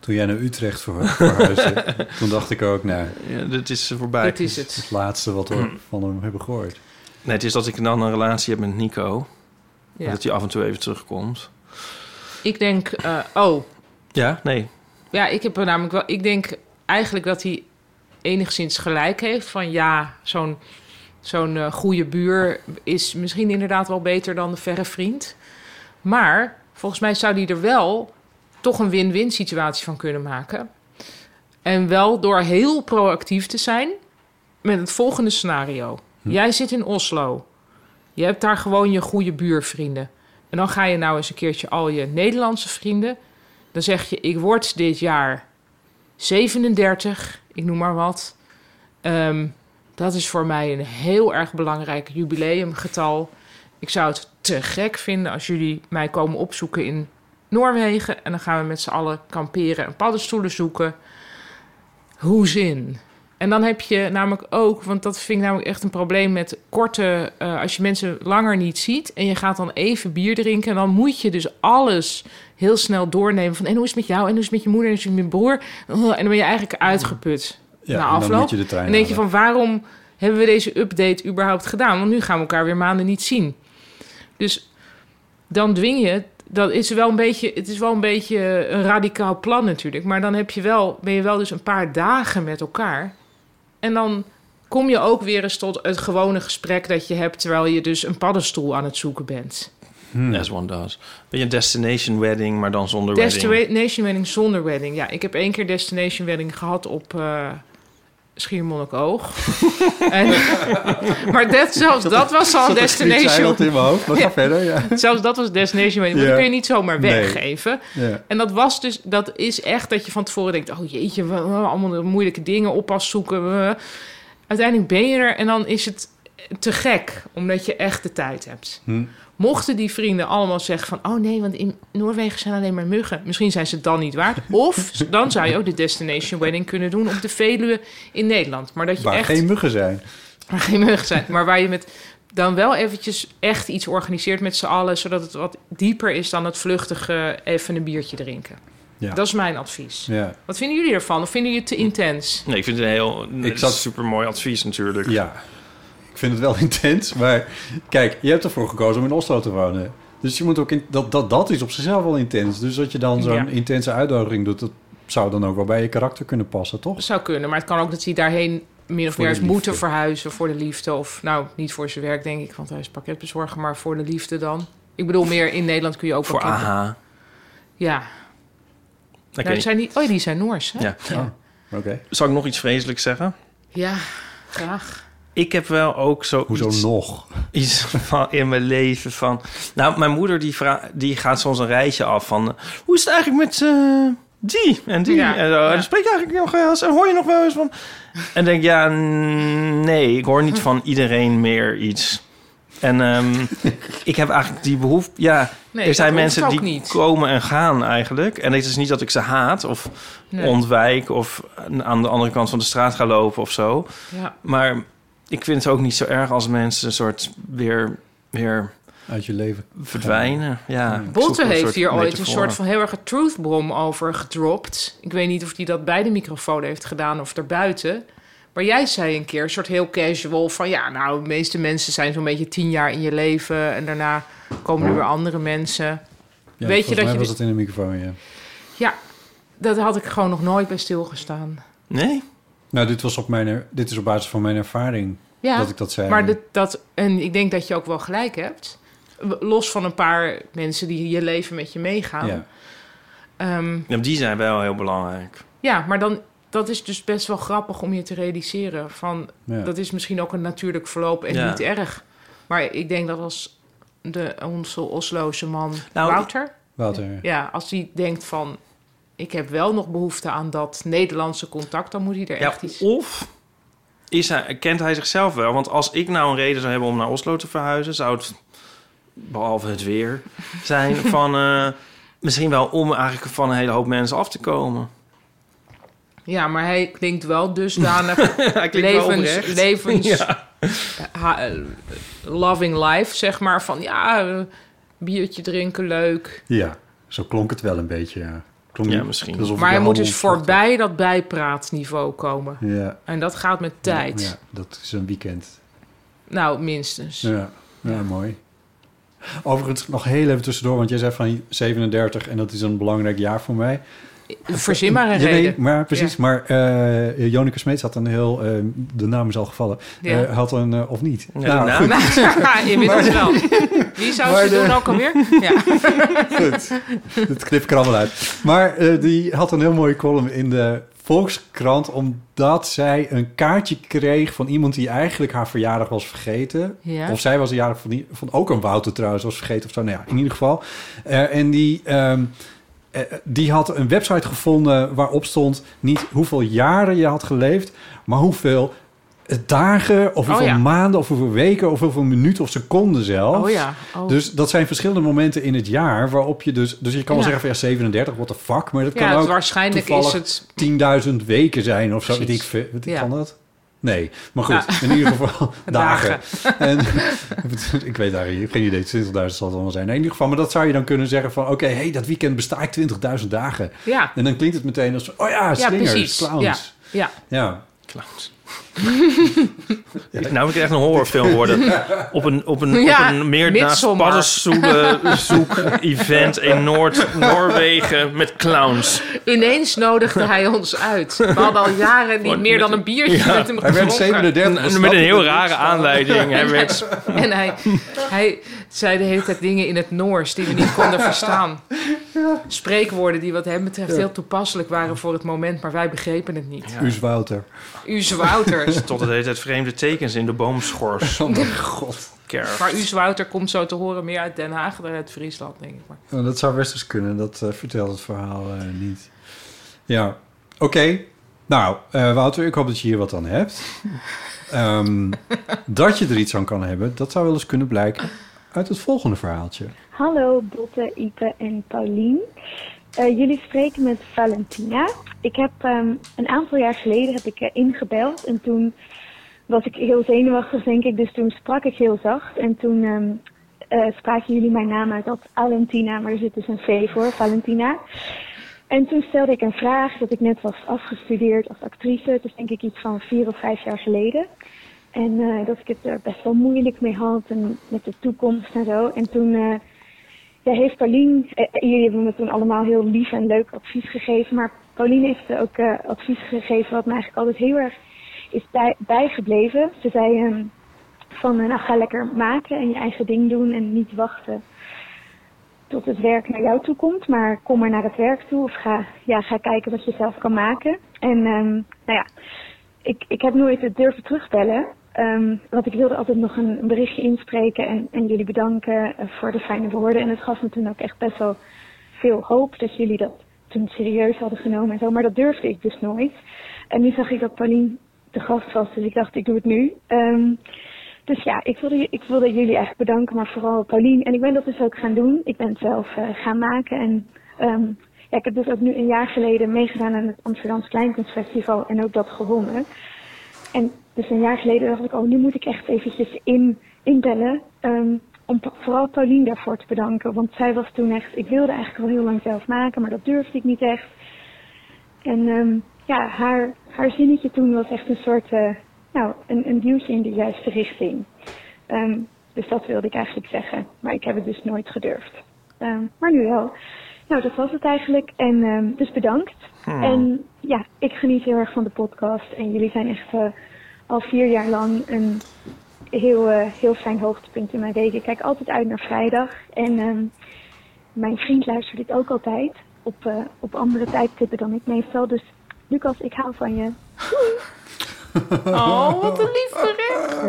S3: Toen jij naar Utrecht ver- verhuisde, toen dacht ik ook, nou,
S4: Ja, dit is eh, voorbij.
S5: Dit is het.
S3: het laatste wat we van hem hebben gehoord.
S4: Nee, het is dat ik dan een relatie heb met Nico.
S5: Ja.
S4: Dat hij af en toe even terugkomt.
S5: Ik denk, eh, oh,
S4: Ja, nee.
S5: ja, ik heb er namelijk wel. Ik denk eigenlijk dat hij enigszins gelijk heeft. Van ja, zo'n zo'n eh, goede buur is misschien inderdaad wel beter dan de verre vriend. Maar volgens mij zou hij er wel toch een win-win situatie van kunnen maken. En wel door heel proactief te zijn met het volgende scenario. Jij zit in Oslo. Je hebt daar gewoon je goede buurvrienden. En dan ga je nou eens een keertje al je Nederlandse vrienden. Dan zeg je, ik word dit jaar 37, ik noem maar wat. Ehm, dat is voor mij een heel erg belangrijk jubileumgetal. Ik zou het te gek vinden als jullie mij komen opzoeken in Noorwegen. En dan gaan we met z'n allen kamperen en paddenstoelen zoeken. Hoe zin? En dan heb je namelijk ook, want dat vind ik namelijk echt een probleem met korte. eh, als je mensen langer niet ziet en je gaat dan even bier drinken, en dan moet je dus alles heel snel doornemen. Van en hoe is het met jou? En hoe is het met je moeder? En hoe is het met je broer? En dan ben je eigenlijk uitgeput
S3: Ja,
S5: na
S3: en dan
S5: afloop.
S3: moet je de trein
S5: En denk je
S3: halen.
S5: van waarom hebben we deze update überhaupt gedaan? Want nu gaan we elkaar weer maanden niet zien. Dus dan dwing je. Dat is wel een beetje, het is wel een beetje een radicaal plan natuurlijk. Maar dan heb je wel, ben je wel dus een paar dagen met elkaar. En dan kom je ook weer eens tot het gewone gesprek dat je hebt terwijl je dus een paddenstoel aan het zoeken bent.
S4: As one does. Beetje een destination wedding, maar dan zonder wedding.
S5: Destination wedding zonder wedding. Ja, ik heb één keer destination wedding gehad op eh Schiermonnikoog. en, maar dat, zelfs dat was al destination.
S3: in mijn hoofd, maar ga verder. Ja.
S5: Zelfs dat was destination wedding. want
S3: Ja.
S5: Dat kun je niet zomaar
S3: Nee.
S5: weggeven.
S3: Ja.
S5: En dat was dus, dat is echt dat je van tevoren denkt: oh jeetje, we, we- allemaal de moeilijke dingen, oppas zoeken. we- Uiteindelijk ben je er en dan is het te gek, omdat je echt de tijd hebt.
S3: Hm.
S5: Mochten die vrienden allemaal zeggen van... oh nee, want in Noorwegen zijn alleen maar muggen. Misschien zijn ze het dan niet waard. Of dan zou je ook de destination wedding kunnen doen... op de Veluwe in Nederland. Maar dat je
S3: Waar
S5: echt...
S3: geen muggen zijn.
S5: waar geen muggen zijn. Maar waar je met dan wel eventjes echt iets organiseert met z'n allen... zodat het wat dieper is dan het vluchtige even een biertje drinken.
S3: Ja.
S5: Dat is mijn advies.
S3: Ja.
S5: Wat vinden jullie ervan? Of vinden jullie het te intens?
S4: Nee, ik vind het een heel
S3: Ik
S4: ik
S3: zat-
S4: zat... super mooi advies natuurlijk.
S3: ja, ik vind het wel intens. Maar kijk, je hebt ervoor gekozen om in Oslo te wonen. Dus je moet ook in, dat, dat, dat is op zichzelf al intens. Dus dat je dan zo'n
S5: Ja.
S3: intense uitdaging doet, dat zou dan ook wel bij je karakter kunnen passen, toch?
S5: zou kunnen, maar het kan ook dat hij daarheen min of
S3: Voor
S5: meer
S3: de
S5: heeft moeten
S3: liefde.
S5: verhuizen voor de liefde. Of nou, niet voor zijn werk, denk ik, want hij is pakketbezorger, maar voor de liefde dan. Ik bedoel, meer in Nederland kun je ook
S4: Voor
S5: pakketten-
S4: AHA.
S5: Ja,
S4: Oké.
S5: nou, die zijn niet... oh, die zijn Noors. Hè?
S4: Ja.
S5: Ja.
S3: Ah, Oké.
S4: Zal ik nog iets vreselijks zeggen?
S5: Ja, graag.
S4: Ik heb wel ook zo
S3: Hoezo
S4: iets,
S3: nog?
S4: iets van in mijn leven van... Nou, mijn moeder die, vra- die gaat soms een rijtje af van... eh, Hoe is het eigenlijk met eh, die en die?
S5: Ja,
S4: En, zo. En
S5: ja.
S4: dan spreek je eigenlijk nog wel eens... En hoor je nog wel eens van... En denk ik, ja, mm, nee, ik hoor niet van iedereen meer iets. En ehm, ik heb eigenlijk die behoefte... Ja,
S5: Nee,
S4: er zijn
S5: dat hoeft
S4: mensen die
S5: ook niet.
S4: komen en gaan eigenlijk. En het is niet dat ik ze haat of
S5: Nee.
S4: ontwijk... of aan de andere kant van de straat ga lopen of zo.
S5: Ja.
S4: Maar ik vind het ook niet zo erg als mensen een soort weer, weer
S3: Uit je leven.
S4: verdwijnen. Ja, ik zoek
S5: Botte
S4: een
S5: heeft
S4: soort
S5: hier ooit een
S4: metafoor.
S5: soort van heel erg een truthbom over gedropt. Ik weet niet of hij dat bij de microfoon heeft gedaan of daarbuiten. Maar jij zei een keer, een soort heel casual, van ja, nou, de meeste mensen zijn zo'n beetje tien jaar in je leven en daarna komen er weer andere mensen.
S3: Ja,
S5: Weet
S3: volgens
S5: je dat
S3: mij
S5: je-
S3: was dat in de microfoon, ja.
S5: Ja, dat had ik gewoon nog nooit bij stilgestaan.
S4: Nee?
S3: Nou, dit, was op mijn, er- dit is op basis van mijn ervaring
S5: Ja,
S3: dat ik dat zei.
S5: maar dat, dat, en ik denk dat je ook wel gelijk hebt. Los van een paar mensen die je leven met je meegaan.
S3: Ja.
S5: Ehm,
S4: Ja, die zijn wel heel belangrijk.
S5: Ja, maar dan, dat is dus best wel grappig om je te realiseren. Van,
S3: Ja.
S5: Dat is misschien ook een natuurlijk verloop en
S4: Ja.
S5: niet erg. Maar ik denk dat als de, onze Osloze man
S4: Nou,
S5: Wouter...
S3: Wouter.
S5: Ja, als hij denkt van... ik heb wel nog behoefte aan dat Nederlandse contact... dan moet hij er
S4: Ja,
S5: echt iets...
S4: of is hij, kent hij zichzelf wel? Want als ik nou een reden zou hebben om naar Oslo te verhuizen... zou het, behalve het weer, zijn van... eh, misschien wel om eigenlijk van een hele hoop mensen af te komen.
S5: Ja, maar hij klinkt wel dusdanig...
S4: Ja, klinkt wel
S5: levens,
S4: oprecht.
S5: levens
S4: Ja.
S5: ha- eh, loving life, zeg maar. Van ja, eh, biertje drinken, leuk...
S3: Ja, zo klonk het wel een beetje, ja. Klonk
S4: Ja,
S3: niet
S4: misschien.
S3: alsof ik
S5: Maar hij
S3: daar
S5: moet
S3: allemaal
S5: dus voorbij dat bijpraatniveau komen.
S3: Ja.
S5: En dat gaat met tijd.
S3: Ja, dat is een weekend.
S5: Nou, minstens.
S3: Ja, ja, mooi. Overigens, nog heel even tussendoor, want jij zei van 37 en dat is een belangrijk jaar voor mij.
S5: Verzin maar een
S3: Ja, nee,
S5: reden.
S3: maar precies,
S5: Ja.
S3: maar eh Joneke Smeets had een heel, eh, de naam is al gevallen,
S5: Ja.
S3: Eh, had een, eh, of niet?
S4: Ja, de naam.
S5: Nou, inmiddels wel. Wie zou
S3: Maar
S5: ze
S3: de-
S5: doen ook alweer? Ja.
S3: Goed, het knip ik er allemaal uit. Maar eh, die had een heel mooie column in de Volkskrant... omdat zij een kaartje kreeg van iemand die eigenlijk haar verjaardag was vergeten.
S5: Ja.
S3: Of zij was de jarig van, die, van ook een Wouter trouwens was vergeten of zo. Nou ja, in ieder geval. Eh, en die, ehm, eh, die had een website gevonden waarop stond... niet hoeveel jaren je had geleefd, maar hoeveel... Dagen of
S5: Oh
S3: hoeveel
S5: ja.
S3: maanden of hoeveel weken of hoeveel minuten of seconden zelfs.
S5: Oh ja. Oh.
S3: Dus dat zijn verschillende momenten in het jaar waarop je dus... Dus je kan wel
S5: Ja.
S3: zeggen van ja, 37, what the fuck. Maar dat
S5: Ja,
S3: kan
S5: het-
S3: ook
S5: waarschijnlijk is
S3: toevallig
S5: het...
S3: 10.000 weken zijn of zo. Weet ik,
S5: Precies.
S3: veel. Weet ik,
S5: Ja.
S3: Kan dat? Nee, maar goed, in ieder geval dagen. En, ik weet daar geen idee, 20.000 zal het allemaal zijn. Nee, in ieder geval, maar dat zou je dan kunnen zeggen van... oké, hey, dat weekend besta ik 20.000 dagen.
S5: Ja,
S3: En dan klinkt het meteen als... oh ja, slingers,
S5: precies.
S3: clowns.
S5: ja.
S3: Ja,
S4: clowns. Ik- nou, moet ik echt een horrorfilm worden. Op een, op een,
S5: Ja,
S4: op een meer naar
S5: Midsommar.
S4: paddenstoelen zoek event in Noord-Noorwegen met clowns.
S3: Nou,
S5: Ineens nodigde hij ons uit. We hadden al jaren niet meer dan een biertje met hem
S3: Hij werd
S5: gedronken.
S3: 37.
S4: En met een heel
S3: raar.
S4: rare aanleiding. Hij werd,
S5: En hij, hij zei de hele tijd dingen in het Noors die we niet konden verstaan. Spreekwoorden die wat hem betreft heel toepasselijk waren voor het moment, maar wij begrepen het niet.
S3: Us Wouter.
S5: U Wouter.
S4: tot de hele tijd vreemde tekens in de boomschors.
S3: Oh mijn god.
S4: Kerf.
S5: Maar U Wouter komt zo te horen meer uit Den Haag dan uit Friesland, denk ik. Maar.
S3: Nou, dat zou best eens kunnen. Dat eh, vertelt het verhaal eh, niet. Ja, oké. Nou, eh, Wouter, ik hoop dat je hier wat aan hebt. Ehm, dat je er iets aan kan hebben, dat zou wel eens kunnen blijken uit het volgende verhaaltje.
S7: Hallo Botte, Ipe en Paulien. Eh, jullie spreken met Valentina. Ik heb ehm, een aantal jaar geleden heb ik eh, ingebeld en toen was ik heel zenuwachtig denk ik, dus toen sprak ik heel zacht en toen ehm, eh, spraken jullie mijn naam uit als Valentina, maar er zit dus een V voor, Valentina. En toen stelde ik een vraag dat ik net was afgestudeerd als actrice, het is denk ik iets van vier of vijf jaar geleden. En eh, dat ik het er best wel moeilijk mee had en met de toekomst en zo. En toen eh, ja, heeft Paulien, eh, jullie hebben me toen allemaal heel lief en leuk advies gegeven, maar Paulien heeft ook eh, advies gegeven wat me eigenlijk altijd heel erg is bij, bijgebleven. Ze zei ehm, van, eh, nou ga lekker maken en je eigen ding doen en niet wachten tot het werk naar jou toe komt, maar kom maar naar het werk toe of ga, ja, ga kijken wat je zelf kan maken. En ehm, nou ja, ik, ik heb nooit het durven terugbellen. Ehm, want ik wilde altijd nog een, een berichtje inspreken en, en jullie bedanken eh, voor de fijne woorden. En het gaf me toen ook echt best wel veel hoop dat jullie dat toen serieus hadden genomen en zo. Maar dat durfde ik dus nooit. En nu zag ik dat Paulien de gast was, dus ik dacht ik doe het nu. Ehm, dus ja, ik wilde, ik wilde jullie eigenlijk bedanken, maar vooral Paulien. En ik ben dat dus ook gaan doen. Ik ben het zelf eh, gaan maken. En ehm, ja, ik heb dus ook nu een jaar geleden meegedaan aan het Amsterdamse Kleinkunstfestival en ook dat gewonnen. En dus een jaar geleden dacht ik, oh, nu moet ik echt eventjes in, inbellen. ehm, om pa- vooral Paulien daarvoor te bedanken. Want zij was toen echt, ik wilde eigenlijk al heel lang zelf maken, maar dat durfde ik niet echt. En ehm, ja, haar, haar zinnetje toen was echt een soort, eh, nou, een, een duwtje in de juiste richting. Ehm, dus dat wilde ik eigenlijk zeggen. Maar ik heb het dus nooit gedurfd. Ehm, maar nu wel. Nou, dat was het eigenlijk. En ehm, dus bedankt. En ja, ik geniet heel erg van de podcast. En jullie zijn echt eh, al vier jaar lang een heel, eh, heel fijn hoogtepunt in mijn week. Ik kijk altijd uit naar vrijdag. En ehm, mijn vriend luistert dit ook altijd. Op, eh, op andere tijdstippen dan ik meestal. Dus Lucas, ik hou van je.
S5: Oh, wat een lief bericht.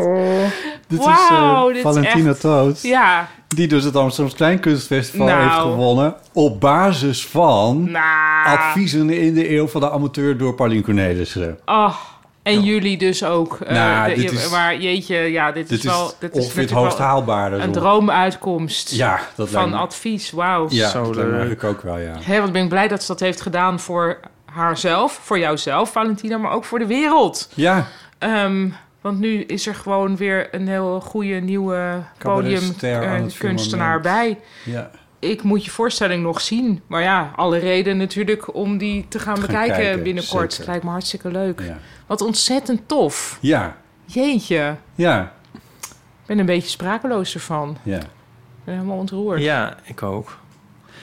S3: Dit is eh,
S5: Wauw, dit is
S3: Valentina
S5: echt-
S3: Toot,
S5: Ja,
S3: die dus het Amsterdamse Kleinkunstfestival
S5: Nou.
S3: heeft gewonnen op basis van
S5: nou.
S3: adviezen in de eeuw van de amateur door Paulien Cornelissen.
S5: Ah, en jullie dus ook. Eh,
S3: Nou,
S5: de-
S3: dit is-
S5: maar jeetje, ja, dit,
S3: Dit
S5: is
S3: is
S5: wel... Dit is
S3: ongeveer het
S5: natuurlijk wel
S3: hoogst haalbare.
S5: Een
S3: zo.
S5: droomuitkomst
S3: Ja, dat lijkt
S5: van
S3: me-
S5: advies, wauw.
S3: Ja,
S4: Zo
S3: dat lijkt me
S4: leuk.
S3: eigenlijk ook wel, ja.
S5: Hé, want ik ben blij dat ze dat heeft gedaan voor haarzelf, voor jouzelf, Valentina, maar ook voor de wereld.
S3: Ja,
S5: Ehm, want nu is er gewoon weer een heel goede nieuwe
S3: Cabaretster aan het
S5: podiumkunstenaar
S3: firmament.
S5: bij.
S3: ja.
S5: Ik moet je voorstelling nog zien. Maar ja, alle reden natuurlijk om die te gaan, bekijken
S3: kijken,
S5: binnenkort.
S3: zeker.
S5: Lijkt me hartstikke leuk.
S3: Ja.
S5: Wat ontzettend tof.
S3: Ja,
S5: Jeetje,
S3: ja,
S5: ik ben een beetje sprakeloos ervan.
S3: ja.
S5: Ik ben helemaal ontroerd.
S4: Ja, ik ook.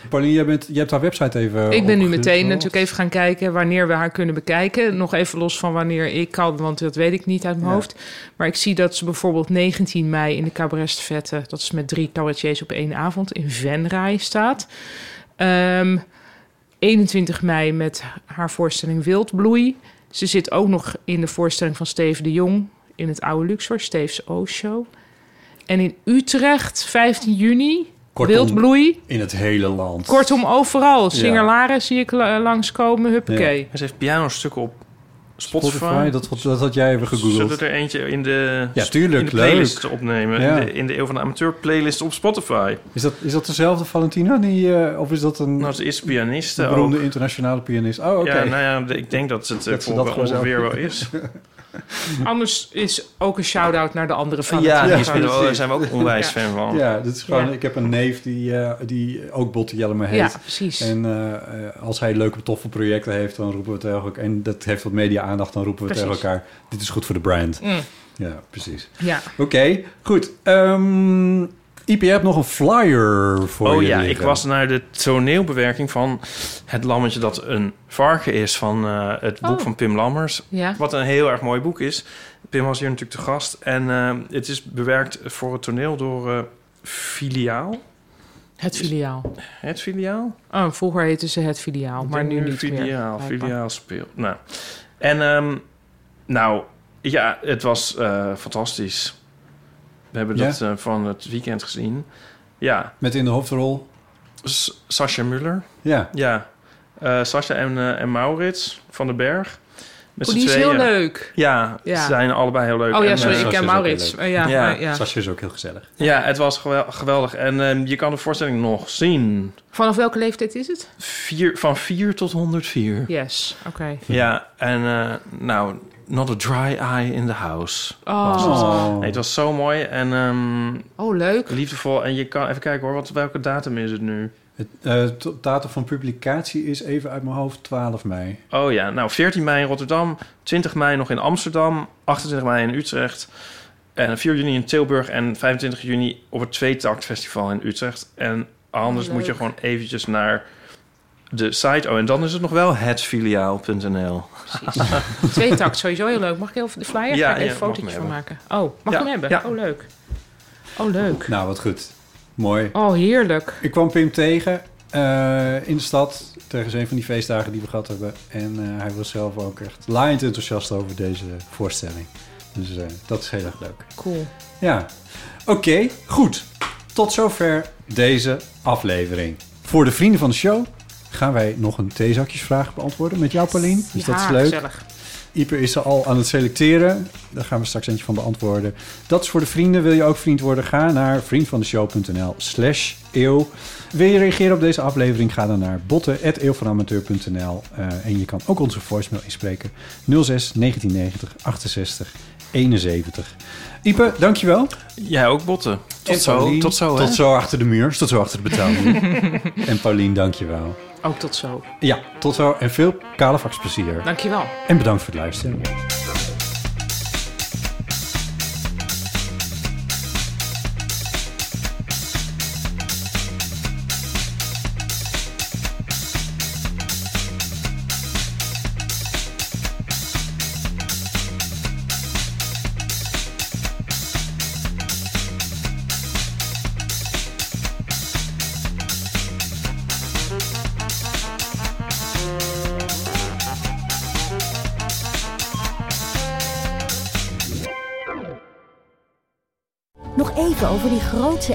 S3: Paulien, jij, bent, jij hebt haar website even
S5: Ik ben nu
S3: opge-
S5: meteen
S3: oh.
S5: natuurlijk even gaan kijken wanneer we haar kunnen bekijken. Nog even los van wanneer ik kan, want dat weet ik niet uit mijn
S3: Ja.
S5: hoofd. Maar ik zie dat ze bijvoorbeeld 19 mei in de Cabaret Vette, dat is met drie cabaretiers op één avond, in Venray staat. Ehm, 21 mei met haar voorstelling Wildbloei. Ze zit ook nog in de voorstelling van Steve de Jong in het Oude Luxor, Steve's O-show. En in Utrecht, 15 juni,
S3: Kortom,
S5: Wildbloei.
S3: In het hele land.
S5: Kortom, overal. Singelaren zie ik la- eh, langskomen. Huppakee.
S4: Ze heeft pianostukken op Spotify.
S3: Spotify, dat, dat had jij even
S4: Zullen
S3: gegoogeld.
S4: we er eentje in de,
S3: Ja, tuurlijk,
S4: in de playlist
S3: leuk.
S4: opnemen?
S3: Ja.
S4: In, de, in de Eeuw van de Amateur playlist op Spotify.
S3: Is dat, is dat dezelfde Valentina? Die, eh, of is dat een
S4: Nou, ze is pianiste ook.
S3: beroemde internationale pianist? Oh, oké.
S4: Ja, nou ja, de- ik denk dat het eh,
S3: Dat ze
S4: voor
S3: dat
S4: wel
S3: gewoon zelf-
S4: ongeveer wel is.
S5: Hm. Anders is ook een shout-out naar de andere van
S4: Ja,
S5: het
S4: daar
S5: team.
S4: zijn we- daar zijn we ook onwijs
S5: Ja.
S4: fan van.
S3: Ja, dit is gewoon,
S5: Ja.
S3: ik heb een neef die, eh, die ook Botte Jellema heet.
S5: Ja, precies.
S3: En eh, eh, als hij leuke, toffe projecten heeft, dan roepen we het tegen elkaar. En dat heeft wat media-aandacht, dan roepen we
S5: Precies.
S3: tegen elkaar. Dit is goed voor de brand.
S5: Mm,
S3: Ja, precies.
S5: ja.
S3: Oké, goed. Ehm IP, je hebt nog een flyer voor eh,
S4: Oh
S3: je
S4: ja,
S3: liggen.
S4: ik was naar de toneelbewerking van Het Lammetje dat een varken is van eh, het boek
S5: Oh.
S4: van Pim Lammers.
S5: ja.
S4: Wat een heel erg mooi boek is. Pim was hier natuurlijk te gast. En eh, het is bewerkt voor het toneel door eh, Filiaal.
S5: Het filiaal.
S4: Het Filiaal?
S5: Oh, vroeger heette ze het filiaal, Oh, maar nu niet meer.
S4: Filiaal,
S5: blijkbaar. Oh,
S4: Filiaal speelt. Nou, en ehm, nou, ja, het was eh, fantastisch. We hebben
S3: Ja?
S4: dat eh, van het weekend gezien. Ja,
S3: Met in de hoofdrol,
S4: S- Sascha Muller.
S3: ja.
S4: Ja, Eh Sascha en, eh, en Maurits van den Berg. Met
S5: Oh,
S4: z'n
S5: die is heel
S4: tweeën.
S5: leuk.
S4: Ja,
S5: Ja.
S4: ze zijn allebei heel leuk.
S5: Oh ja,
S4: En,
S5: sorry,
S4: eh,
S5: ik
S3: Sascha
S5: ken
S3: is ook
S5: Maurits.
S3: heel
S5: Eh, ja,
S4: Ja.
S5: maar ja.
S3: Sascha is ook heel gezellig.
S4: ja, het was gewel- geweldig. En ehm, je kan de voorstelling nog zien.
S5: Vanaf welke leeftijd is het?
S4: Vier, van 4 tot 104.
S5: Yes, oké.
S4: Ja, en eh, nou, not a dry eye in the house.
S5: Oh.
S4: Nee, het was zo mooi en ehm,
S5: oh, leuk.
S4: liefdevol. En je kan even kijken hoor, wat, welke datum is het nu?
S3: Het eh, to- datum van publicatie is even uit mijn hoofd 12 mei.
S4: Oh ja, nou 14 mei in Rotterdam, 20 mei nog in Amsterdam, 28 mei in Utrecht, en 4 juni in Tilburg en 25 juni op het Tweetakt Festival in Utrecht. En anders
S5: Leuk.
S4: moet je gewoon eventjes naar de site. Oh, en dan is het nog wel hetfiliaal.nl.
S5: Twee takt, sowieso heel leuk. Mag ik heel de flyer?
S4: Ja,
S5: Ga ik even
S4: ja,
S5: een
S4: mag
S5: fotootje
S4: hem
S5: van maken. Oh, mag ik
S4: Ja,
S5: hem hebben?
S4: ja.
S5: Oh, leuk. Oh, leuk.
S3: Nou, wat goed. Mooi.
S5: Oh, heerlijk.
S3: Ik kwam Pim tegen eh, in de stad. Tijdens een van die feestdagen die we gehad hebben. En eh, hij was zelf ook echt laaiend enthousiast over deze voorstelling. Dus eh, dat is heel erg leuk.
S5: Cool.
S3: Ja, oké, goed. Tot zover deze aflevering. Voor de vrienden van de show gaan wij nog een theezakjesvraag beantwoorden met jou, Paulien. Dus dat is
S5: Ja,
S3: leuk.
S5: gezellig.
S3: Ieper is er al aan het selecteren. Daar gaan we straks eentje van beantwoorden. Dat is voor de vrienden. Wil je ook vriend worden? Ga naar vriendvandeshow.nl slash eeuw. Wil je reageren op deze aflevering? Ga dan naar botten.eeuwvanamateur.nl Eh, En je kan ook onze voicemail inspreken. 06 1990 68 71. Ipe, dankjewel.
S4: Jij ook, Botten. Tot
S3: En
S4: zo,
S3: Paulien,
S4: tot zo, hè?
S3: Tot zo achter de muur. Tot zo achter de betaalmuur. en Paulien, dankjewel.
S5: Ook tot zo.
S3: Ja, tot zo en veel kalefaksplezier.
S5: Dankjewel.
S3: En bedankt voor het luisteren.
S2: Nog even over die grootse